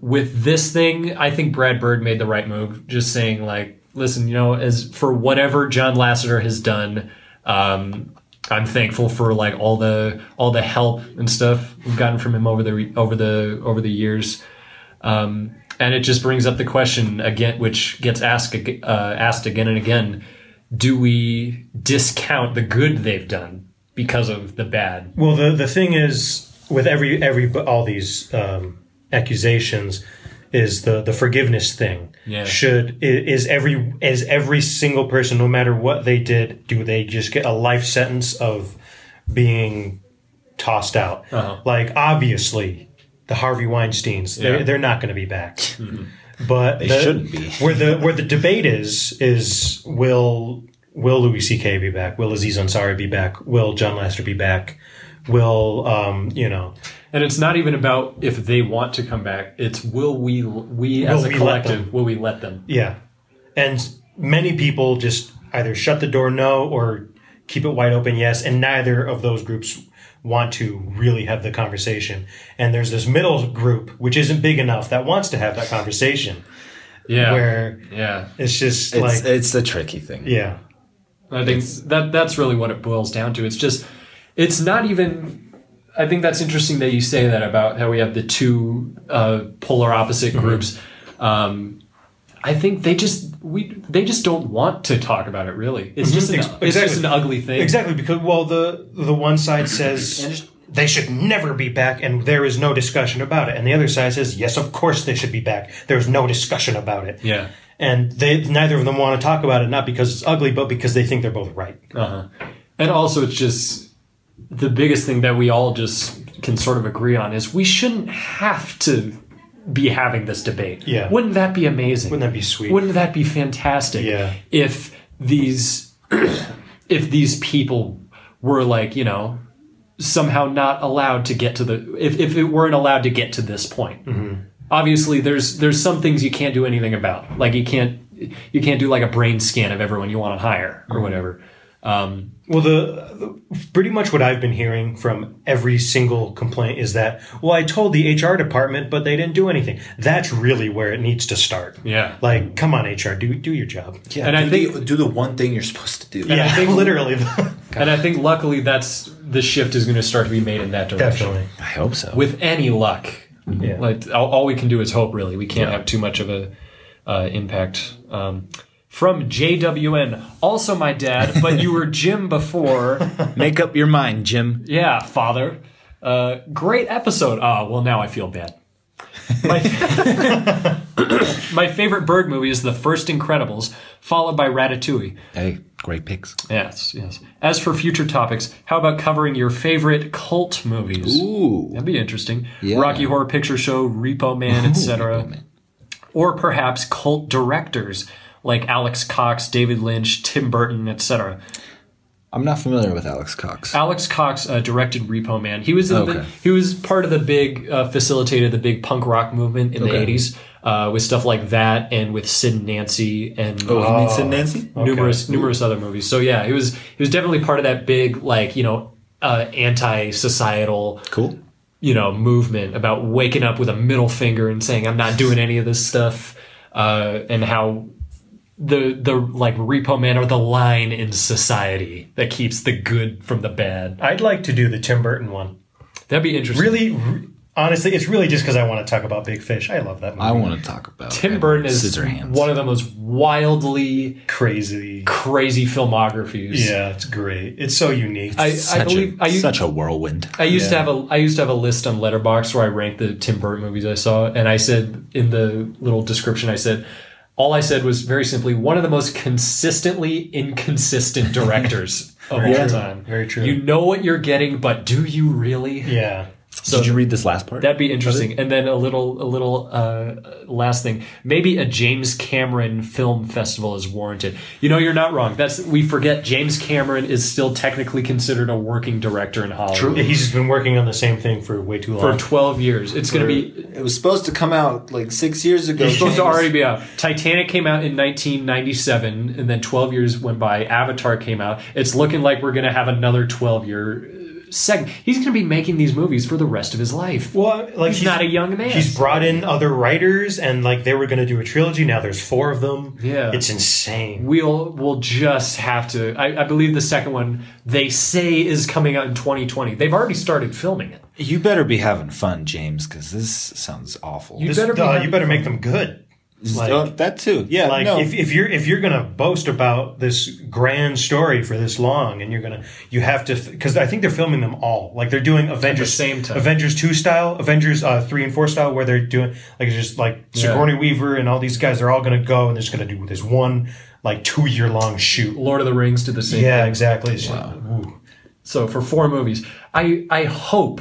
Speaker 1: with this thing, I think Brad Bird made the right move, just saying like, listen, you know, as for whatever John Lasseter has done, um, I'm thankful for like all the all the help and stuff we've gotten from him over the over the over the years. Um, and it just brings up the question again, which gets asked ag- uh, asked again and again: Do we discount the good they've done because of the bad?
Speaker 2: Well, the the thing is with every every all these um, accusations is the the forgiveness thing.
Speaker 1: Yeah.
Speaker 2: Should i- is every is every single person, no matter what they did, do they just get a life sentence of being tossed out?
Speaker 1: Uh-huh.
Speaker 2: Like obviously, the Harvey Weinstein's
Speaker 1: Yeah.
Speaker 2: they're, they're not going to be back. But they
Speaker 3: shouldn't be.
Speaker 2: where the where the debate is is will will Louis C.K. be back? Will Aziz Ansari be back? Will John Lasseter be back? Will um you know
Speaker 1: And it's not even about if they want to come back. It's will we we as
Speaker 2: we
Speaker 1: a
Speaker 2: let
Speaker 1: collective
Speaker 2: them?
Speaker 1: will we let them?
Speaker 2: yeah, and many people just either shut the door no or keep it wide open yes, and neither of those groups want to really have the conversation. And there's this middle group which isn't big enough that wants to have that conversation.
Speaker 1: Yeah.
Speaker 2: Where
Speaker 1: yeah.
Speaker 2: it's just
Speaker 3: It's,
Speaker 2: like
Speaker 3: it's a tricky thing.
Speaker 2: yeah.
Speaker 1: I think that that's really what it boils down to. It's just it's not even I think that's interesting that you say that about how we have the two uh, polar opposite
Speaker 2: Mm-hmm.
Speaker 1: groups. Um, I think they just we they just don't want to talk about it really. It's just an,
Speaker 2: Mm-hmm. Ex-
Speaker 1: it's just an
Speaker 2: exactly.
Speaker 1: ugly thing.
Speaker 2: Exactly because well the the one side says they should never be back and there is no discussion about it and the other side says yes of course they should be back there's no discussion about it
Speaker 1: Yeah.
Speaker 2: and they neither of them want to talk about it not because it's ugly but because they
Speaker 1: Oh.
Speaker 2: think they're both right
Speaker 1: And also, it's just the biggest thing that we all just can sort of agree on is we shouldn't have to be having this debate.
Speaker 2: Yeah.
Speaker 1: Wouldn't that be amazing?
Speaker 2: Wouldn't that be sweet?
Speaker 1: Wouldn't that be fantastic?
Speaker 2: Yeah.
Speaker 1: If these if these people were like, you know, somehow not allowed to get to the if, if it weren't allowed to get to this point.
Speaker 2: Mm-hmm.
Speaker 1: Obviously there's there's some things you can't do anything about. Like you can't you can't do like a brain scan of everyone you want to hire
Speaker 2: Mm-hmm.
Speaker 1: or whatever. Um,
Speaker 2: Well, the, the pretty much what I've been hearing from every single complaint is that well, I told the HR department, but they didn't do anything. That's really where it needs to start.
Speaker 1: Yeah.
Speaker 2: like come on, HR, do do your job.
Speaker 5: Yeah,
Speaker 1: And
Speaker 5: do
Speaker 1: I think-
Speaker 5: the, do the one thing you're supposed to do.
Speaker 2: yeah,
Speaker 1: I think-
Speaker 2: literally,
Speaker 1: and I think luckily that's the shift is going to start to be made in that direction.
Speaker 3: I hope so.
Speaker 1: with any luck.
Speaker 2: Yeah.
Speaker 1: Like all, all we can do is hope. Really, we can't have too much of a uh, impact. Um, from JWN, also my dad, but you were Jim before.
Speaker 3: Make up your mind, Jim.
Speaker 1: Yeah, father. Uh, great episode. Ah, well, now I feel bad. My, my favorite bird movie is The First Incredibles, followed by Ratatouille.
Speaker 3: Hey, great picks.
Speaker 1: Yes, yes. As for future topics, how about covering your favorite cult movies?
Speaker 3: Ooh.
Speaker 1: That'd be interesting.
Speaker 3: Yeah.
Speaker 1: Rocky Horror Picture Show, Repo Man, etc. Or perhaps cult directors like Alex Cox, David Lynch, Tim Burton, etc.
Speaker 3: I'm not familiar with Alex Cox.
Speaker 1: Alex Cox uh, directed Repo Man. He was in the,
Speaker 3: Okay.
Speaker 1: he was part of the big uh, facilitated the big punk rock movement in
Speaker 3: Okay.
Speaker 1: the 80s uh, with stuff like that and with Sid and Nancy and
Speaker 3: Oh,
Speaker 1: uh,
Speaker 3: he meets in Nancy?
Speaker 1: numerous numerous other movies. So yeah, he was he was definitely part of that big like you know uh, anti societal
Speaker 3: Cool.
Speaker 1: you know movement about waking up with a middle finger and saying I'm not doing any of this stuff, uh, and how the the like Repo Man or the line in society that keeps the good from the bad.
Speaker 2: I'd like to do the Tim Burton one.
Speaker 1: That'd be interesting.
Speaker 2: Really, r- honestly, it's really just because I want to talk about Big Fish. I love that movie.
Speaker 3: I want to talk about
Speaker 1: Tim Burton is
Speaker 3: Scissorhands.
Speaker 1: one of the most wildly
Speaker 2: Crazy.
Speaker 1: crazy filmographies.
Speaker 2: Yeah, it's great. It's so unique.
Speaker 1: I, I
Speaker 3: such,
Speaker 1: believe
Speaker 3: a,
Speaker 1: I, u-
Speaker 3: such a whirlwind.
Speaker 1: I used to have a I used to have a list on Letterbox where I ranked the Tim Burton movies I saw, and I said in the little description I said all I said was very simply one of the most consistently inconsistent directors of all time.
Speaker 2: Very true.
Speaker 1: You know what you're getting, but do you really?
Speaker 2: yeah.
Speaker 3: Did you read this last part?
Speaker 1: That'd be interesting. And then a little a little uh, last thing, maybe a James Cameron film festival is warranted. You know, you're not wrong. That's we forget James Cameron is still technically considered a working director in Hollywood.
Speaker 2: Yeah, He's just been working on the same thing for way too
Speaker 1: For
Speaker 2: long.
Speaker 1: 12 years. It's going to be
Speaker 5: It was supposed to come out like six years ago.
Speaker 1: It's supposed to
Speaker 5: James.
Speaker 1: already be out. Titanic came out in 1997, and then 12 years went by. Avatar came out. It's looking like we're going to have another 12 year segment. He's going to be making these movies for the rest of his life.
Speaker 2: well, like
Speaker 1: He's not a young man.
Speaker 2: He's brought in other writers, and like they were going to do a trilogy. Now there's four of them.
Speaker 1: Yeah.
Speaker 2: it's insane.
Speaker 1: We'll we'll just have to. I, I believe the second one they say is coming out in 2020. They've already started filming it.
Speaker 3: you better be having fun, James, because this sounds awful.
Speaker 1: You
Speaker 2: This-
Speaker 1: better be
Speaker 2: uh,
Speaker 1: having
Speaker 2: you better make them good. Like,
Speaker 3: Oh, that too. Yeah.
Speaker 2: like
Speaker 3: no.
Speaker 2: if, if you're if you're gonna boast about this grand story for this long, and you're gonna you have to because I think they're filming them all. Like they're doing Avengers
Speaker 1: same time.
Speaker 2: Avengers two style, Avengers uh, three and four style, where they're doing like it's just like Sigourney Weaver and all these guys. They're all gonna go and they're just gonna do this one like two year long shoot.
Speaker 1: Lord of the Rings did the same.
Speaker 2: Yeah, exactly. It's just- ooh.
Speaker 1: So for four movies, I I hope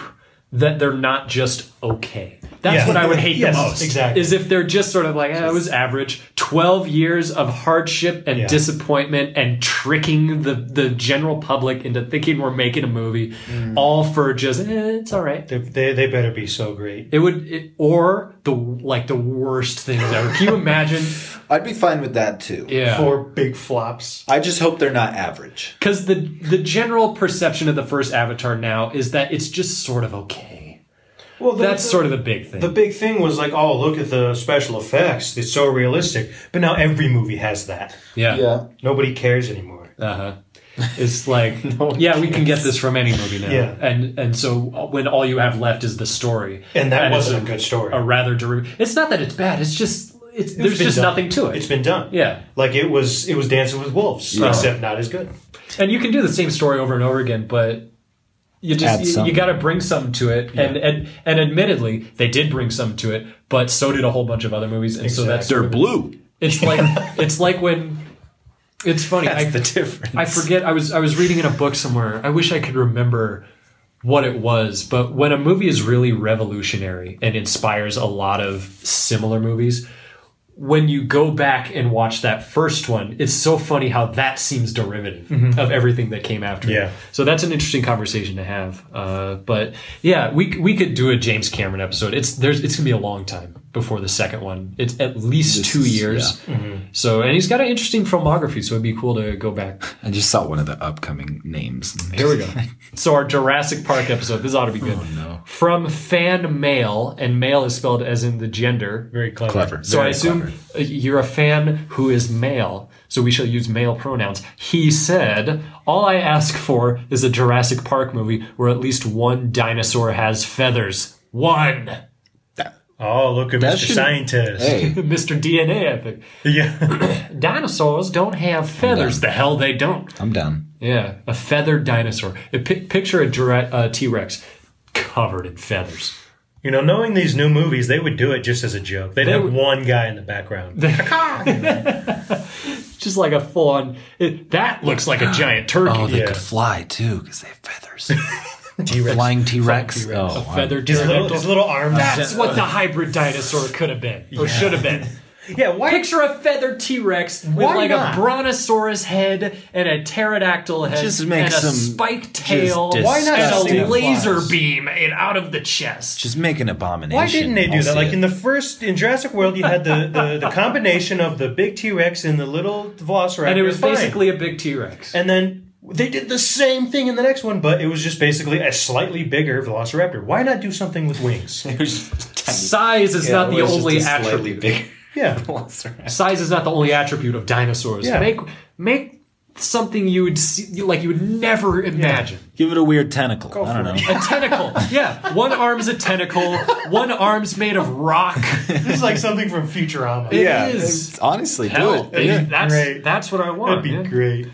Speaker 1: that they're not just okay. That's
Speaker 2: Yeah.
Speaker 1: what I would hate
Speaker 2: Yes,
Speaker 1: the most.
Speaker 2: exactly.
Speaker 1: Is if they're just sort of like, eh, it was average. Twelve years of hardship and
Speaker 2: Yeah.
Speaker 1: disappointment and tricking the, the general public into thinking we're making a movie,
Speaker 2: Mm.
Speaker 1: all for just eh, it's all right.
Speaker 2: They, they, they better be so great.
Speaker 1: It would it, or the like the worst things ever. Can you imagine?
Speaker 5: I'd be fine with that too.
Speaker 1: Yeah.
Speaker 2: Four big flops.
Speaker 5: I just hope they're not average.
Speaker 1: Because the the general perception of the first Avatar now is that it's just sort of okay.
Speaker 2: Well, the-
Speaker 1: That's
Speaker 2: the-
Speaker 1: sort of the big thing.
Speaker 2: The big thing was like, oh, look at the special effects. It's so realistic. But now every movie has that.
Speaker 5: Yeah.
Speaker 2: Nobody cares anymore.
Speaker 1: Uh-huh. It's like, yeah, we can get this from any movie now.
Speaker 2: Yeah.
Speaker 1: And and so uh, when all you have left is the story.
Speaker 2: And that
Speaker 1: it's
Speaker 2: wasn't a good story.
Speaker 1: A rather derivative. It's not that it's bad. It's just it's, there's
Speaker 2: been
Speaker 1: just
Speaker 2: done.
Speaker 1: nothing to it.
Speaker 2: It's been done.
Speaker 1: Yeah. Oh.
Speaker 2: Like it was it was Dancing with Wolves, except not as good.
Speaker 1: and you can do the same story over and over again, but you
Speaker 3: Add
Speaker 1: just you,
Speaker 3: something.
Speaker 1: got to bring something to it. And and and admittedly, they did bring something to it, but so did a whole bunch of other movies. And so that's
Speaker 3: they're blue.
Speaker 1: it's like it's like when it's funny. I,
Speaker 3: the difference.
Speaker 1: I forget. I was I was reading in a book somewhere. I wish I could remember what it was, but when a movie is really revolutionary and inspires a lot of similar movies, when you go back and watch that first one, it's so funny how that seems derivative of everything that came after. it.
Speaker 2: Yeah.
Speaker 1: So that's an interesting conversation to have. Uh, but yeah, we we could do a James Cameron episode. It's there's it's gonna be a long time before the second one. It's at least two
Speaker 3: is-
Speaker 1: years. So and he's got an interesting filmography, so it'd be cool to go back.
Speaker 3: I just saw one of the upcoming names.
Speaker 1: Here we go. So our Jurassic Park episode. This ought to be good.
Speaker 3: Oh,
Speaker 1: From fan mail, and mail is spelled as in the gender.
Speaker 2: Very clever.
Speaker 3: Clever.
Speaker 1: So I
Speaker 3: Very
Speaker 1: assume
Speaker 3: clever.
Speaker 1: uh, you're a fan who is male, so we shall use male pronouns. He said, All I ask for is a Jurassic Park movie where at least one dinosaur has feathers. One!
Speaker 2: Oh, look at
Speaker 3: That
Speaker 2: Mr.
Speaker 3: should-
Speaker 2: Scientist.
Speaker 3: Hey,
Speaker 1: Mr. DNA, I think.
Speaker 2: Yeah.
Speaker 1: Dinosaurs don't have feathers. The hell they don't.
Speaker 3: I'm down.
Speaker 1: Yeah, a feathered dinosaur. Uh, pi picture a Jura- uh, T Rex covered in feathers.
Speaker 2: You know, knowing these new movies, they would do it just as a joke. They'd have
Speaker 1: would-
Speaker 2: one guy in the background.
Speaker 1: Just like a full on. It, that looks like a giant turkey.
Speaker 3: Oh, they
Speaker 2: Yeah.
Speaker 3: could fly too because they have feathers. Flying T Rex. Oh, wow.
Speaker 1: feathered
Speaker 2: His little,
Speaker 1: pterodactyl.
Speaker 2: his little arms.
Speaker 1: That's what the hybrid dinosaur could have been, or should have been.
Speaker 2: yeah, why?
Speaker 1: Picture a feathered T Rex with
Speaker 2: Why
Speaker 1: like
Speaker 2: not?
Speaker 1: a brontosaurus head and a pterodactyl head
Speaker 3: Just make
Speaker 1: and a
Speaker 3: some-
Speaker 1: spiked tail
Speaker 3: Why not
Speaker 1: and a
Speaker 3: disgusting
Speaker 1: laser
Speaker 5: flies?
Speaker 1: beam and out of the chest.
Speaker 3: Just make an abomination.
Speaker 2: Why didn't they do
Speaker 3: I'll
Speaker 2: that?
Speaker 3: see
Speaker 2: Like
Speaker 3: it.
Speaker 2: in the first in Jurassic World, you had the, the, the combination of the big T Rex and the little Velociraptor,
Speaker 1: And it was
Speaker 2: Fine.
Speaker 1: basically a big T Rex.
Speaker 2: And then they did the same thing in the next one, but it was just basically a slightly bigger Velociraptor. Why not do something with wings?
Speaker 1: Size is not the only attribute.
Speaker 2: yeah,
Speaker 1: size is not the only attribute of dinosaurs.
Speaker 2: Yeah.
Speaker 1: Make make something you would see, like you would never imagine.
Speaker 3: Give it a weird tentacle. I don't know.
Speaker 1: A tentacle. yeah, one arm's a tentacle. One arm's made of rock.
Speaker 2: this is like something from Futurama.
Speaker 1: It
Speaker 3: Yeah,
Speaker 1: is.
Speaker 3: honestly,
Speaker 1: Hell,
Speaker 3: do it. Yeah.
Speaker 1: that's
Speaker 2: Great.
Speaker 1: that's what I
Speaker 2: That'd
Speaker 1: want.
Speaker 2: be
Speaker 1: man.
Speaker 2: great.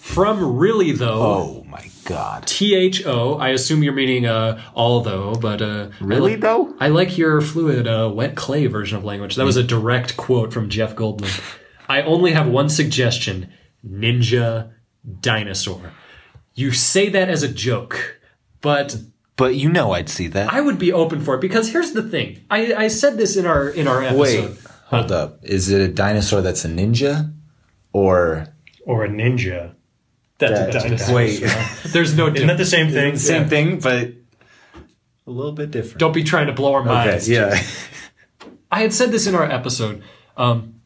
Speaker 1: From really though,
Speaker 3: Oh my god.
Speaker 1: T H O. I assume you're meaning uh, although, but uh, I
Speaker 3: Really,
Speaker 1: like-
Speaker 3: though?
Speaker 1: I like your fluid uh, wet clay version of language. That was a direct quote from Jeff Goldblum. I only have one suggestion: ninja dinosaur. You say that as a joke, but
Speaker 3: But you know I'd see that.
Speaker 1: I would be open for it because here's the thing. I, I said this in our in our episode.
Speaker 3: Wait, hold up. Is it a dinosaur that's a ninja? Or
Speaker 2: Or a ninja.
Speaker 1: That's, that's,
Speaker 3: wait,
Speaker 1: there's no
Speaker 2: Isn't
Speaker 1: difference.
Speaker 2: that the same thing?
Speaker 3: same
Speaker 2: Yeah.
Speaker 3: thing, but a little bit different.
Speaker 1: Don't be trying to blow our
Speaker 3: okay,
Speaker 1: minds.
Speaker 3: yeah.
Speaker 1: I had said this in our episode. Um,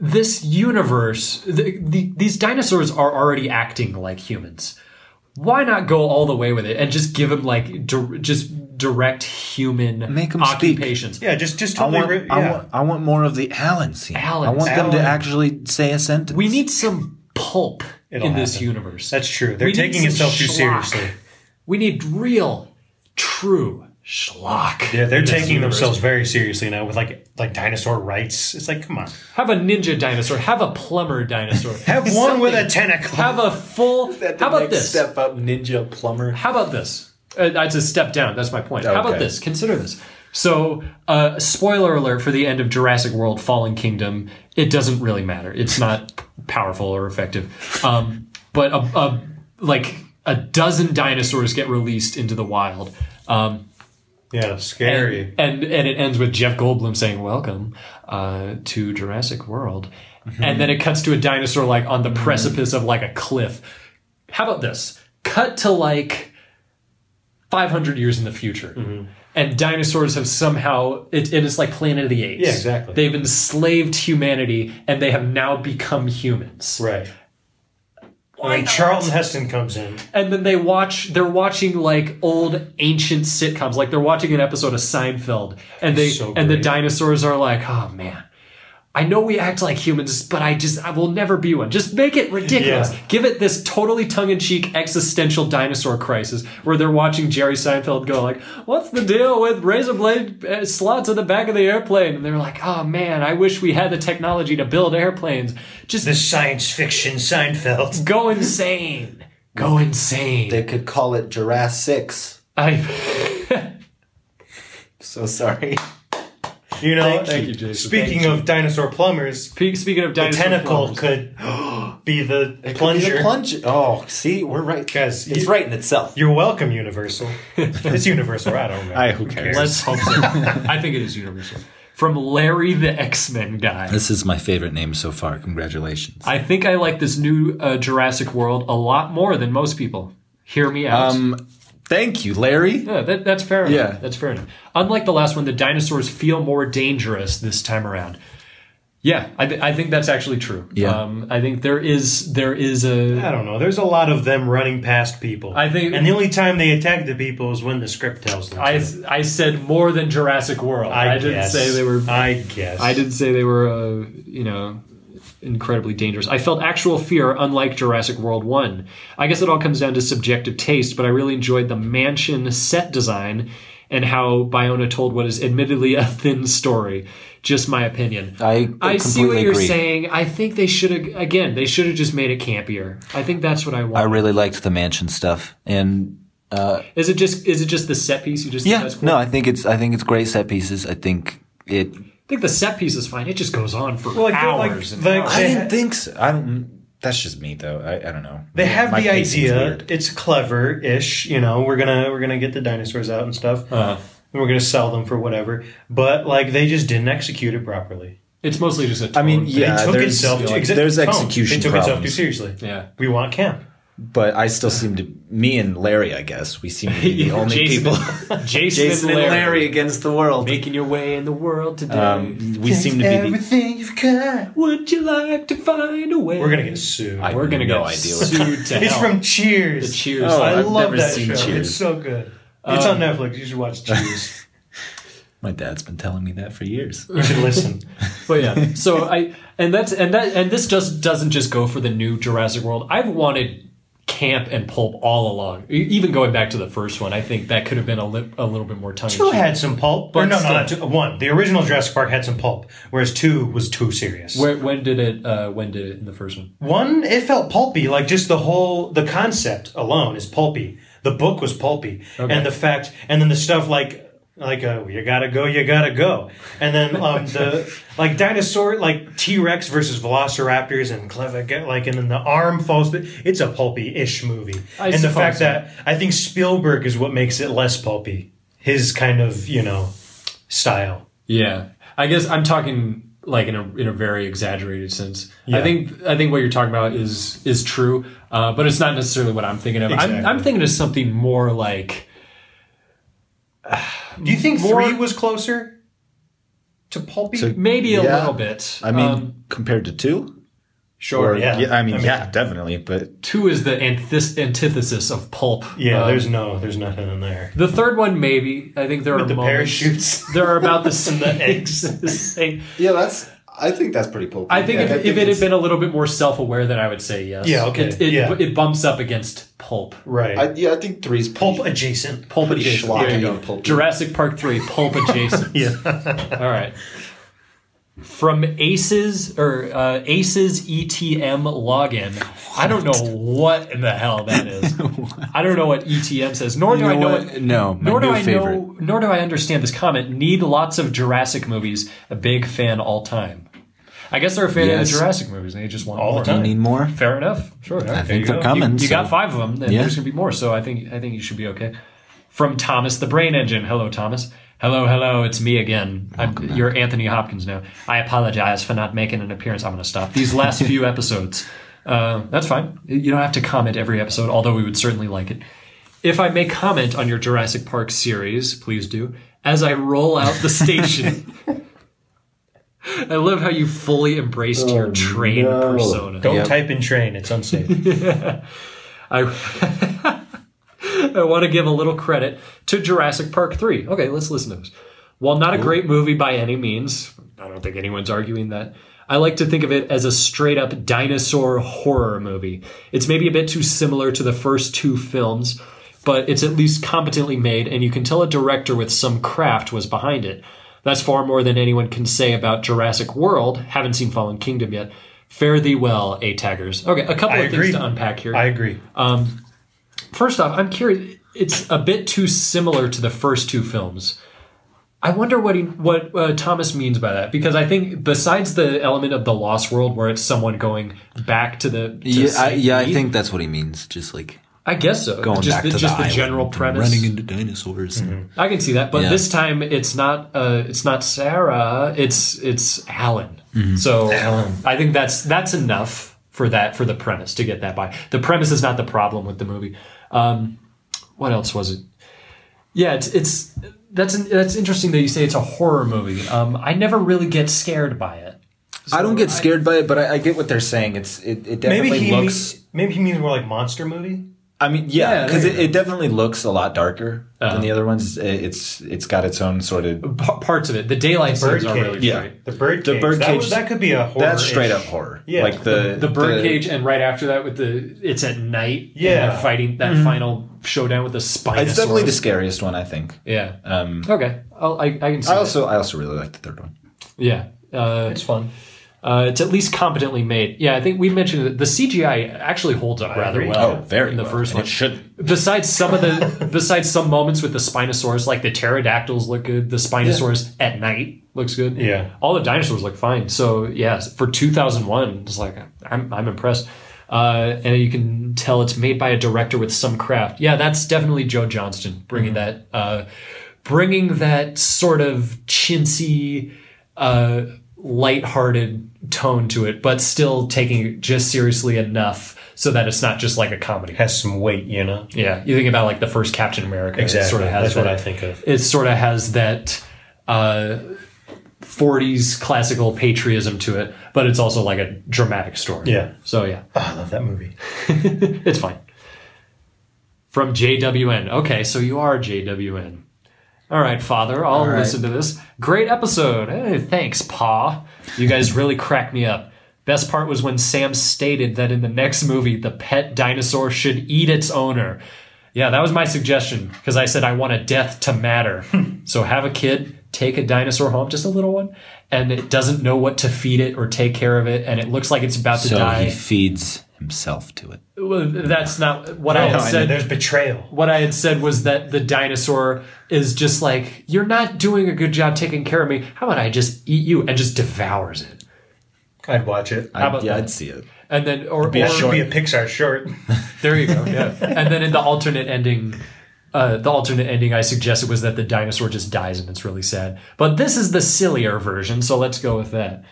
Speaker 1: this universe, the, the, these dinosaurs are already acting like humans. Why not go all the way with it and just give them like dir- just direct human
Speaker 3: Make 'em speak.
Speaker 1: occupations?
Speaker 2: Yeah, just just
Speaker 3: I
Speaker 2: totally.
Speaker 3: want,
Speaker 2: re-
Speaker 3: I
Speaker 2: yeah.
Speaker 3: want, I want more of the Alan scene. I
Speaker 1: Alan
Speaker 3: want them to
Speaker 2: scene.
Speaker 3: actually say a sentence.
Speaker 1: We need some pulp
Speaker 2: It'll
Speaker 1: in this
Speaker 2: happen.
Speaker 1: universe.
Speaker 2: That's true. They're
Speaker 1: We need
Speaker 2: taking
Speaker 1: some
Speaker 2: itself too
Speaker 1: schlock.
Speaker 2: seriously.
Speaker 1: We need real, true schlock.
Speaker 2: Yeah, they're
Speaker 1: in this
Speaker 2: taking
Speaker 1: universe.
Speaker 2: themselves very seriously now with like like dinosaur rights. It's like, come on,
Speaker 1: Have a ninja dinosaur. Have a plumber dinosaur.
Speaker 2: have one with a tentacle.
Speaker 1: have a full. How about this?
Speaker 5: Step up ninja plumber.
Speaker 1: How about this? Uh, that's a step down. That's my point. How about
Speaker 3: Okay.
Speaker 1: this? Consider this. So, uh, spoiler alert for the end of Jurassic World Fallen Kingdom. It doesn't really matter. It's not powerful or effective. Um, but a, a, like a dozen dinosaurs get released into the wild. Um,
Speaker 2: yeah, scary.
Speaker 1: and and it ends with Jeff Goldblum saying "Welcome uh, to Jurassic World,"
Speaker 2: Mm-hmm.
Speaker 1: and then it cuts to a dinosaur like on the precipice of like a cliff. How about this? Cut to like 500 years in the future,
Speaker 2: Mm-hmm.
Speaker 1: and dinosaurs have somehow it, and it's like Planet of the Apes.
Speaker 2: Yeah, exactly.
Speaker 1: They've enslaved humanity, and they have now become humans.
Speaker 2: Right. And Charlton Heston comes in.
Speaker 1: and then they watch they're watching like old ancient sitcoms like they're watching an episode of seinfeld and they
Speaker 2: So
Speaker 1: and the
Speaker 2: great.
Speaker 1: dinosaurs are like oh man i know we act like humans but i just i will never be one just make it ridiculous
Speaker 2: Yeah.
Speaker 1: give it this totally tongue-in-cheek existential dinosaur crisis where they're watching jerry seinfeld go like what's the deal with razor blade uh, slots at the back of the airplane and they're like oh man i wish we had the technology to build airplanes just
Speaker 2: The science fiction Seinfeld.
Speaker 1: go insane go insane
Speaker 5: They could call it Jurassic.
Speaker 1: I
Speaker 5: So sorry.
Speaker 2: You know,
Speaker 1: Thank you, Jason.
Speaker 2: speaking of dinosaur plumbers,
Speaker 1: Pe- Speaking of
Speaker 2: the
Speaker 1: dinosaur
Speaker 2: tentacle
Speaker 1: plumbers,
Speaker 2: could be the
Speaker 6: It could be the
Speaker 2: plunger.
Speaker 6: Plunger. Oh, see, we're right.
Speaker 2: Guys,
Speaker 6: it's
Speaker 2: you-
Speaker 6: right in itself.
Speaker 2: You're welcome, Universal. it's Universal. I don't know.
Speaker 3: I, who cares?
Speaker 1: Let's hope so. I think it is universal. From Larry the X Men guy.
Speaker 3: This is my favorite name so far. Congratulations.
Speaker 1: I think I like this new uh, Jurassic World a lot more than most people. Hear me out.
Speaker 3: Um, thank you, Larry.
Speaker 1: Yeah, that, that's fair enough.
Speaker 3: Yeah.
Speaker 1: That's fair enough. Unlike the last one, the dinosaurs feel more dangerous this time around. Yeah, I, th- I think that's actually true.
Speaker 3: Yeah.
Speaker 1: Um, I think there is there is a
Speaker 2: I don't know. There's a lot of them running past people.
Speaker 1: I think-
Speaker 2: and the only time they attack the people is when the script tells them.
Speaker 1: I,
Speaker 2: to.
Speaker 1: I said more than Jurassic World. I, didn't
Speaker 2: guess.
Speaker 1: say they were
Speaker 2: I guess.
Speaker 1: I didn't say they were uh, you know incredibly dangerous. I felt actual fear unlike Jurassic World 1. I guess it all comes down to subjective taste, but I really enjoyed the mansion set design and how Biona told what is admittedly a thin story. Just my opinion.
Speaker 3: I,
Speaker 1: I see what
Speaker 3: completely
Speaker 1: you're
Speaker 3: agree.
Speaker 1: saying. I think they should have again. They should have just made it campier. I think that's what I
Speaker 3: I
Speaker 1: want.
Speaker 3: really liked the mansion stuff, and uh,
Speaker 1: is it just is it just the set piece? You just think
Speaker 3: yeah,
Speaker 1: that's cool?
Speaker 3: no, I think it's I think it's great set pieces. I think it.
Speaker 1: I think the set piece is fine. It just goes on for
Speaker 2: like, the- like,
Speaker 1: hours. and
Speaker 2: the-
Speaker 1: hours.
Speaker 2: I didn't
Speaker 3: think so. I don't. That's just me, though. I, I don't know.
Speaker 2: They have the idea. It's clever-ish. You know, we're gonna we're gonna get the dinosaurs out and stuff.
Speaker 1: Uh-huh.
Speaker 2: And we're gonna sell them for whatever. But like, they just didn't execute it properly.
Speaker 1: It's mostly just a.
Speaker 3: I mean,
Speaker 1: tone thing.
Speaker 3: yeah,
Speaker 2: it took
Speaker 3: there's,
Speaker 2: itself.
Speaker 3: like,
Speaker 2: to,
Speaker 3: there's
Speaker 2: tone.
Speaker 3: execution
Speaker 2: It took itself too
Speaker 3: problems,
Speaker 2: seriously.
Speaker 1: Yeah.
Speaker 2: We want camp.
Speaker 3: but I still seem to. Me and Larry, I guess, we seem to be the only
Speaker 1: Jason,
Speaker 3: people.
Speaker 1: Jason,
Speaker 6: Jason and
Speaker 1: Larry.
Speaker 6: Larry against the world.
Speaker 1: making your way in the world today.
Speaker 3: Um, we seem to be the
Speaker 6: Everything you've got.
Speaker 1: Would you like to find a way?
Speaker 2: We're gonna get sued.
Speaker 3: I
Speaker 1: We're
Speaker 3: have
Speaker 1: gonna
Speaker 3: no
Speaker 1: get
Speaker 3: idea what-
Speaker 1: sued to
Speaker 2: it's
Speaker 1: hell.
Speaker 2: from Cheers.
Speaker 1: the Cheers. Um,
Speaker 3: Oh,
Speaker 2: I
Speaker 3: I've
Speaker 2: love
Speaker 3: never
Speaker 2: that
Speaker 3: seen
Speaker 2: show.
Speaker 3: Cheers.
Speaker 2: It's so good. It's on Netflix. You should watch Cheers.
Speaker 3: My dad's been telling me that for years.
Speaker 2: you should listen.
Speaker 1: But yeah, so I and that's and that and this just doesn't just go for the new Jurassic World. I've wanted camp and pulp all along. E- Even going back to the first one, I think that could have been a, li- a little bit more tongue.
Speaker 2: Two had some pulp, but
Speaker 1: But
Speaker 2: no, no,
Speaker 1: still.
Speaker 2: not two, one. The original Jurassic Park had some pulp, whereas two was too serious.
Speaker 1: Where, when did it? Uh, when did it in the first one?
Speaker 2: One, it felt pulpy. Like just the whole the concept alone is pulpy. The book was pulpy, and the fact, and then the stuff like like uh, you gotta go, you gotta go, and then um, the like dinosaur like T Rex versus Velociraptors and clever guy- like and then the arm falls. th- It's a pulpy ish movie,
Speaker 1: I
Speaker 2: and the
Speaker 1: suppose
Speaker 2: fact
Speaker 1: so.
Speaker 2: that I think Spielberg is what makes it less pulpy. His kind of you know style.
Speaker 1: Yeah, I guess I'm talking like in a in a very exaggerated sense. I think I think what you're talking about is is true, uh, but it's not necessarily what I'm thinking of. I'm,
Speaker 2: Exactly.
Speaker 1: I'm thinking of something more like
Speaker 2: Do you think
Speaker 1: More-
Speaker 2: three was closer to pulpy?
Speaker 3: To-
Speaker 1: maybe a
Speaker 3: Yeah.
Speaker 1: little bit.
Speaker 3: I mean,
Speaker 1: Um,
Speaker 3: compared to two,
Speaker 1: sure.
Speaker 3: Or-
Speaker 2: yeah.
Speaker 3: I mean,
Speaker 2: I mean-
Speaker 3: yeah, definitely. But
Speaker 1: Two is the antith- antithesis of pulp.
Speaker 2: yeah,
Speaker 1: Um,
Speaker 2: there's no, there's nothing in there.
Speaker 1: The third one, maybe. I think there are
Speaker 2: the
Speaker 1: moments.
Speaker 2: parachutes.
Speaker 1: There are about the same.
Speaker 2: the eggs.
Speaker 1: the same.
Speaker 6: Yeah, that's. I think that's pretty cool.
Speaker 1: I think if, if it had been a little bit more self-aware, then I would say yes.
Speaker 2: Yeah, okay,
Speaker 1: It, it,
Speaker 2: yeah.
Speaker 1: it bumps up against pulp.
Speaker 2: Right.
Speaker 6: I, yeah, I think three's
Speaker 2: Pulp
Speaker 6: pretty-
Speaker 2: adjacent.
Speaker 1: Pulp
Speaker 6: Pretty
Speaker 1: adjacent.
Speaker 6: schlocky
Speaker 1: There you
Speaker 6: and
Speaker 1: go.
Speaker 6: pulpy.
Speaker 1: Jurassic Park Three, pulp adjacent.
Speaker 2: Yeah.
Speaker 1: All right. From Aces or uh, Aces ETM login. I don't know what in the hell that is. I don't know what ETM says, nor do
Speaker 3: You
Speaker 1: I know
Speaker 3: what?
Speaker 1: it.
Speaker 3: No, my
Speaker 1: Nor do
Speaker 3: new
Speaker 1: I
Speaker 3: favorite.
Speaker 1: know. Nor do I understand this comment. Need lots of Jurassic movies. A big fan all time. I guess they're a fan of
Speaker 3: Yes.
Speaker 1: the Jurassic movies, and they just want
Speaker 2: All the
Speaker 1: more.
Speaker 2: time.
Speaker 3: You need more?
Speaker 1: Fair enough. Sure.
Speaker 3: I think
Speaker 2: you
Speaker 3: they're
Speaker 2: go.
Speaker 3: coming.
Speaker 1: You, you
Speaker 3: so-
Speaker 1: got five of them, and
Speaker 3: Yeah.
Speaker 1: there's gonna be more. So I think I think you should be okay. From Thomas the Brain Engine. Hello, Thomas. Hello, hello. It's me again. I'm, you're Anthony Hopkins now. I apologize for not making an appearance. I'm gonna stop these last few episodes. Uh, that's fine. You don't have to comment every episode, although we would certainly like it. If I may comment on your Jurassic Park series, please do. As I roll out the station. I love how you fully embraced your train persona.
Speaker 2: Don't
Speaker 3: Yep.
Speaker 2: type in train. It's unsafe.
Speaker 1: I, I want to give a little credit to Jurassic Park 3. Okay, let's listen to this. While not a great movie by any means, I don't think anyone's arguing that. I like to think of it as a straight up dinosaur horror movie. It's maybe a bit too similar to the first two films, but it's at least competently made, and you can tell a director with some craft was behind it. That's far more than anyone can say about Jurassic World. Haven't seen Fallen Kingdom yet. Fare thee well, A taggers. Okay, a couple
Speaker 2: I
Speaker 1: of
Speaker 2: agree.
Speaker 1: things to unpack here.
Speaker 2: I agree.
Speaker 1: First off, I'm curious. It's a bit too similar to the first two films. I wonder what he, what uh, Thomas means by that because I think besides the element of the lost world where it's someone going back to the to
Speaker 7: Yeah, I,
Speaker 1: Saint
Speaker 7: yeah, I
Speaker 1: Eve,
Speaker 7: think that's what he means. Just like
Speaker 1: I guess so.
Speaker 7: going
Speaker 1: just
Speaker 7: back
Speaker 1: the,
Speaker 7: to
Speaker 1: just
Speaker 7: the,
Speaker 1: the,
Speaker 7: island
Speaker 1: general
Speaker 7: and
Speaker 1: premise.
Speaker 7: running into dinosaurs. and-
Speaker 1: I can see that, but
Speaker 7: Yeah.
Speaker 1: this time it's not uh, it's not Sarah, it's it's Alan.
Speaker 3: Mm-hmm.
Speaker 1: So I think that's that's enough for that for the premise to get that by. The premise is not the problem with the movie. Um, what else was it? Yeah, it's it's that's an, that's interesting that you say it's a horror movie. Um, I never really get scared by it.
Speaker 3: I don't get scared by it, but I, I get what they're saying. It's it, it definitely
Speaker 4: Maybe he
Speaker 3: looks.
Speaker 4: mean- maybe he means more like monster movie.
Speaker 3: I mean, yeah,
Speaker 1: Yeah,
Speaker 3: because
Speaker 1: there
Speaker 3: it, it definitely looks a lot darker than the other ones. It- It's it's got its own sort of
Speaker 1: Pa- parts of it, the daylight scenes are
Speaker 4: Birdcage.
Speaker 1: really
Speaker 3: Yeah.
Speaker 1: great.
Speaker 4: The bird.
Speaker 3: The
Speaker 4: cage.
Speaker 3: bird
Speaker 4: that,
Speaker 3: cage-
Speaker 4: was- that could be a horror.
Speaker 3: that's straight up horror.
Speaker 4: Yeah.
Speaker 3: like the
Speaker 1: the birdcage, and right after that with the it's at night. and
Speaker 4: Yeah. Mm-hmm.
Speaker 1: they're fighting that final showdown with the spinosaurus.
Speaker 3: It's definitely the scariest one, I think.
Speaker 1: yeah.
Speaker 3: Um,
Speaker 1: Okay, I'll, I I can see.
Speaker 3: I
Speaker 1: that.
Speaker 3: also I also really like the third one.
Speaker 1: yeah, uh, it's fun. Uh, it's at least competently made. Yeah, I think we mentioned that the CGI actually holds up rather
Speaker 4: agree.
Speaker 1: well.
Speaker 3: Oh, very
Speaker 1: in the
Speaker 3: well,
Speaker 1: first
Speaker 3: and
Speaker 1: one.
Speaker 3: It should.
Speaker 1: Besides some of the besides some moments with the spinosaurus, like the pterodactyls look good. The spinosaurus at night looks good.
Speaker 4: Yeah.
Speaker 1: all the dinosaurs look fine. So yeah, for 2001, it's like I'm I'm impressed. Uh, and you can tell it's made by a director with some craft. Yeah, that's definitely Joe Johnston bringing that uh, bringing that sort of chintzy, uh, lighthearted tone to it, but still taking it just seriously enough so that it's not just like a comedy.
Speaker 4: has some weight, you know.
Speaker 1: Yeah, you think about like the first Captain America. it
Speaker 4: Exactly.
Speaker 1: Sort of has
Speaker 4: That's what
Speaker 1: that-
Speaker 4: I think of.
Speaker 1: It sort of has that uh, 40s classical patriotism to it, but it's also like a dramatic story.
Speaker 4: Yeah.
Speaker 1: So yeah,
Speaker 4: Oh, I love that movie.
Speaker 1: it's fine. From JWN. Okay, so you are JWN. All right, Father, I'll listen to this. Great episode. Hey, thanks, Pa. You guys really cracked me up. Best part was when Sam stated that in the next movie, the pet dinosaur should eat its owner. Yeah, that was my suggestion because I said I want a death to matter. so have a kid, take a dinosaur home, just a little one, and it doesn't know what to feed it or take care of it, and it looks like it's about to
Speaker 3: So
Speaker 1: die.
Speaker 3: he feeds himself to it.
Speaker 1: Well, that's not what Oh, I had
Speaker 4: I know,
Speaker 1: said.
Speaker 4: there's betrayal.
Speaker 1: what I had said was that the dinosaur is just like, you're not doing a good job taking care of me. How about I just eat you and just devours it?
Speaker 4: I'd watch it.
Speaker 3: I,
Speaker 1: about
Speaker 3: yeah,
Speaker 1: that?
Speaker 3: I'd see it.
Speaker 1: And then, or,
Speaker 4: That
Speaker 1: or-
Speaker 4: should be a Pixar short.
Speaker 1: there you go. Yeah. and then in the alternate ending, uh, the alternate ending I suggested was that the dinosaur just dies and it's really sad. But this is the sillier version, so let's go with that.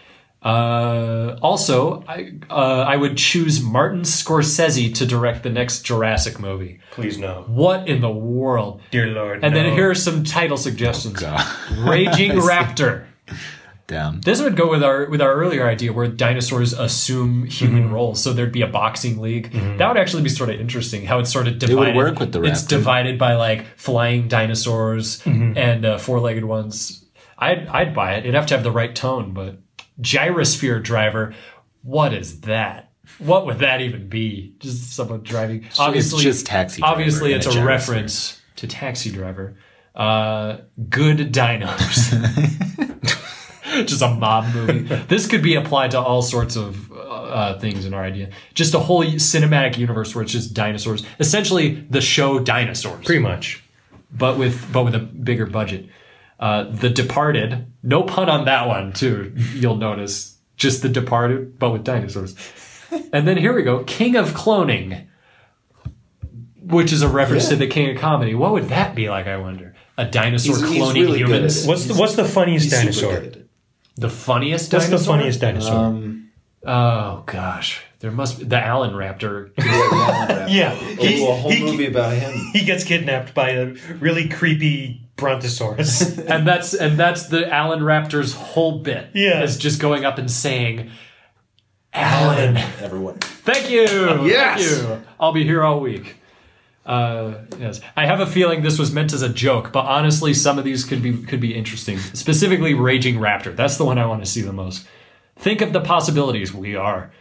Speaker 1: Uh, also, I, uh, I would choose Martin Scorsese to direct the next Jurassic movie.
Speaker 4: Please no,
Speaker 1: What in the world?
Speaker 4: dear Lord.
Speaker 1: And
Speaker 4: no.
Speaker 1: then here are some title suggestions. Raging Raptor.
Speaker 7: Down.
Speaker 1: This would go with our with our earlier idea where dinosaurs assume human
Speaker 7: Mm-hmm.
Speaker 1: roles. So there'd be a boxing league. That would actually be sort of interesting. How it's sort of divided.
Speaker 7: work with the
Speaker 1: It's
Speaker 7: raptor. Mm-hmm.
Speaker 1: divided by like flying dinosaurs and uh, four legged ones. I'd I'd buy it. It'd have to have the right tone, but gyrosphere driver. What is that? What would that even be? Just someone driving. Obviously,
Speaker 7: just Taxi Driver
Speaker 1: Obviously,
Speaker 7: and
Speaker 1: it's
Speaker 7: a
Speaker 1: a,
Speaker 7: gyrosphere.
Speaker 1: reference to Taxi Driver. Uh, good dinos. just a mob movie. this could be applied to all sorts of uh, uh, things in our idea. Just a whole cinematic universe where it's just dinosaurs, essentially the show Dinosaurs,
Speaker 4: pretty much.
Speaker 1: but with but with a bigger budget. Uh, the Departed, no pun on that one too. You'll notice just The Departed, but with dinosaurs. And then here we go, King of Cloning, which is a reference to the King of Comedy. What would that be like? I wonder. A dinosaur
Speaker 5: He's- he's
Speaker 1: cloning
Speaker 5: really good at
Speaker 1: humans.
Speaker 5: it.
Speaker 4: What's the, what's the funniest
Speaker 5: He's super
Speaker 4: dinosaur?
Speaker 5: good at it.
Speaker 1: The funniest
Speaker 4: What's
Speaker 1: dinosaur.
Speaker 4: the funniest dinosaur?
Speaker 1: Oh gosh, there must be the Allen Raptor.
Speaker 4: yeah,
Speaker 5: Oh,
Speaker 4: he,
Speaker 5: a whole
Speaker 4: he-
Speaker 5: movie about him.
Speaker 4: he gets kidnapped by a really creepy brontosaurus.
Speaker 1: and that's and that's the Allen Raptor's whole bit.
Speaker 4: Yeah.
Speaker 1: is just going up and saying, "Allen,
Speaker 5: Everyone.
Speaker 1: thank you,
Speaker 5: Yes.
Speaker 1: thank you. I'll be here all week." Uh, yes, I have a feeling this was meant as a joke, but honestly, some of these could be could be interesting. Specifically, Raging Raptor. That's the one I want to see the most. Think of the possibilities. We are.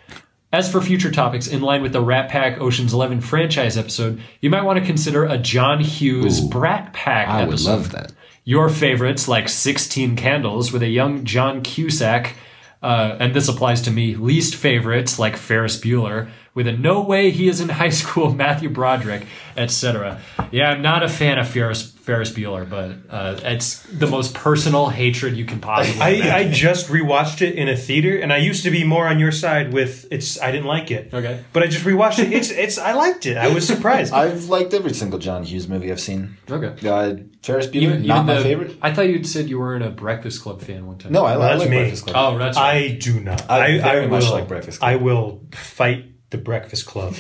Speaker 1: As for future topics, in line with the Rat Pack Ocean's Eleven franchise episode, you might want to consider a John Hughes Brat Pack
Speaker 7: I
Speaker 1: episode.
Speaker 7: would love that.
Speaker 1: Your favorites, like 16 Candles, with a young John Cusack, uh, and this applies to me, least favorites, like Ferris Bueller, with a no way he is in high school Matthew Broderick, etc. Yeah, I'm not a fan of Ferris Ferris Bueller, but uh, it's the most personal hatred you can possibly.
Speaker 2: I,
Speaker 1: imagine.
Speaker 2: I just rewatched it in a theater, and I used to be more on your side with it's. I didn't like it.
Speaker 1: Okay.
Speaker 2: but I just rewatched it. It's it's. I liked it. I was surprised.
Speaker 3: I've liked every single John Hughes movie I've seen.
Speaker 1: okay.
Speaker 3: Uh, Ferris Bueller,
Speaker 1: Even-
Speaker 3: not
Speaker 1: even
Speaker 3: my
Speaker 1: the-
Speaker 3: favorite.
Speaker 1: I thought you said you weren't a Breakfast Club fan one time.
Speaker 3: No, I, I
Speaker 2: that's
Speaker 3: like
Speaker 2: me.
Speaker 3: Breakfast Club.
Speaker 1: Oh, that's right.
Speaker 2: I do not.
Speaker 3: I
Speaker 2: I, I,
Speaker 3: very
Speaker 2: will.
Speaker 3: much like Breakfast Club.
Speaker 2: I will fight the Breakfast Club.
Speaker 3: I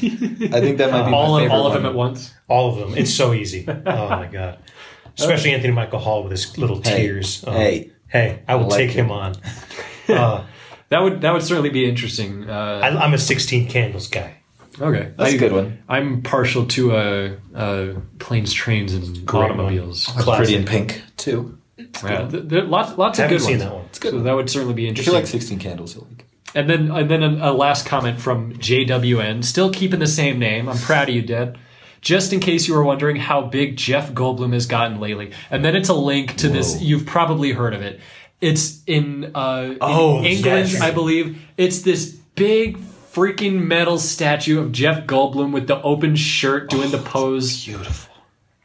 Speaker 3: think that might be
Speaker 1: all
Speaker 3: my
Speaker 1: of
Speaker 3: favorite
Speaker 1: all of them
Speaker 3: one.
Speaker 1: at once.
Speaker 2: All of them. It's so easy. Oh my god. Especially Anthony Michael Hall with his little
Speaker 3: Hey.
Speaker 2: tears. Oh.
Speaker 3: Hey.
Speaker 2: Hey, I will
Speaker 3: like
Speaker 2: take
Speaker 3: it.
Speaker 2: him on. Uh,
Speaker 1: That would that would certainly be interesting.
Speaker 2: I,
Speaker 1: Uh,
Speaker 2: I'm a 16 candles guy.
Speaker 1: okay,
Speaker 3: That's
Speaker 1: I-
Speaker 3: a good one.
Speaker 1: I'm partial to uh, uh, planes, trains, and
Speaker 2: one.
Speaker 1: automobiles.
Speaker 3: Pretty
Speaker 2: Classic.
Speaker 3: in Pink too.
Speaker 1: Yeah, th- there- lots lots of
Speaker 2: Haven't
Speaker 1: good
Speaker 2: seen
Speaker 1: ones.
Speaker 2: that one.
Speaker 1: So that would certainly be
Speaker 3: If you
Speaker 1: interesting.
Speaker 3: like Sixteen Candles, you'll like.
Speaker 1: And then and then a, a last comment from JWN, still keeping the same name. I'm proud of you, Deb. Just in case you were wondering how big Jeff Goldblum has gotten lately, and then it's a link to this. You've probably heard of it. It's in, uh, in
Speaker 2: Oh,
Speaker 1: England,
Speaker 2: yes.
Speaker 1: I believe. It's this big freaking metal statue of Jeff Goldblum with the open shirt doing the
Speaker 2: Oh,
Speaker 1: pose.
Speaker 3: Beautiful.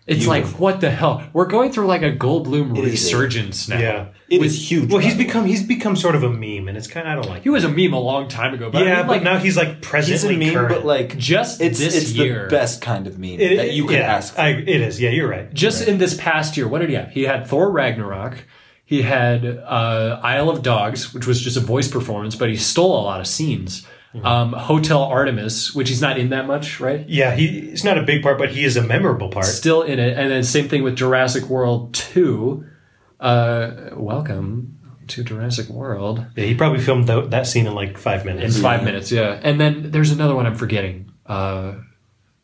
Speaker 1: It's like what the hell? We're going through like a Goldblum
Speaker 3: is.
Speaker 1: resurgence now.
Speaker 2: Yeah.
Speaker 3: It is huge.
Speaker 2: Well, he's become he's become sort of a meme, and it's kind of I don't like.
Speaker 1: He was a meme a long time ago, but I
Speaker 2: yeah,
Speaker 1: mean,
Speaker 2: but
Speaker 1: like,
Speaker 2: now he's like
Speaker 3: He's a
Speaker 2: presently
Speaker 3: meme,
Speaker 2: current.
Speaker 3: but like
Speaker 1: just
Speaker 3: it's
Speaker 1: this
Speaker 3: it's
Speaker 1: year.
Speaker 3: the best kind of meme
Speaker 2: It-
Speaker 3: that you could
Speaker 2: yeah,
Speaker 3: ask. For.
Speaker 2: I, it is. Yeah, you're right.
Speaker 1: just in this past year, what did he have? He had Thor Ragnarok. He had uh, Isle of Dogs, which was just a voice performance, but he stole a lot of scenes.
Speaker 3: Mm-hmm.
Speaker 1: Um, Hotel Artemis, which he's not in that much, right?
Speaker 2: Yeah, he it's not a big part, but he is a memorable part.
Speaker 1: Still in it. And then same thing with Jurassic World 2. Uh, welcome to Jurassic World.
Speaker 2: Yeah, he probably filmed tho- that scene in like five
Speaker 1: In
Speaker 3: Mm-hmm.
Speaker 2: minutes.
Speaker 1: five minutes, yeah. And then there's another one I'm forgetting, uh,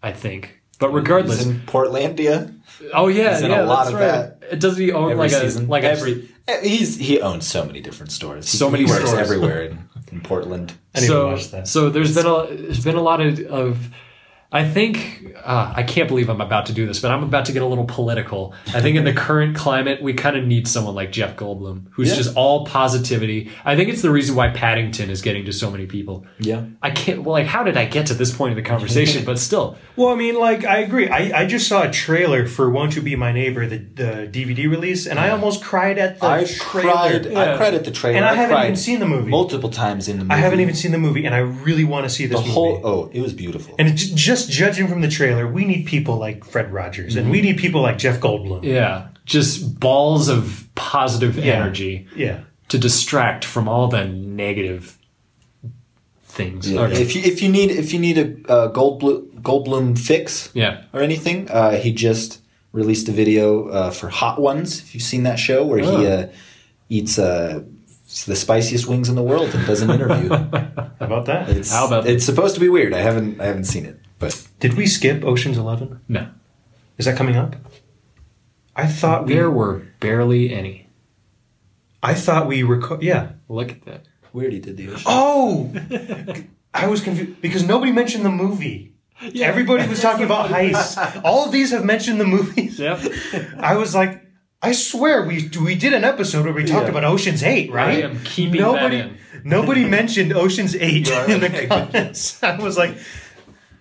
Speaker 1: I think. But regardless,
Speaker 3: He's in Portlandia.
Speaker 1: oh yeah,
Speaker 3: he's in a
Speaker 1: yeah,
Speaker 3: lot
Speaker 1: that's
Speaker 3: of
Speaker 1: right. It doesn't he own
Speaker 3: Every
Speaker 1: like
Speaker 3: season,
Speaker 1: a like a,
Speaker 3: every eh, he's he owns so many different stores. He-
Speaker 1: So many
Speaker 3: he works
Speaker 1: stores.
Speaker 3: everywhere in, in Portland.
Speaker 2: I need
Speaker 1: so,
Speaker 2: to watch that.
Speaker 1: So there's been a there's been a lot of, of I think uh, I can't believe I'm about to do this, but I'm about to get a little political. I think in the current climate, we kind of need someone like Jeff Goldblum, who's just all positivity. I think it's the reason why Paddington is getting to so many people.
Speaker 3: Yeah.
Speaker 1: I can't. Well, like, how did I get to this point in the conversation? but still,
Speaker 2: Well, I mean, like I agree. I, I just saw a trailer for "Won't You Be My Neighbor," the, the DVD release, and I almost cried at the
Speaker 3: I
Speaker 2: trailer.
Speaker 3: cried.
Speaker 1: Yeah.
Speaker 3: I cried at the trailer,
Speaker 2: And I haven't
Speaker 3: cried
Speaker 2: even seen the movie.
Speaker 3: multiple times in the movie.
Speaker 2: I haven't even seen the movie, and I really want to see this
Speaker 3: the whole.
Speaker 2: movie.
Speaker 3: Oh, it was beautiful.
Speaker 2: And j- just judging from the trailer, we need people like Fred Rogers, and we
Speaker 3: Mm-hmm.
Speaker 2: need people like Jeff Goldblum.
Speaker 1: yeah, just balls of positive energy
Speaker 2: Yeah.
Speaker 1: to distract from all the negative things. Yeah. Okay.
Speaker 3: If you if you need if you need a uh, Goldblum Goldblum fix
Speaker 1: yeah.
Speaker 3: or anything, uh, he just released a video uh, for Hot Ones. If you've seen that show, where
Speaker 2: Oh.
Speaker 3: he uh, eats uh, the spiciest wings in the world and does an interview.
Speaker 2: How about that?
Speaker 3: It's,
Speaker 1: How about-
Speaker 3: it's supposed to be weird. I haven't I haven't seen it, but
Speaker 2: Did we skip Ocean's Eleven?
Speaker 1: No.
Speaker 2: Is that coming up? I thought we.
Speaker 1: There were barely any.
Speaker 2: I thought we reco- Yeah.
Speaker 1: Look at that.
Speaker 3: weird he did the ocean.
Speaker 2: Oh, I was confused because nobody mentioned the movie. Everybody was talking about heists. All of these have mentioned the movies.
Speaker 1: Yep.
Speaker 2: I was like, I swear we we did an episode where we talked about Ocean's Eight, right?
Speaker 1: I am keeping
Speaker 2: nobody,
Speaker 1: that in.
Speaker 2: Nobody mentioned Ocean's Eight in the comments. I was like,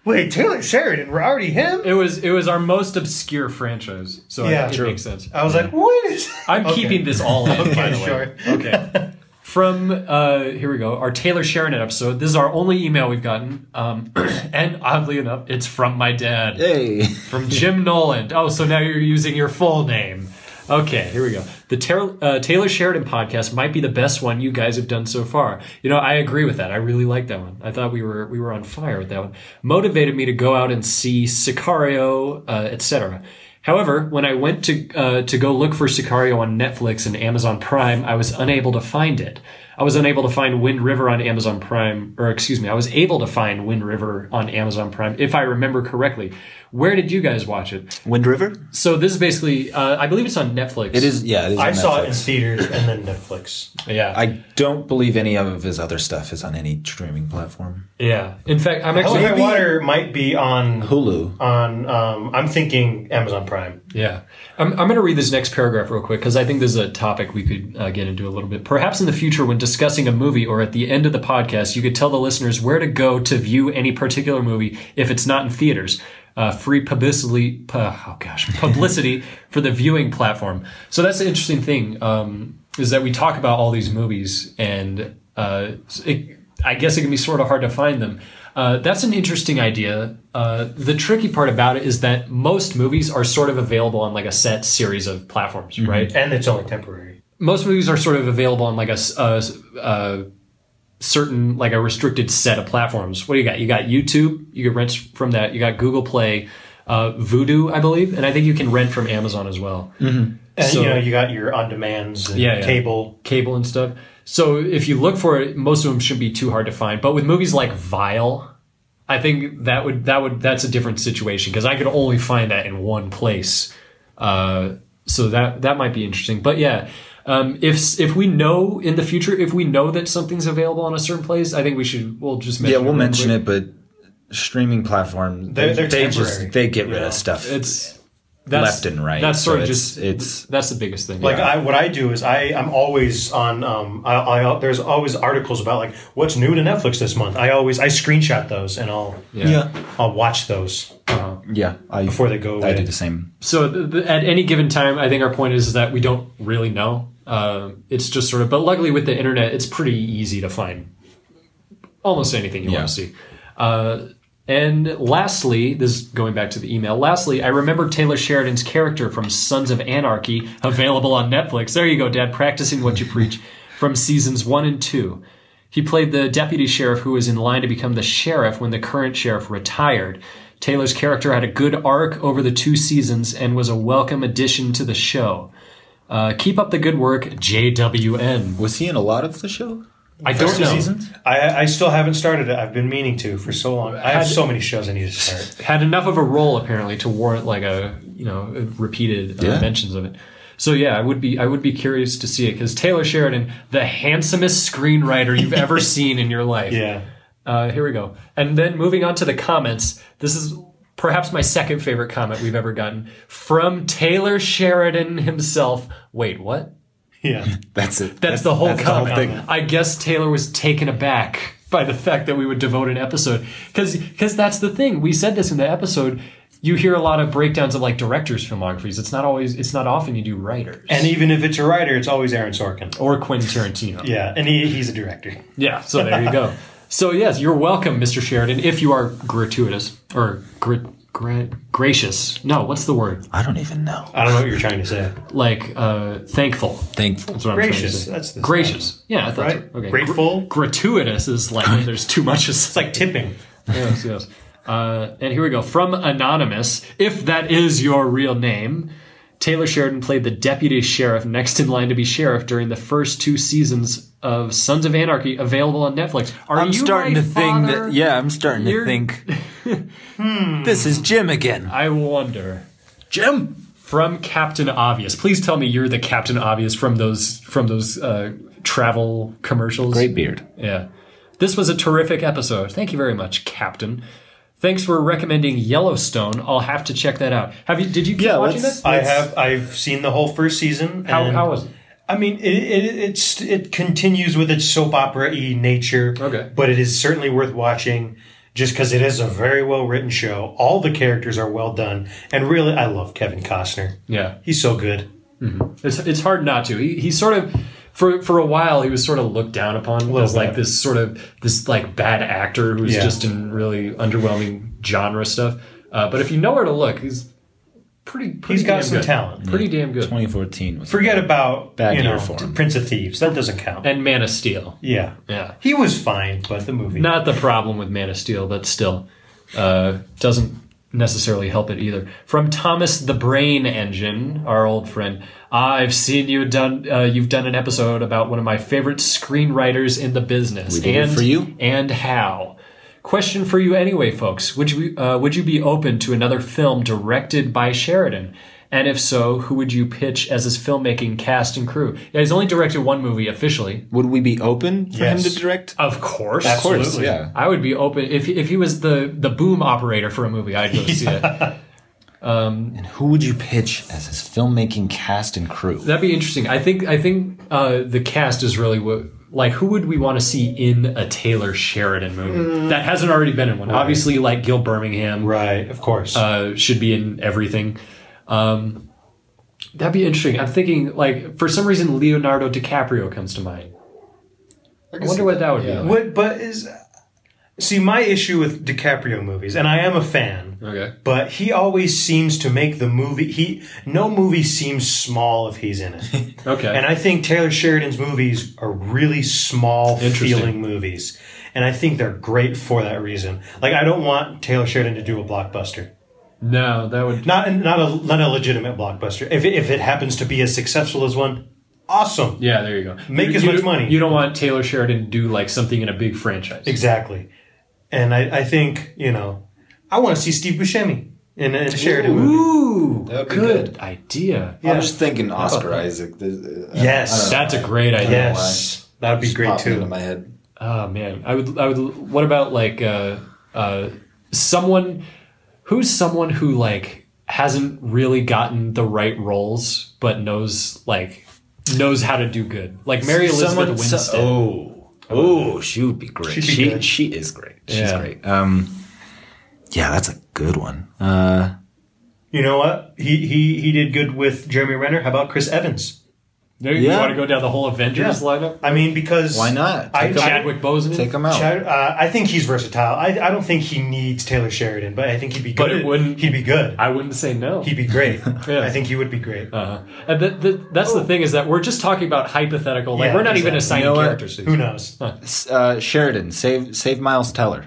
Speaker 2: wait, Taylor Sheridan, we're already him.
Speaker 1: It was it was our most obscure franchise, so
Speaker 2: Yeah.
Speaker 1: yeah, it
Speaker 2: True.
Speaker 1: makes sense.
Speaker 2: I was like, what is?
Speaker 1: I'm
Speaker 2: Okay.
Speaker 1: keeping this all in. by the
Speaker 2: Okay,
Speaker 1: way.
Speaker 2: sure.
Speaker 1: Okay. From uh, here we go. Our Taylor Sheridan episode. This is our only email we've gotten, um, and oddly enough, it's from my dad.
Speaker 3: Hey,
Speaker 1: from Jim Noland. Oh, so now you're using your full name. Okay, here we go. The Ter- uh, Taylor Sheridan podcast might be the best one you guys have done so far. You know, I agree with that. I really like that one. I thought we were we were on fire with that one. Motivated me to go out and see Sicario, uh, etc. However, when I went to uh, to go look for Sicario on Netflix and Amazon Prime, I was unable to find it. I was unable to find Wind River on Amazon Prime, or excuse me, I was able to find Wind River on Amazon Prime, if I remember correctly. Where did you guys watch it?
Speaker 8: Wind River?
Speaker 1: So this is basically, uh, I believe it's on Netflix.
Speaker 9: It is, yeah. It is
Speaker 2: I
Speaker 9: on
Speaker 2: saw it in
Speaker 9: Netflix.
Speaker 2: theaters and then Netflix.
Speaker 1: Yeah,
Speaker 9: I don't believe any of his other stuff is on any streaming platform.
Speaker 1: yeah. In fact, I'm
Speaker 4: Oh,
Speaker 2: Hell
Speaker 1: actually.
Speaker 2: in High Water might be on
Speaker 9: Hulu.
Speaker 2: on. Um, I'm thinking Amazon Prime.
Speaker 1: Yeah. I'm, I'm going to read this next paragraph real quick because I think this is a topic we could uh, get into a little bit. Perhaps in the future, when dis- discussing a movie or at the end of the podcast, you could tell the listeners where to go to view any particular movie if it's not in theaters. Uh, free publicity, pu- oh gosh, publicity for the viewing platform. So that's the interesting thing um, is that we talk about all these movies, and uh, it, I guess it can be sort of hard to find them. Uh, that's an interesting idea. Uh, the tricky part about it is that most movies are sort of available on like a set series of platforms, right?
Speaker 4: and it's only temporary.
Speaker 1: most movies are sort of available on like a, s- a s- a certain like a restricted set of platforms. What do you got? You got YouTube. You can rent from that. You got Google Play, uh, Vudu, I believe, and I think you can rent from Amazon as well.
Speaker 4: And
Speaker 1: So-
Speaker 4: you know, you got your on demands, and
Speaker 1: Yeah, yeah.
Speaker 4: cable.
Speaker 1: cable and stuff. So if you look for it, most of them shouldn't be too hard to find. But with movies like Vile, I think that would that would that's a different situation because I could only find that in one place. Uh, so that that might be interesting. But yeah, um, if if we know in the future if we know that something's available on a certain place, I think we should we'll just
Speaker 3: Yeah,
Speaker 1: mention
Speaker 3: we'll
Speaker 1: real
Speaker 3: mention
Speaker 1: quick.
Speaker 3: it, but streaming platform
Speaker 4: They're- they're
Speaker 3: they
Speaker 4: temporary,
Speaker 3: just they get rid
Speaker 4: you know.
Speaker 3: of stuff.
Speaker 1: It's that's,
Speaker 3: Left and right,
Speaker 1: That's sort of
Speaker 3: so it's-
Speaker 1: just
Speaker 3: it's-
Speaker 1: that's the biggest thing.
Speaker 2: uh,
Speaker 4: Like I, what I do is I, I'm always on. Um, I, I, there's always articles about like what's new to Netflix this month. I always I screenshot those and I'll I'll watch those
Speaker 3: yeah, I,
Speaker 4: before they go away.
Speaker 3: I do the same.
Speaker 1: so th- th- at any given time, I think our point is that we don't really know. Uh, it's just sort of, but luckily with the internet, it's pretty easy to find almost anything you
Speaker 3: Yeah.
Speaker 1: want to see. Uh, and lastly, this is going back to the email. Lastly, I remember Taylor Sheridan's character from Sons of Anarchy, available on Netflix. There you go, Dad, practicing what you preach from seasons one and two. He played the deputy sheriff who was in line to become the sheriff when the current sheriff retired. Taylor's character had a good arc over the two seasons and was a welcome addition to the show. Uh, keep up the good work, JWN.
Speaker 3: Was he in a lot of the show?
Speaker 1: I don't know.
Speaker 3: Seasons?
Speaker 4: I, I still haven't started it. I've been meaning to for so long. I have so many shows I need to start.
Speaker 1: had enough of a role apparently to warrant like a you know repeated uh,
Speaker 3: Yeah.
Speaker 1: mentions of it. So yeah, I would be I would be curious to see it because Taylor Sheridan, the handsomest screenwriter you've ever seen in your life.
Speaker 4: Yeah.
Speaker 1: Uh, here we go. And then moving on to the comments. This is perhaps my second favorite comment we've ever gotten from Taylor Sheridan himself. Wait, what?
Speaker 4: Yeah.
Speaker 3: That's it.
Speaker 1: That's, the whole comment.
Speaker 3: thing.
Speaker 1: I guess Taylor was taken aback by the fact that we would devote an episode because that's the thing. We said this in the episode. You hear a lot of breakdowns of like directors' filmographies. It's not always. It's not often you do writers
Speaker 4: And even if it's a writer, it's always Aaron Sorkin.
Speaker 1: or Quentin Tarantino.
Speaker 4: Yeah, and he, he's a director.
Speaker 1: Yeah, so there you go. So yes, you're welcome, Mr. Sheridan, if you are gratuitous or gra- gra- gracious. No, what's the word?
Speaker 7: I don't even know.
Speaker 4: I don't know what you're trying to say.
Speaker 1: Like uh, thankful.
Speaker 7: Thankful.
Speaker 1: That's what I'm trying to
Speaker 4: Gracious.
Speaker 1: say.
Speaker 4: That's the
Speaker 1: Gracious. Yeah, I thought
Speaker 4: Right?
Speaker 1: so. okay.
Speaker 4: Grateful?
Speaker 1: Gra- gratuitous is like when there's too much. It's
Speaker 4: It's like tipping.
Speaker 1: yes, yes. Uh, and here we go. From Anonymous, if that is your real name, Taylor Sheridan played the deputy sheriff next in line to be sheriff during the first two seasons of Sons of Anarchy, available on Netflix. Are
Speaker 7: I'm
Speaker 1: you
Speaker 7: starting
Speaker 1: my
Speaker 7: to think
Speaker 1: father?
Speaker 7: that. Yeah, I'm starting
Speaker 1: You're-
Speaker 7: to think. This is Jim again.
Speaker 1: I wonder.
Speaker 7: Jim.
Speaker 1: From Captain Obvious, please tell me you're the Captain Obvious from those from those uh, travel commercials.
Speaker 3: Great beard.
Speaker 1: Yeah. This was a terrific episode. Thank you very much, Captain. Thanks for recommending Yellowstone. I'll have to check that out. Have you? Did you keep
Speaker 3: Yeah,
Speaker 1: watching
Speaker 3: let's-
Speaker 1: that?
Speaker 4: I have. I've seen the whole first season.
Speaker 1: How,
Speaker 4: and-
Speaker 1: how was it?
Speaker 4: I mean, it, it it's it continues with its soap opera y nature.
Speaker 1: Okay.
Speaker 4: but it is certainly worth watching, just because it is a very well written show. All the characters are well done, and really, I love Kevin Costner.
Speaker 1: Yeah,
Speaker 4: He's so good.
Speaker 1: it's it's hard not to. He, he sort of for for a while he was sort of looked down upon as like
Speaker 4: bit.
Speaker 1: this sort of this like bad actor who's
Speaker 4: Yeah.
Speaker 1: just in really underwhelming genre stuff. Uh, but if you know where to look, he's pretty. pretty
Speaker 4: He's got
Speaker 1: damn
Speaker 4: some
Speaker 1: good.
Speaker 4: talent.
Speaker 1: Pretty damn good.
Speaker 3: 2014 was
Speaker 4: Forget about
Speaker 3: Bad
Speaker 4: you
Speaker 3: year
Speaker 4: know
Speaker 3: for him.
Speaker 4: Prince of Thieves. That doesn't count.
Speaker 1: And Man of Steel.
Speaker 4: yeah,
Speaker 1: Yeah.
Speaker 4: he was fine, but the movie.
Speaker 1: not the problem with Man of Steel, but still uh, doesn't necessarily help it either. From Thomas the Brain Engine, our old friend, I've seen you done. Uh, you've done an episode about one of my favorite screenwriters in the business.
Speaker 3: did it
Speaker 1: and
Speaker 3: for you.
Speaker 1: and how. Question for you anyway, folks. Would you uh, would you be open to another film directed by Sheridan? And if so, who would you pitch as his filmmaking cast and crew? Yeah, he's only directed one movie officially.
Speaker 3: Would we be open for
Speaker 4: Yes.
Speaker 3: him to direct?
Speaker 1: Of course.
Speaker 3: Of course,
Speaker 4: Absolutely.
Speaker 3: yeah.
Speaker 1: I would be open if if he was the the boom operator for a movie. I'd go see it.
Speaker 7: And who would you pitch as his filmmaking cast and crew?
Speaker 1: That'd be interesting. I think I think uh, the cast is really what like who would we want to see in a Taylor Sheridan movie that hasn't already been in one? Obviously, like Gil Birmingham
Speaker 2: Right, of course.
Speaker 1: uh, should be in everything. Um, that'd be interesting. I'm thinking like for some reason Leonardo DiCaprio comes to mind. I wonder what that would
Speaker 3: Yeah.
Speaker 1: be. Like.
Speaker 2: What, but is see my issue with DiCaprio movies, and I am a fan.
Speaker 1: Okay.
Speaker 2: But he always seems to make the movie. He no movie seems small if he's in it.
Speaker 1: Okay.
Speaker 2: And I think Taylor Sheridan's movies are really small
Speaker 1: Interesting.
Speaker 2: feeling movies. And I think they're great for that reason. Like I don't want Taylor Sheridan to do a blockbuster.
Speaker 1: no, that would.
Speaker 2: Not not a not a legitimate blockbuster. If it, if it happens to be as successful as one, awesome.
Speaker 1: Yeah, there you go.
Speaker 2: Make
Speaker 1: You-
Speaker 2: as
Speaker 1: you
Speaker 2: much
Speaker 1: don't-
Speaker 2: money.
Speaker 1: You don't want Taylor Sheridan to do like something in a big franchise.
Speaker 2: Exactly. And I, I think, you know, I want to see Steve Buscemi in a Sheridan movie.
Speaker 1: Ooh,
Speaker 10: That would be
Speaker 1: good idea.
Speaker 10: I'm just thinking Oscar Isaac. There's- uh,
Speaker 2: Yes.
Speaker 1: That's a great idea.
Speaker 2: yes. That would be
Speaker 10: just
Speaker 2: great
Speaker 10: popped Into
Speaker 2: too.
Speaker 10: my head.
Speaker 1: Oh man, I would, I would. What about like uh, uh, someone who's someone who like hasn't really gotten the right roles, but knows like knows how to do good, like Mary Elizabeth
Speaker 3: Someone- so-
Speaker 1: Winstead.
Speaker 3: oh, oh, she would be great.
Speaker 2: She'd be
Speaker 3: she
Speaker 2: good.
Speaker 3: she is great. She's
Speaker 1: Yeah.
Speaker 3: great. Um, yeah, that's a good one. Uh,
Speaker 2: You know what? He, he he did good with Jeremy Renner. How about Chris Evans?
Speaker 1: There you
Speaker 3: Yeah.
Speaker 1: want to go down the whole Avengers
Speaker 2: Yeah.
Speaker 1: lineup?
Speaker 2: I mean, because
Speaker 3: Why not?
Speaker 2: I,
Speaker 3: Take him-
Speaker 2: I,
Speaker 1: Chadwick Boseman.
Speaker 3: take him out.
Speaker 2: Chad- uh, I think he's versatile. I, I don't think he needs Taylor Sheridan, but I think he'd be good.
Speaker 1: But it wouldn't-
Speaker 2: He'd be good.
Speaker 1: I wouldn't say no.
Speaker 2: He'd be great.
Speaker 1: Yeah.
Speaker 2: I think he would be great.
Speaker 1: uh-huh. And the, the, that's
Speaker 3: Oh.
Speaker 1: the thing is that we're just talking about hypothetical. Like
Speaker 2: Yeah,
Speaker 1: we're not even
Speaker 2: exactly.
Speaker 1: assigning
Speaker 3: You know what?
Speaker 1: characters. to these.
Speaker 2: Who knows?
Speaker 3: S- uh, Sheridan, save save Miles Teller.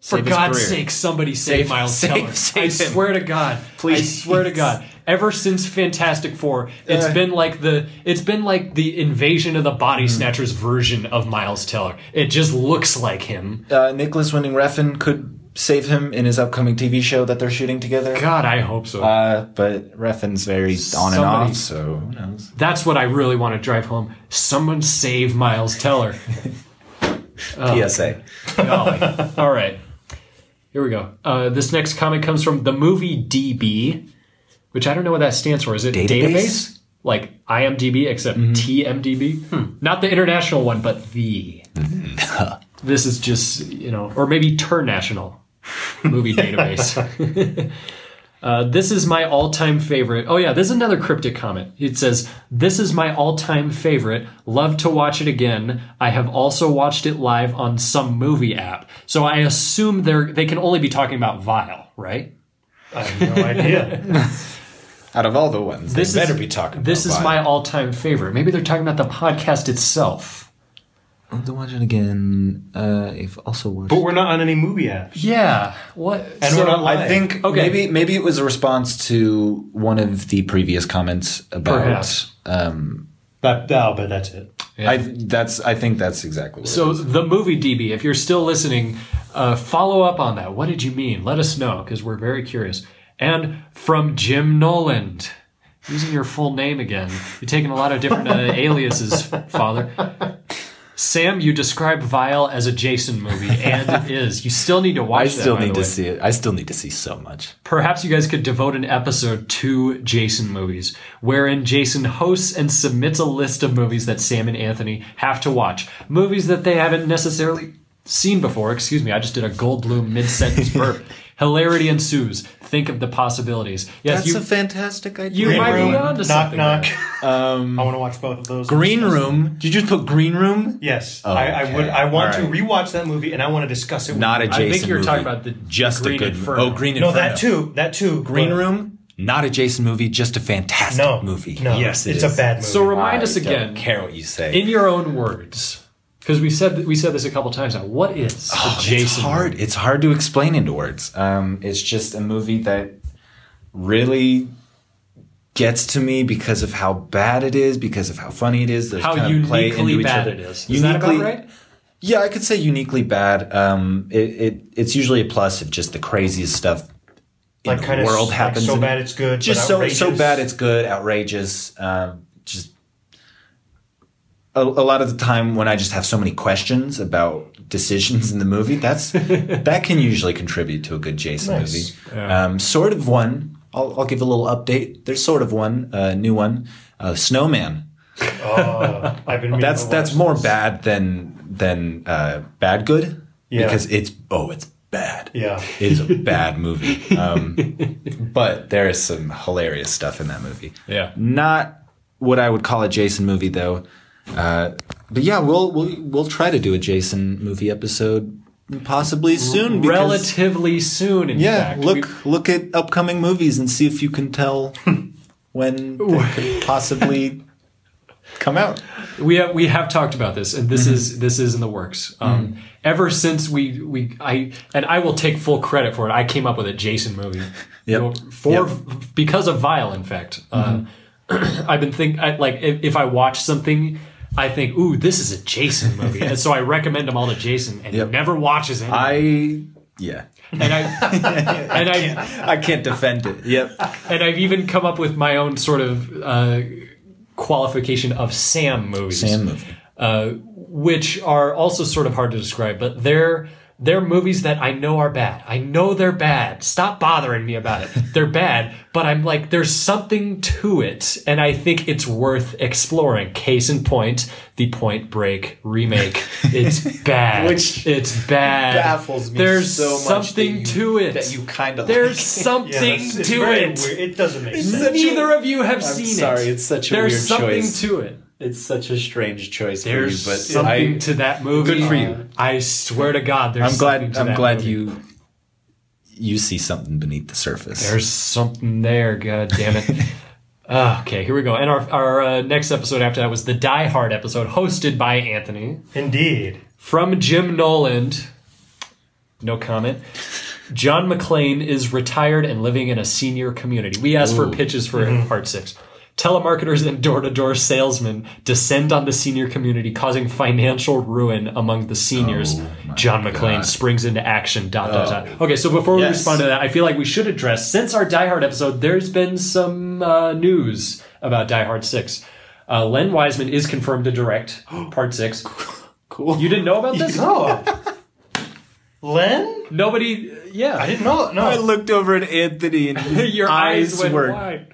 Speaker 1: For
Speaker 3: Save his
Speaker 1: God's
Speaker 3: career.
Speaker 1: sake, somebody save,
Speaker 3: Save-
Speaker 1: Miles
Speaker 3: save-
Speaker 1: Teller.
Speaker 3: save
Speaker 1: I
Speaker 3: him.
Speaker 1: swear to God.
Speaker 3: Please. Uh.
Speaker 1: I swear to God. Ever since Fantastic Four, it's been like the it's been like the invasion of the body
Speaker 3: Mm-hmm.
Speaker 1: snatchers version of Miles Teller. It just looks like him.
Speaker 3: Uh, Nicholas Winning Refn could save him in his upcoming TV show that they're shooting together.
Speaker 1: God, I hope so.
Speaker 3: Uh, but Refn's very on and
Speaker 1: Somebody-
Speaker 3: off, so who knows?
Speaker 1: That's what I really want to drive home. Someone save Miles Teller. Oh,
Speaker 3: PSA.
Speaker 1: Golly. All right. Here we go. Uh, this next comment comes from the movie DB, which I don't know what that stands for. Is it database? Like IMDb, except TMDB? Hmm. Not the international one, but the. this is just, you know, or maybe Ternational movie database. Uh, this is my all time favorite. Oh, yeah, this is another cryptic comment. It says, This is my all time favorite. Love to watch it again. I have also watched it live on some movie app. So I assume they're, they can only be talking about Vile, right?
Speaker 2: I have no idea.
Speaker 3: Out of all the ones,
Speaker 1: This
Speaker 3: they
Speaker 1: is-
Speaker 3: better be talking.
Speaker 1: This
Speaker 3: about
Speaker 1: is my all time favorite. Maybe they're talking about the podcast itself.
Speaker 3: Have to watch it again. Uh, if also watched.
Speaker 2: but we're not on any movie apps.
Speaker 1: Yeah. What?
Speaker 2: And we're not live.
Speaker 3: I think
Speaker 1: Okay.
Speaker 3: maybe maybe it was a response to one of the previous comments about.
Speaker 1: Perhaps.
Speaker 3: Um,
Speaker 2: But, oh, but that's it.
Speaker 3: I that's I think that's exactly what.
Speaker 1: So the movie DB, if you're still listening, uh, follow up on that. What did you mean? Let us know because we're very curious. And from Jim Noland, using your full name again, you're taking a lot of different uh, aliases, Father. Sam, you described Vile as a Jason movie, and it is. You still need to watch.
Speaker 3: I
Speaker 1: that,
Speaker 3: still
Speaker 1: by the
Speaker 3: need
Speaker 1: way.
Speaker 3: to see it. I still need to see so much.
Speaker 1: Perhaps you guys could devote an episode to Jason movies, wherein Jason hosts and submits a list of movies that Sam and Anthony have to watch. Movies that they haven't necessarily seen before. Excuse me, I just did a Goldblum mid sentence burp. Hilarity ensues. Think of the possibilities. Yes, you,
Speaker 3: fantastic idea.
Speaker 1: you might be onto
Speaker 2: knock
Speaker 1: something.
Speaker 2: knock. Um,
Speaker 1: there.
Speaker 2: I want to watch both of those.
Speaker 3: Green Room. Did you just put Green Room?
Speaker 2: Yes, I, I
Speaker 3: okay.
Speaker 2: would. I want
Speaker 3: All
Speaker 2: to rewatch that movie, and I want to discuss it.
Speaker 3: Not a
Speaker 2: with
Speaker 3: Jason.
Speaker 1: I think you're
Speaker 3: movie.
Speaker 1: talking about the
Speaker 3: just
Speaker 1: Green
Speaker 3: a good
Speaker 1: Inferno.
Speaker 3: Oh, Green
Speaker 2: you. no,
Speaker 3: Inferno.
Speaker 2: that too. That too.
Speaker 3: Green
Speaker 2: but-
Speaker 3: Room. Not a Jason movie. Just a fantastic
Speaker 2: No
Speaker 3: movie.
Speaker 2: No,
Speaker 3: Yes, it
Speaker 2: it's
Speaker 3: is.
Speaker 2: a bad movie.
Speaker 1: So remind
Speaker 3: I
Speaker 1: us again.
Speaker 3: Don't care what you say.
Speaker 1: In your own words, because we said we said this a couple times now. What is a Jason?
Speaker 3: Oh, It's hard.
Speaker 1: movie?
Speaker 3: It's hard to explain into words. Um, it's just a movie that really gets to me because of how bad it is, because of how funny it is. Those
Speaker 1: How
Speaker 3: kind of play
Speaker 1: uniquely
Speaker 3: into each
Speaker 1: bad
Speaker 3: other.
Speaker 1: it is. Is that about right?
Speaker 3: Yeah, I could say uniquely bad. Um, it, it it's usually a plus if just the craziest stuff in
Speaker 2: like
Speaker 3: the
Speaker 2: kind of
Speaker 3: world
Speaker 2: like,
Speaker 3: happens.
Speaker 2: so
Speaker 3: in it.
Speaker 2: bad it's good.
Speaker 3: just
Speaker 2: but
Speaker 3: so so
Speaker 2: outrageous.
Speaker 3: bad it's good, outrageous. Um, just a, a lot of the time when I just have so many questions about decisions in the movie, that's that can usually contribute to a good Jason
Speaker 2: Nice.
Speaker 3: movie. Um, sort of one. I'll, I'll give a little update. There's sort of one, uh, new one. Uh, Snowman.
Speaker 2: Oh, I've been. meaning
Speaker 3: That's
Speaker 2: to
Speaker 3: that's
Speaker 2: watch
Speaker 3: more
Speaker 2: this.
Speaker 3: bad than than uh, bad good
Speaker 2: Yeah.
Speaker 3: because it's oh it's bad.
Speaker 2: Yeah.
Speaker 3: it is a bad movie. Um, but there is some hilarious stuff in that movie.
Speaker 1: Yeah.
Speaker 3: not what I would call a Jason movie though. Uh, but yeah, we'll we'll we'll try to do a Jason movie episode possibly soon. because-
Speaker 1: Relatively soon, in
Speaker 3: yeah,
Speaker 1: fact.
Speaker 3: look look at upcoming movies and see if you can tell when they could possibly come out.
Speaker 1: we have we have talked about this, and this
Speaker 3: Mm-hmm.
Speaker 1: is this is in the works. Um, Ever since we we I and I will take full credit for it. I came up with a Jason movie
Speaker 3: Yep. Mm-hmm.
Speaker 1: You know, for because of Vile. In fact, Um I've been think I, like if, if I watch something. I think, ooh, this is a Jason movie, and so I recommend them all to Jason, and
Speaker 3: Yep.
Speaker 1: he never watches it.
Speaker 3: I yeah.
Speaker 1: and I and I
Speaker 3: I can't defend it. Yep.
Speaker 1: and I've even come up with my own sort of uh, qualification of Sam movies,
Speaker 3: Sam movie.
Speaker 1: uh, which are also sort of hard to describe, but they're they're movies that I know are bad. I know they're bad. Stop bothering me about it. They're bad, but I'm like, there's something to it, and I think it's worth exploring. Case in point, the Point Break remake. It's bad.
Speaker 11: Which
Speaker 1: it's bad.
Speaker 11: baffles me
Speaker 1: There's
Speaker 11: so much that
Speaker 1: something
Speaker 11: you-
Speaker 1: to it
Speaker 11: that you kinda
Speaker 1: There's
Speaker 11: like.
Speaker 1: something
Speaker 2: Yeah, that's- it's
Speaker 1: to
Speaker 2: very
Speaker 1: it.
Speaker 2: weird. It doesn't make sense.
Speaker 11: such a-
Speaker 1: Neither of you have
Speaker 11: I'm
Speaker 1: seen it.
Speaker 11: sorry, it's such a
Speaker 1: There's
Speaker 11: weird
Speaker 1: something
Speaker 11: choice.
Speaker 1: to it.
Speaker 11: It's such a strange choice
Speaker 1: There's
Speaker 11: for you, but
Speaker 1: something
Speaker 11: I,
Speaker 1: to that movie.
Speaker 3: Good for you.
Speaker 1: I swear to God, there's.
Speaker 3: I'm
Speaker 1: something
Speaker 3: glad
Speaker 1: to
Speaker 3: I'm
Speaker 1: that
Speaker 3: glad
Speaker 1: movie.
Speaker 3: you you see something beneath the surface.
Speaker 1: There's something there. God damn it. Ah, okay, here we go. And our our uh, next episode after that was the Die Hard episode, hosted by Anthony
Speaker 2: Indeed.
Speaker 1: from Jim Noland. No comment. John McClane is retired and living in a senior community. We asked for pitches for part six. Telemarketers and door to door salesmen descend on the senior community, causing financial ruin among the seniors. John McClane springs into action. Dot, dot, dot. Okay, so before we
Speaker 11: Yes.
Speaker 1: respond to that, I feel like we should address since our Die Hard episode, there's been some uh, news about Die Hard 6. Uh, Len Wiseman is confirmed to direct part six. cool. You didn't know about this?
Speaker 2: Oh. Len?
Speaker 1: Nobody, yeah.
Speaker 2: I didn't know. No.
Speaker 3: I looked over at Anthony and his
Speaker 1: your eyes, went
Speaker 3: were
Speaker 1: wide.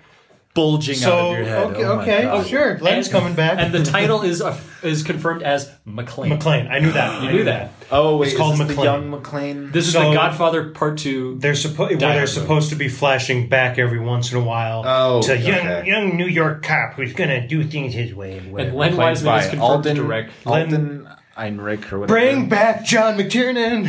Speaker 3: bulging out
Speaker 2: so
Speaker 3: of your head.
Speaker 2: okay,
Speaker 3: Oh my
Speaker 2: okay,
Speaker 3: God.
Speaker 2: oh, sure. Len's coming back.
Speaker 1: And the title is a, is confirmed as McLean.
Speaker 2: McLean. I knew that.
Speaker 1: You
Speaker 2: I
Speaker 1: knew that.
Speaker 3: Oh, wait,
Speaker 2: It's
Speaker 3: is
Speaker 2: called
Speaker 3: this the
Speaker 2: McLean.
Speaker 3: young McLean.
Speaker 1: This is
Speaker 2: So-
Speaker 1: the Godfather Part Two.
Speaker 2: They're supposed
Speaker 1: Die
Speaker 2: where they're
Speaker 1: Hard
Speaker 2: supposed to be flashing back every once in a while
Speaker 3: Oh,
Speaker 2: to young
Speaker 3: okay.
Speaker 2: young New York cop who's gonna do things his way and
Speaker 1: and
Speaker 2: whatever.
Speaker 1: Len
Speaker 3: Plays
Speaker 1: Wiseman is
Speaker 3: by
Speaker 1: confirmed
Speaker 3: Alden,
Speaker 1: to direct.
Speaker 3: Alden Einrich or whatever.
Speaker 2: Bring back John McTiernan.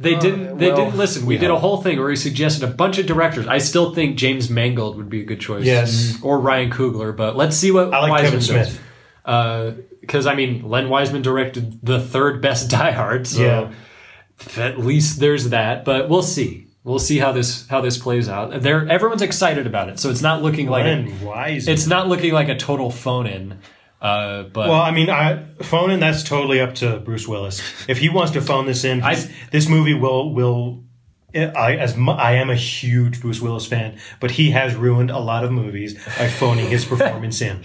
Speaker 1: They didn't. They
Speaker 3: well,
Speaker 1: didn't listen. We did a whole thing where he suggested a bunch of directors. I still think James Mangold would be a good choice.
Speaker 2: Yes.
Speaker 1: or Ryan Coogler. But let's see what
Speaker 2: I like
Speaker 1: Wiseman
Speaker 2: Kevin Smith.
Speaker 1: Because I mean, Len Wiseman directed the third best Die Hard. So
Speaker 2: Yeah.
Speaker 1: at least there's that. But we'll see. We'll see how this how this plays out. They're, everyone's excited about it, so it's not looking like a,
Speaker 2: Len Wiseman.
Speaker 1: it's not looking like a total phone in. Uh, but
Speaker 2: well, I mean, I, phoning that's totally up to Bruce Willis. If he wants to phone this in,
Speaker 1: I-
Speaker 2: he's- this movie will will. I as mu- I am a huge Bruce Willis fan, but he has ruined a lot of movies by phoning his performance in,